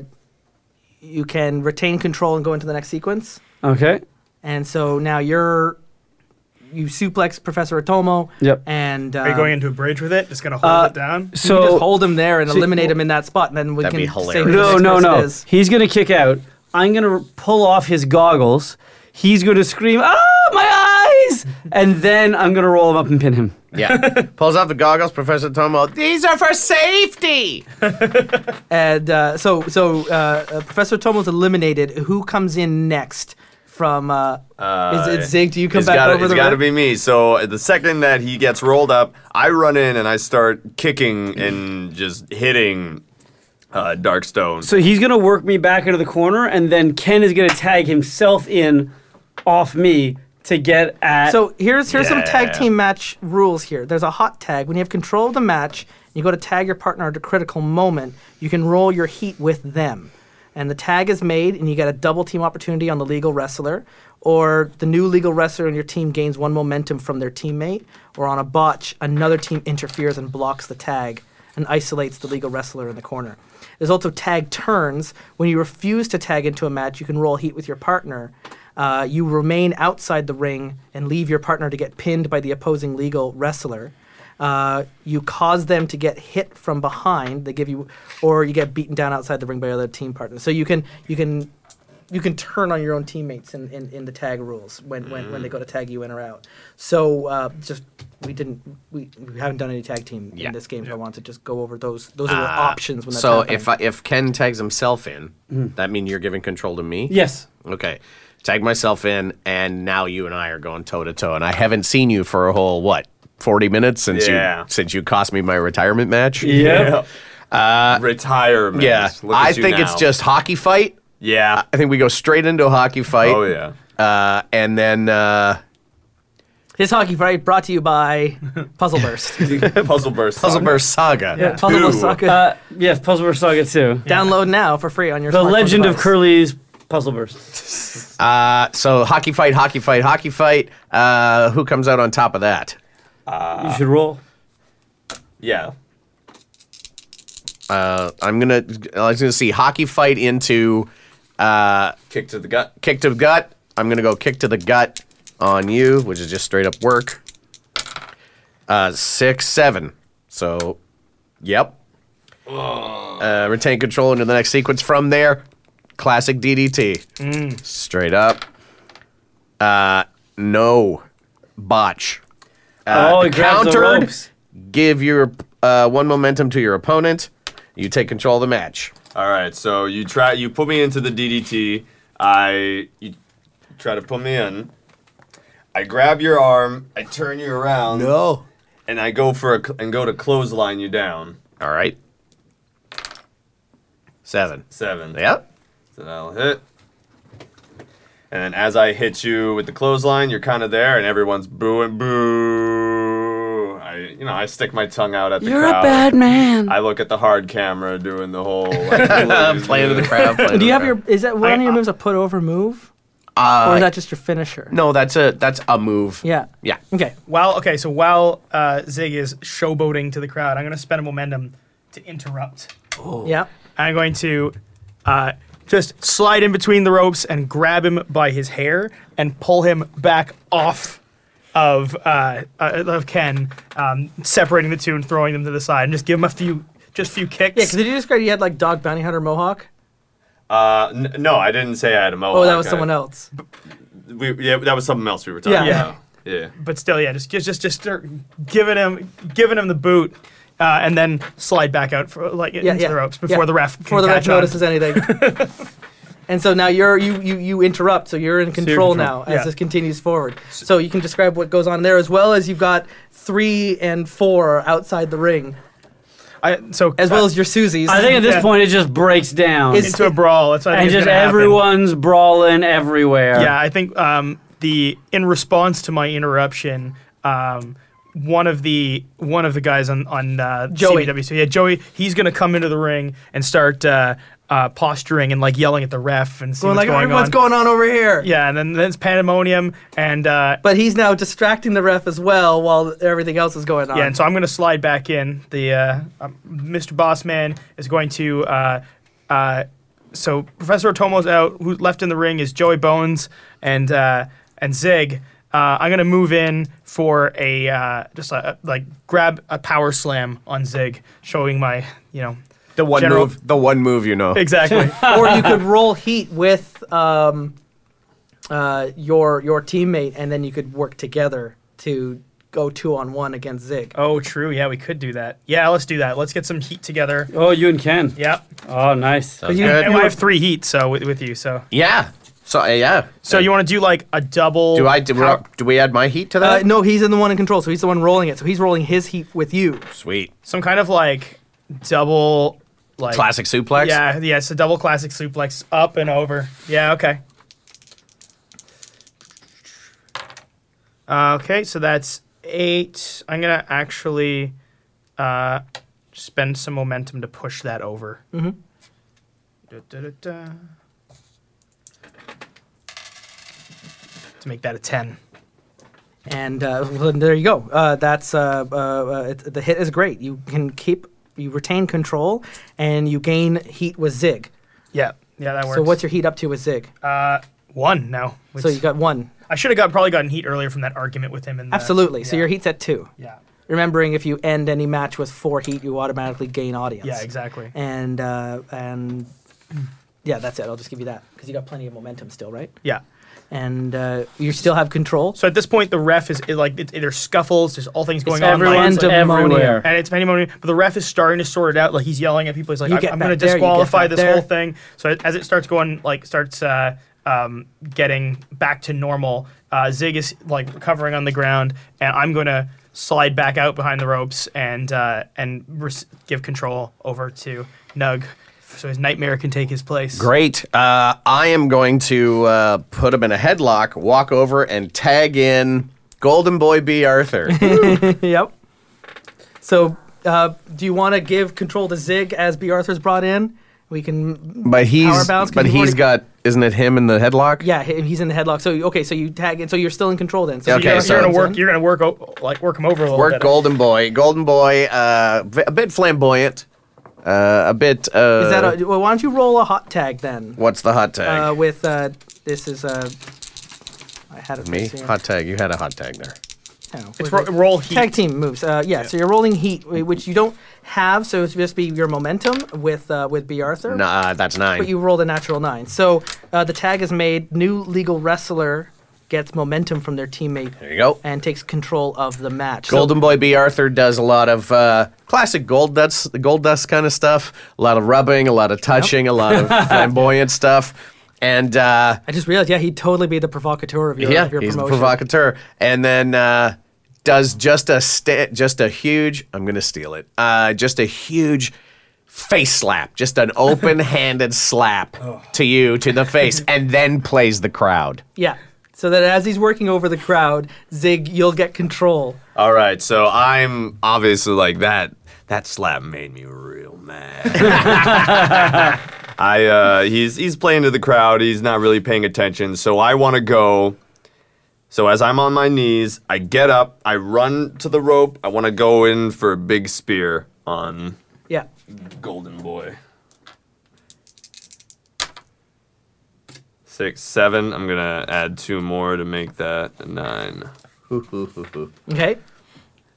you can retain control and go into the next sequence.
Okay.
And so now you're you suplex Professor Otomo.
Yep.
And uh,
Are you going into a bridge with it? Just gonna hold
Uh,
it down.
you can just
So
hold him there and
See,
eliminate him in that spot, and then we
That'd
can
be
say who
hilarious.
the
no,
next
no,
person
no.
is.
He's gonna kick out. I'm gonna r- pull off his goggles. He's gonna scream, "Ah, my eyes!" and then I'm gonna roll him up and pin him.
Yeah. Pulls off the goggles. Professor Tomo. These are for safety.
And uh, so, so uh, uh, Professor Tomo's eliminated. Who comes in next? From uh, is it Zig? Do you come
It's
back
gotta,
over
it's
the
gotta
ring?
be me. So uh, the second that he gets rolled up, I run in and I start kicking and just hitting uh, Darkstone.
So he's gonna work me back into the corner, and then Ken is gonna tag himself in off me to get at.
So here's here's some tag
Yeah.
team match rules here. There's a hot tag. When you have control of the match, you go to tag your partner at a critical moment. You can roll your heat with them, and the tag is made, and you get a double team opportunity on the legal wrestler, or the new legal wrestler in your team gains one momentum from their teammate, or on a botch, another team interferes and blocks the tag and isolates the legal wrestler in the corner. There's also tag turns. When you refuse to tag into a match, you can roll heat with your partner. Uh, you remain outside the ring and leave your partner to get pinned by the opposing legal wrestler. Uh, you cause them to get hit from behind. They give you, or you get beaten down outside the ring by other team partners. So you can you can you can turn on your own teammates in, in, in the tag rules when, when, when they go to tag you in or out. So uh, just we didn't we, we haven't done any tag team
Yeah.
in this game. So I want to just go over those those are your options when that's
Uh, So
happening.
if I, if Ken tags himself in,
Mm.
that mean you're giving control to me?
Yes.
Okay. Tag myself in, and now you and I are going toe to toe, and I haven't seen you for a whole what forty minutes since
Yeah.
you since you cost me my retirement match.
Yep.
Retirement.
Uh, Yeah.
Look at
I
you
think it's
now.
just hockey fight.
Yeah.
I think we go straight into a hockey fight.
Oh yeah.
Uh, and then uh,
This hockey fight brought to you by Puzzle Burst.
Puzzle burst.
Puzzle
saga.
Burst Saga.
Puzzle Burst
Two.
Soccer.
Uh, yes, Puzzle Burst Saga 2.
Download now for free on your
The
smartphone
Legend of
device.
Curly's Puzzle Burst.
Uh, so hockey fight, hockey fight, hockey fight. Uh, who comes out on top of that?
You should roll.
Yeah.
Uh, I'm gonna I was gonna see hockey fight into
Kick to the gut.
kick to the gut. I'm gonna go kick to the gut on you, which is just straight up work. Uh, six, seven. So, yep. Uh, retain control into the next sequence from there. Classic DDT.
Mm.
Straight up. Uh, no botch.
oh, he grabs the
countered.
ropes.
Give your uh, one momentum to your opponent. You take control of the match.
All right. So you try. You put me into the DDT. I you try to put me in. I grab your arm. I turn you around.
No.
And I go for a cl- and go to clothesline you down.
All right. Seven.
Seven.
Yep.
So that'll hit. And then as I hit you with the clothesline, you're kind of there, and everyone's booing, boo. I, you know, I stick my tongue out at the crowd.
man.
I look at the hard camera doing the whole
Playing to the crowd. playing to
Do you
the
have
crowd.
your? Is that one of your moves a put over move, or is that just your finisher?
No, that's a that's a move.
Yeah.
Yeah.
Okay.
While okay, so while uh, Zig is showboating to the crowd, I'm gonna spend a momentum to interrupt.
Yeah.
I'm going to uh, just slide in between the ropes and grab him by his hair and pull him back off of uh, uh, of Ken, um, separating the two and throwing them to the side, and just give him a few just few kicks.
Yeah. Cause did you describe you had like dog bounty hunter mohawk?
Uh, n- no, I didn't say I had a
Oh,
mohawk.
that was
I-
someone else.
We, yeah, that was something else we were talking
Yeah.
about. Yeah.
but still, yeah, just just just, just start giving him giving him the boot, uh, and then slide back out for, like into the ropes before
yeah.
the ref can
before the ref
catch on.
notices anything. and so now you're you you you interrupt, so you're in control, now as
yeah.
this continues forward. So you can describe what goes on there as well as you've got three and four outside the ring,
I, so
as well
uh,
as your Susie's.
I think at this
Yeah.
point it just breaks down.
It's-
into a brawl. That's what I think
and
is
just
gonna happen.
everyone's brawling everywhere.
Uh,
Yeah, I think um, the in response to my interruption, um, one of the one of the guys on on uh,
Joey.
CBW, so yeah, Joey, he's gonna come into the ring and start uh, uh, posturing and like yelling at the ref and see
Going
what's
like,
going
what's
on.
going on over here?
yeah, and then then it's pandemonium and uh,
But he's now distracting the ref as well while everything else is going on.
Yeah, and so I'm going to slide back in. The uh, um, Mr. Bossman is going to. Uh, uh, so Professor Otomo's out. Who's left in the ring is Joey Bones and uh, and Zig. Uh, I'm going to move in for a uh, just a, a- like grab a power slam on Zig, showing my you know
The one
General-
move. The one move you know.
exactly.
or you could roll heat with um, uh, your your teammate, and then you could work together to go two on one against Zig.
oh, true. Yeah, we could do that. Yeah, let's do that. Let's get some heat together.
Oh, you and Ken.
Yep.
Oh, nice.
You-
Good.
And I have three heat so with, with you. So
Yeah. So uh, yeah.
so you want to do like a double?
do I do,
power-
we, do we add my heat to
Uh,
that?
no, he's in the one in control, so he's the one rolling it. So he's rolling his heat with you.
Sweet.
some kind of like double like
Classic suplex.
Yeah, yeah, it's a double classic suplex up and over. Yeah, okay. Uh, okay, so that's eight. I'm gonna actually uh, spend some momentum to push that over. Mm-hmm. To make that a ten.
And uh, well, then there you go. Uh, that's uh, uh, uh, it, the hit is great. You can keep you retain control, and you gain heat with Zig.
Yeah, yeah, that works.
So what's your heat up to with Zig?
Uh, One now.
So you got one.
I should have got probably gotten heat earlier from that argument with him. In the,
Absolutely. So
Uh, yeah.
your heat's at two.
Yeah.
Remembering if you end any match with four heat, you automatically gain audience.
Yeah. Exactly.
And uh, and yeah, that's it. I'll just give you that because you got plenty of momentum still, right?
Yeah.
And uh, you still have control.
So at this point, the ref is it, like it's, there's scuffles, there's all things going on. like,
everyone's
it's like-
everywhere.
and it's pandemonium. But the ref is starting to sort it out. Like he's yelling at people. He's like,
You
"I'm,
get
I'm going to
back there, you get
disqualify
back
this
there."
whole thing." So it- as it starts going, like starts uh, um, getting back to normal, uh, Zig is like recovering on the ground, and I'm going to slide back out behind the ropes and uh, and res- give control over to Nug, so his nightmare can take his place.
Great. Uh, I am going to uh, put him in a headlock, walk over, and tag in Golden Boy B. Arthur.
yep. So uh, do you want to give control to Zig as B. Arthur's brought in? We can.
But he's
balance, 'cause
but
you've
he's
already-
got isn't it him in the headlock?
Yeah, he- he's in the headlock. So you- okay, so you tag in. So you're still in control then. So
Okay,
You're,
you
you're
so-
gonna work. You're gonna work o- like work him over a little
Work
bit.
Golden Boy. Golden Boy, uh, v- a bit flamboyant, uh, a bit. Uh,
Is that a, well, why don't you roll a hot tag then?
what's the hot tag?
Uh, with uh, this is uh, I had it
Me
right here.
hot tag. You had a hot tag there.
No,
It's
with
ro-
it.
roll heat.
Tag team moves. Uh, yeah, so you're rolling heat, wh- which you don't have, so it's just be your momentum with uh, with B Arthur.
Nah, uh, that's nine.
But you rolled a natural nine, so uh, the tag is made. New legal wrestler gets momentum from their teammate. There
you go.
And takes control of the match. So-
Golden Boy B. Arthur does a lot of uh, classic gold dust, gold dust kind of stuff. A lot of rubbing, a lot of touching, a lot of flamboyant stuff, and uh,
I just realized, yeah, he'd totally be the provocateur of your,
yeah,
of your
he's the
promotion.
provocateur. And then uh, does just a sta- just a huge. I'm gonna steal it. Uh, just a huge face slap, just an open-handed slap
Oh.
to you to the face, and then plays the crowd.
yeah. So that as he's working over the crowd, Zig, you'll get control.
All right, so I'm obviously like that. That slap made me real mad. I uh, he's he's playing to the crowd. He's not really paying attention. So I want to go. So as I'm on my knees, I get up. I run to the rope. I want to go in for a big spear on
Yeah.
Golden Boy. Six, seven. I'm gonna add two more to make that a nine.
Okay.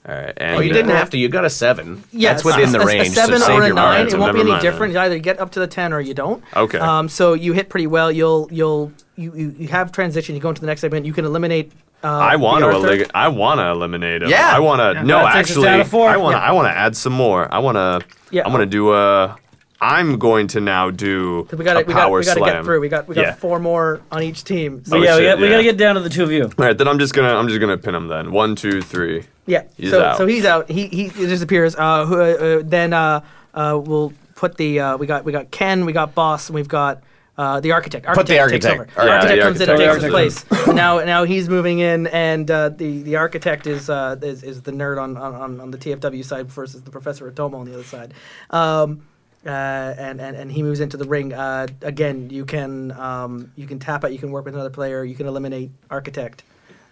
All right. And
Oh, you
uh,
didn't have to. You got a seven.
Yeah,
That's within the
a,
range.
A seven
so save
or a
your
nine.
heart.
so
it won't be
never
any
mind then.
different. You either get up to the ten or you don't.
Okay.
Um, so you hit pretty well. You'll you'll you, you, you have transition. You go into the next segment. You can eliminate. Uh,
I want to
the Arthur.
elig- I want to eliminate him.
Yeah.
I want to. No,
That takes us
actually,
down to four.
I want to. I want to add some more. I want to.
Yeah.
I'm gonna do a. I'm going to now do
We got
a
we got
power
we got to
slam.
get through. We got we got
Yeah.
four more on each team. So,
Oh,
yeah, we,
shit,
got, we
yeah.
gotta get down to the two of you.
All right, then I'm just gonna I'm just gonna pin him then. One, two, three.
yeah.
He's
so
out.
so he's out. He he disappears. Uh, who, uh, uh, then uh, uh, we'll put the uh, we got we got Ken. We got Boss. And we've got. Uh, the architect.
Put the
Architect takes
architect.
over.
Yeah,
architect
the
comes in
architect
and takes
comes
his place. now, now he's moving in, and uh, the the architect is, uh, is is the nerd on, on- on on the TFW side versus the professor Otomo on the other side. Um, uh, and, and and he moves into the ring. Uh, again, you can um, you can tap out. You can work with another player. You can eliminate architect.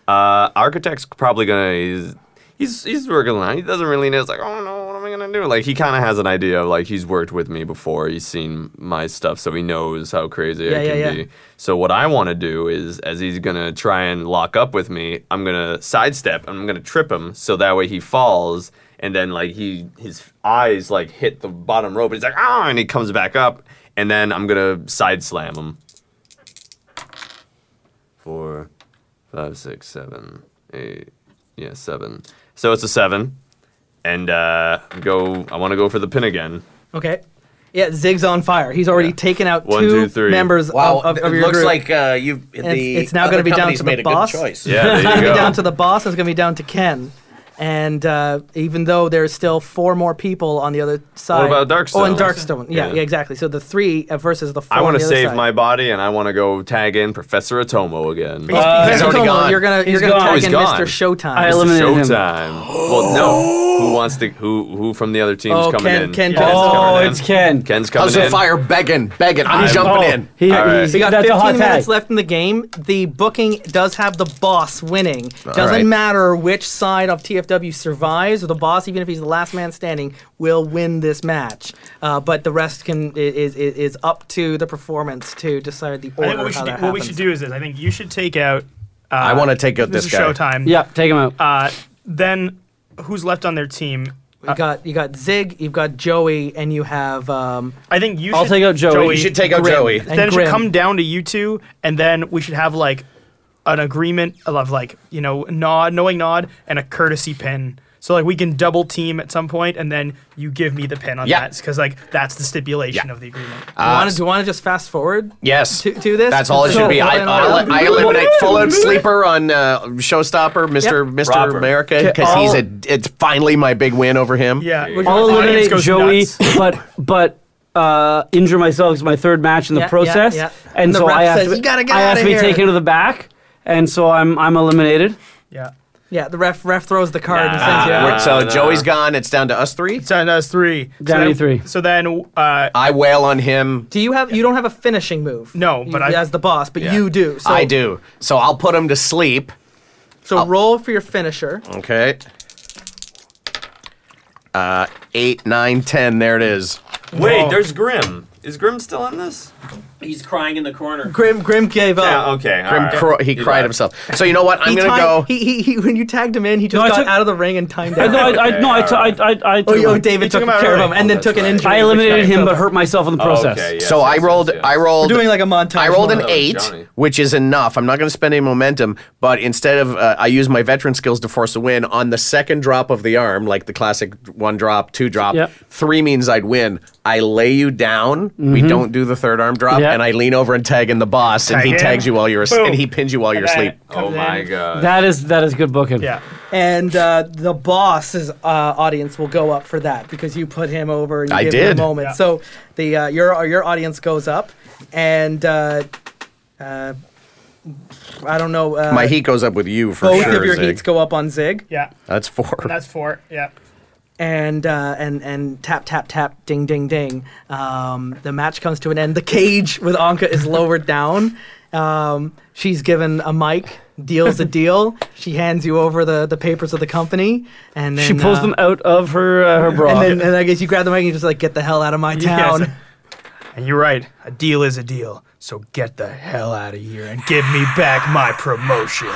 Uh, architect's probably gonna he's he's he's working line. He doesn't really know. It's like oh no, what am I gonna do? Like he kind of has an idea. of Like he's worked with me before. He's seen my stuff, so he knows how crazy
Yeah,
I
yeah,
can
yeah.
be. So what I want to do is, as he's gonna try and lock up with me, I'm gonna sidestep and I'm gonna trip him so that way he falls. And then like he his eyes like hit the bottom rope. And he's like ah, and he comes back up. And then I'm gonna side slam him. Four, five, six, seven, eight. Yeah, seven. So it's a seven, and uh, go. I want to go for the pin again.
Okay. Yeah, Zig's on fire. He's already
Yeah.
taken out
One,
two
two, three.
members
Wow,
of, of, of
it
your
looks
group.
like uh, you.
it's-
The
it's now
other
gonna be down
company's
to the
made a
boss.
Good choice.
Yeah,
it's going
there you
to
go.
be down to the boss. and It's going to be down to Ken. And uh, even though there's still four more people on the other side.
about
Oh, and
Darkstone?
Darkstone. Yeah, yeah.
Yeah.
exactly. So the three uh, versus the four.
I
want to
save my body, and I want to go tag in Professor Otomo again.
Oh,
Uh,
he's already gone. Oh,
You're gonna you're
He's
gonna
gone.
tag
He's
in Mr.
gone.
Showtime.
I
It's
eliminated him.
showtime. well, no. Who wants to? Who who from the other team's
Oh,
coming
Ken-
in?
Ken
Ken's
does.
Oh,
coming in.
it's Ken.
Ken's coming
How's the
in.
fire begging, begging? I'm,
I'm-
jumping
Oh,
in.
He,
All right.
he's,
We got
that's a
15
hot
minutes
tag.
left in the game. The booking does have the boss winning. Doesn't
right.
matter which side of TFW survives, or the boss, even if he's the last man standing, will win this match. Uh, but the rest can is, is is up to the performance to decide the order.
I think what
how
we should do,
that
what we
happens.
should do is this. I think you should take out. Uh,
I want to take out this,
is
guy.
Showtime.
Yeah, take him out.
Uh, then who's left on their team?
You got you got Zig, you've got Joey, and you have um,
I think you.
I'll
should,
take out Joey. You
should take out
Grim.
Joey.
Then
And
it should
Grim.
come down to you two, and then we should have like an agreement of like you know nod, knowing nod, and a courtesy pin. So like we can double team at some point, and then you give me the pin on
Yeah.
that because like that's the stipulation
Yeah.
of the agreement.
wanna- do you want to just fast forward?
Yes.
To- to this?
Uh, That's all it should be. I, I, I eliminate Fallout Sleeper on uh, Showstopper, Mr. Mr.
Proper.
America, because he's a. It's finally my big win over him.
yeah, which
I'll
the audience
eliminate
goes
Joey,
nuts.
but but uh, injure myself is my third match in the
Yeah, yeah,
process,
yeah.
and
And the
so
ref
I have
says,
to,
"You gotta get
I have
outta
to be
here."
taken to the back, and so I'm I'm eliminated.
Yeah,
Yeah, the ref ref throws the card and
Nah.
says, yeah.
We're- so Joey's gone. It's down to us three.
so that's three.
Down
so
to
then,
three.
So then, uh,
I wail on him.
Do you have you don't have a finishing move?
No, but
you,
I-
as the boss, but you do. So,
I do. So I'll put him to sleep.
So roll for your finisher.
Okay. Uh, eight, nine, ten. There it is.
Wait, there's Grim. Is Grim still in this?
He's crying in the corner.
Grim Grim gave up.
Yeah, okay. all
Grim
right.
cro- he
You got
cried
it.
himself. So you know what? I'm
He
gonna
timed-
go.
He, he, he, when you tagged him in, he just
No, I
got
took-
out of the ring and timed out.
No, I, I, no, I, t- I, I, I,
oh,
took him
yo,
out.
David
took
took,
him out
care of
early.
him and then
Oh,
took an
that's
injury.
I
which
eliminated
knocked
him, but
over.
hurt myself in the process.
Okay, yes,
so I
yes,
rolled.
yes, yes.
I rolled.
We're doing like a montage
I rolled an
moment.
eight,
Johnny.
which is enough. I'm not going to spend any momentum, but instead of uh, I use my veteran skills to force a win on the second drop of the arm, like the classic one drop, two drop.
Yep.
Three means I'd win. I lay you down. We don't do the third arm drop,
Yep.
and I lean over and tag in the boss, and
Tag
he
in.
tags you while you're as-
Boom.
and he pins you while you're
then-
asleep.
Oh my god.
That is that is good booking.
yeah.
And uh, the boss's uh, audience will go up for that because you put him over. You
I
gave him
did.
a moment.
Yeah.
So the uh, your your audience goes up, and uh, uh, I don't know. Uh,
My heat goes up with you for
both
sure.
of your
Zig.
heats go up on Zig,
Yeah,
That's four.
that's four. Yeah.
and uh, and and tap tap tap, ding ding ding. Um, the match comes to an end. The cage with Anka is lowered down. Um, she's given a mic, deals a deal. She hands you over the, the papers of the company, and then
She pulls
uh,
them out of her uh, her bra.
And then and I guess you grab the mic and you just like get the hell out of my
Yes.
town.
And you're right. A deal is a deal. So get the hell out of here and give me back my promotion.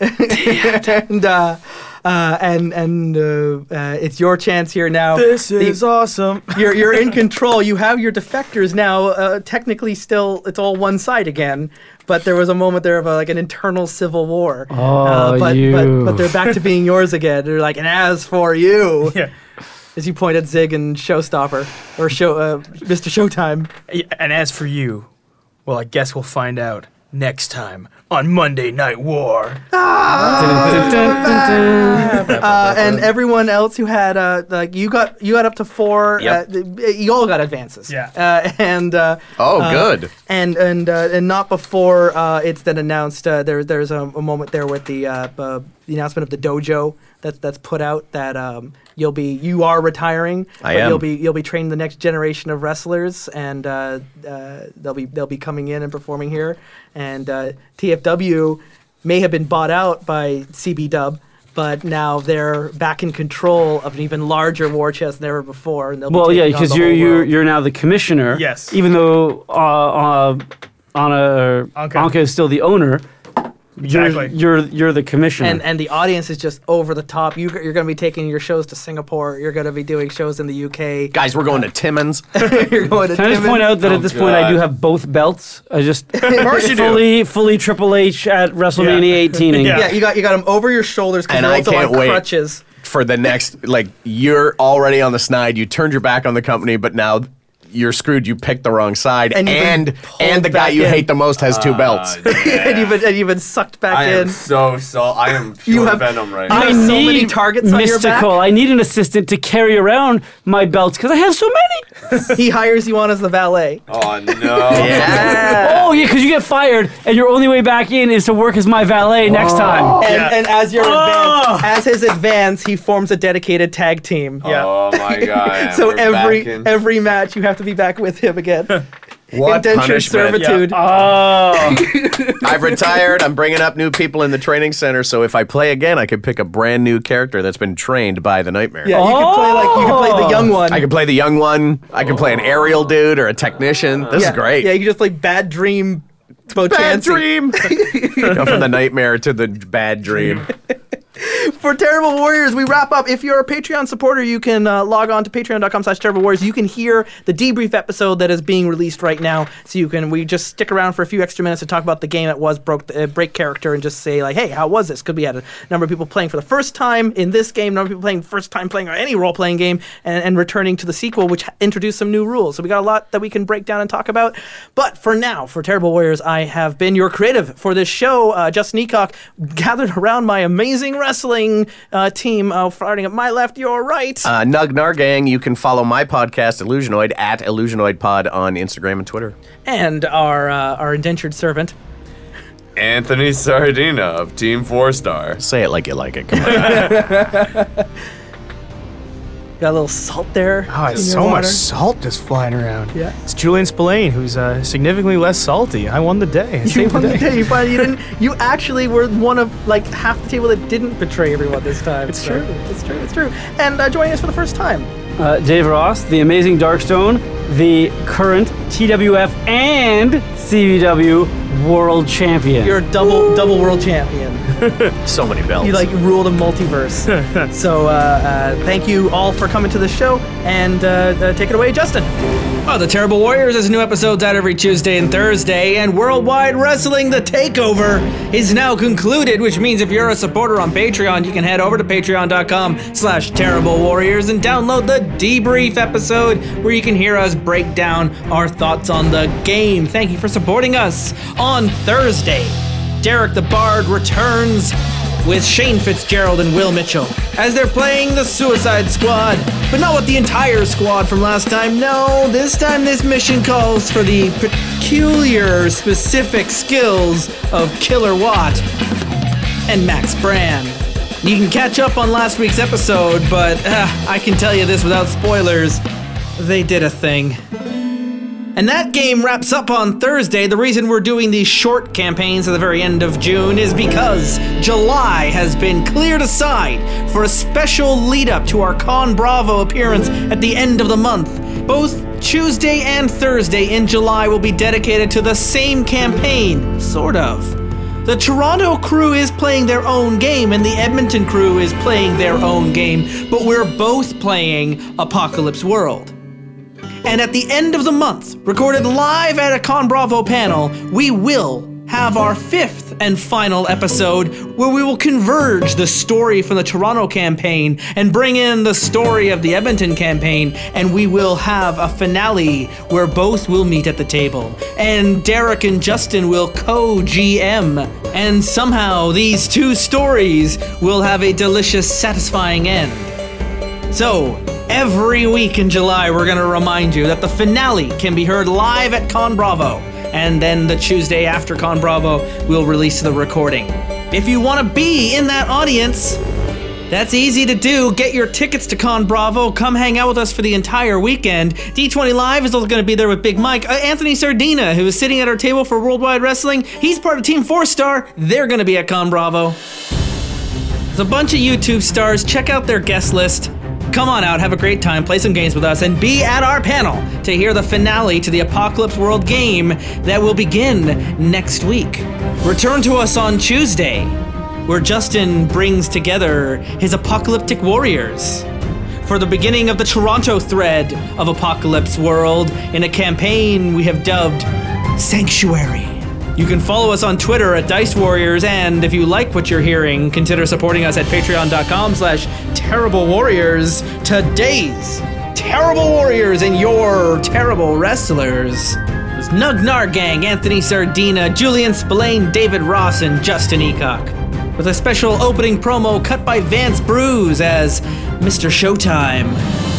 and uh, uh, and and uh, uh, it's your chance here now. The-
awesome.
you're you're in control. You have your defectors now. Uh, technically, still it's all one side again. But there was a moment there of a, like an internal civil war. Uh,
Oh,
but,
you.
but but they're back to being yours again. They're like, and as for you,
Yeah.
as you point at Zig and Showstopper or Show uh, Mr. Showtime.
And as for you, well, I guess we'll find out next time on Monday Night War.
uh, and everyone else who had uh, like you got you got up to four.
Yep.
Uh, th- you all got advances.
Yeah.
Uh, and uh,
Oh,
uh,
good.
And and uh, and not before uh, it's then announced. Uh, there there's a, a moment there with the uh, uh, the announcement of the dojo that's that's put out that um, you'll be you are retiring.
I
but
am.
You'll be you'll be training the next generation of wrestlers, and uh, uh, they'll be they'll be coming in and performing here. And uh, TFW may have been bought out by CB Dub. But now they're back in control of an even larger war chest than ever before. And they'll
well,
be
yeah,
taking on
because
the
you're
whole
you're
world.
you're now the commissioner.
Yes.
Even though uh, uh, Anna
Anka.
Anka is still the owner,
Exactly.
you're you're you're the commissioner.
and and the audience is just over the top. You, you're going to be taking your shows to Singapore. You're going to be doing shows in the UK.
Guys, we're going to Timmins.
you're going to
Can I just
Timmins.
point out that at this point I do
God.
have both belts? I just
course you do.
fully fully Triple H at WrestleMania 18. -ing.
Yeah.
Yeah, you got you got them over your shoulders because
And
they're
I
also on
can't wait.
crutches.
for the next like you're already on the snide you turned your back on the company but now you're screwed you picked the wrong side
And
and
you've been
and,
pulled
the guy
back
you
in.
hate the most has two belts
and you've been, and you've been sucked back
I
in.
am so so I am pure
have-
venom right
I-
now.
have so many targets on your back.
mystical. I need an assistant to carry around my belts because I have so many.
he hires you on as the valet.
Oh no.
Uh.
Oh yeah, because you get fired and your only way back in is to work as my valet next time.
And,
Yeah.
and as your advance, as his advance, he forms a dedicated tag team.
Oh my god.
so
We're
every
back in.
every match you have to be back with him again.
What
indentured
punishment?
servitude.
I've retired. I'm bringing up new people in the training center. So if I play again, I could pick a brand new character that's been trained by the nightmare.
Yeah, you could play like you could play the young one.
I could play the young one. I could play an aerial dude or a technician. This
yeah.
is great.
Yeah, you could just play Bad Dream.
bad
Botansky.
dream. Go from the nightmare to the bad dream.
for Terrible Warriors, we wrap up. If you're a Patreon supporter, you can uh, log on to patreon.com slash Terrible Warriors. You can hear the debrief episode that is being released right now. So you can, we just stick around for a few extra minutes to talk about the game that was broke, uh, break character and just say like, hey, how was this? Could we had a number of people playing for the first time in this game, number of people playing first time playing or any role-playing game and, and returning to the sequel, which introduced some new rules. So we got a lot that we can break down and talk about. But for now, for Terrible Warriors, I have been your creative for this show. Uh, Justin Eacock gathered around my amazing wrestling uh, team, uh, starting at my left, your right.
Uh, Nug Nargang, you can follow my podcast, Illusionoid, at IllusionoidPod on Instagram and Twitter.
and our uh, our indentured servant.
Anthony Sardina of Team Four Star.
Say it like you like it. Come on.
Got a little salt there.
Oh,
in
it's
your
so much
water.
salt just flying around.
Yeah.
It's Julian Spillane, who's uh, significantly less salty. I won the day. I
You
saved
won
the
the
day.
day. You finally you didn't. You actually were one of like half the table that didn't betray everyone this time. it's
true.
It's true. It's true. And uh, joining us for the first time,
Uh, Dave Ross, the amazing Darkstone, the current TWF and CVW world champion.
you're a double double world champion.
so many bells.
You like rule the multiverse. so uh, uh, thank you all for coming to the show and uh, uh, take it away, Justin.
Oh, The Terrible Warriors has new episodes out every Tuesday and Thursday, and Worldwide Wrestling The Takeover is now concluded, which means if you're a supporter on Patreon, you can head over to patreon.com slash terrible warriors and download the debrief episode where you can hear us break down our thoughts on the game. Thank you for supporting us on Thursday. Derek the Bard returns with Shane Fitzgerald and Will Mitchell as they're playing the Suicide Squad, but not with the entire squad from last time. No, this time this mission calls for the peculiar, specific skills of Killer Watt and Max Brand. You can catch up on last week's episode, but uh, I can tell you this without spoilers they did a thing. And that game wraps up on Thursday. The reason we're doing these short campaigns at the very end of June is because July has been cleared aside for a special lead up to our Con Bravo appearance at the end of the month. Both Tuesday and Thursday in July will be dedicated to the same campaign, sort of. The Toronto crew is playing their own game, and the Edmonton crew is playing their own game, but we're both playing Apocalypse World. And at the end of the month, recorded live at a Con Bravo panel, we will have our fifth and final episode where we will converge the story from the Toronto campaign and bring in the story of the Edmonton campaign, and we will have a finale where both will meet at the table. And Derek and Justin will co GM, and somehow these two stories will have a delicious, satisfying end. So, every week in July, we're going to remind you that the finale can be heard live at Con Bravo. And then the Tuesday after Con Bravo, we'll release the recording. If you want to be in that audience, that's easy to do. Get your tickets to Con Bravo. Come hang out with us for the entire weekend. D20 Live is also going to be there with Big Mike. Uh, Anthony Sardina, who is sitting at our table for Worldwide Wrestling, he's part of Team 4 Star. They're going to be at Con Bravo. It's a bunch of YouTube stars. Check out their guest list. Come on out, have a great time, play some games with us, and be at our panel to hear the finale to the Apocalypse World game that will begin next week. Return to us on Tuesday, where Justin brings together his apocalyptic warriors for the beginning of the Toronto thread of Apocalypse World in a campaign we have dubbed Sanctuary. You can follow us on Twitter at Dice Warriors, and if you like what you're hearing, consider supporting us at patreon.com slash terrible warriors. Today's terrible warriors and your terrible wrestlers is Nugnar Gang, Anthony Sardina, Julian Spillane, David Ross, and Justin Eacock with a special opening promo cut by Vance Brews as Mr. Showtime.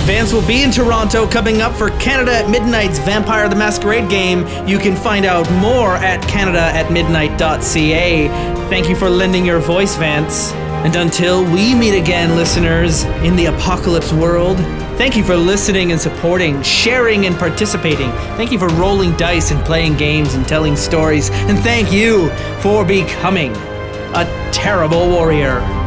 Vance will be in Toronto coming up for Canada at Midnight's Vampire the Masquerade game. You can find out more at canadaatmidnight.ca. Thank you for lending your voice, Vance. And until we meet again, listeners, in the apocalypse world, thank you for listening and supporting, sharing and participating. Thank you for rolling dice and playing games and telling stories. And thank you for becoming a terrible warrior.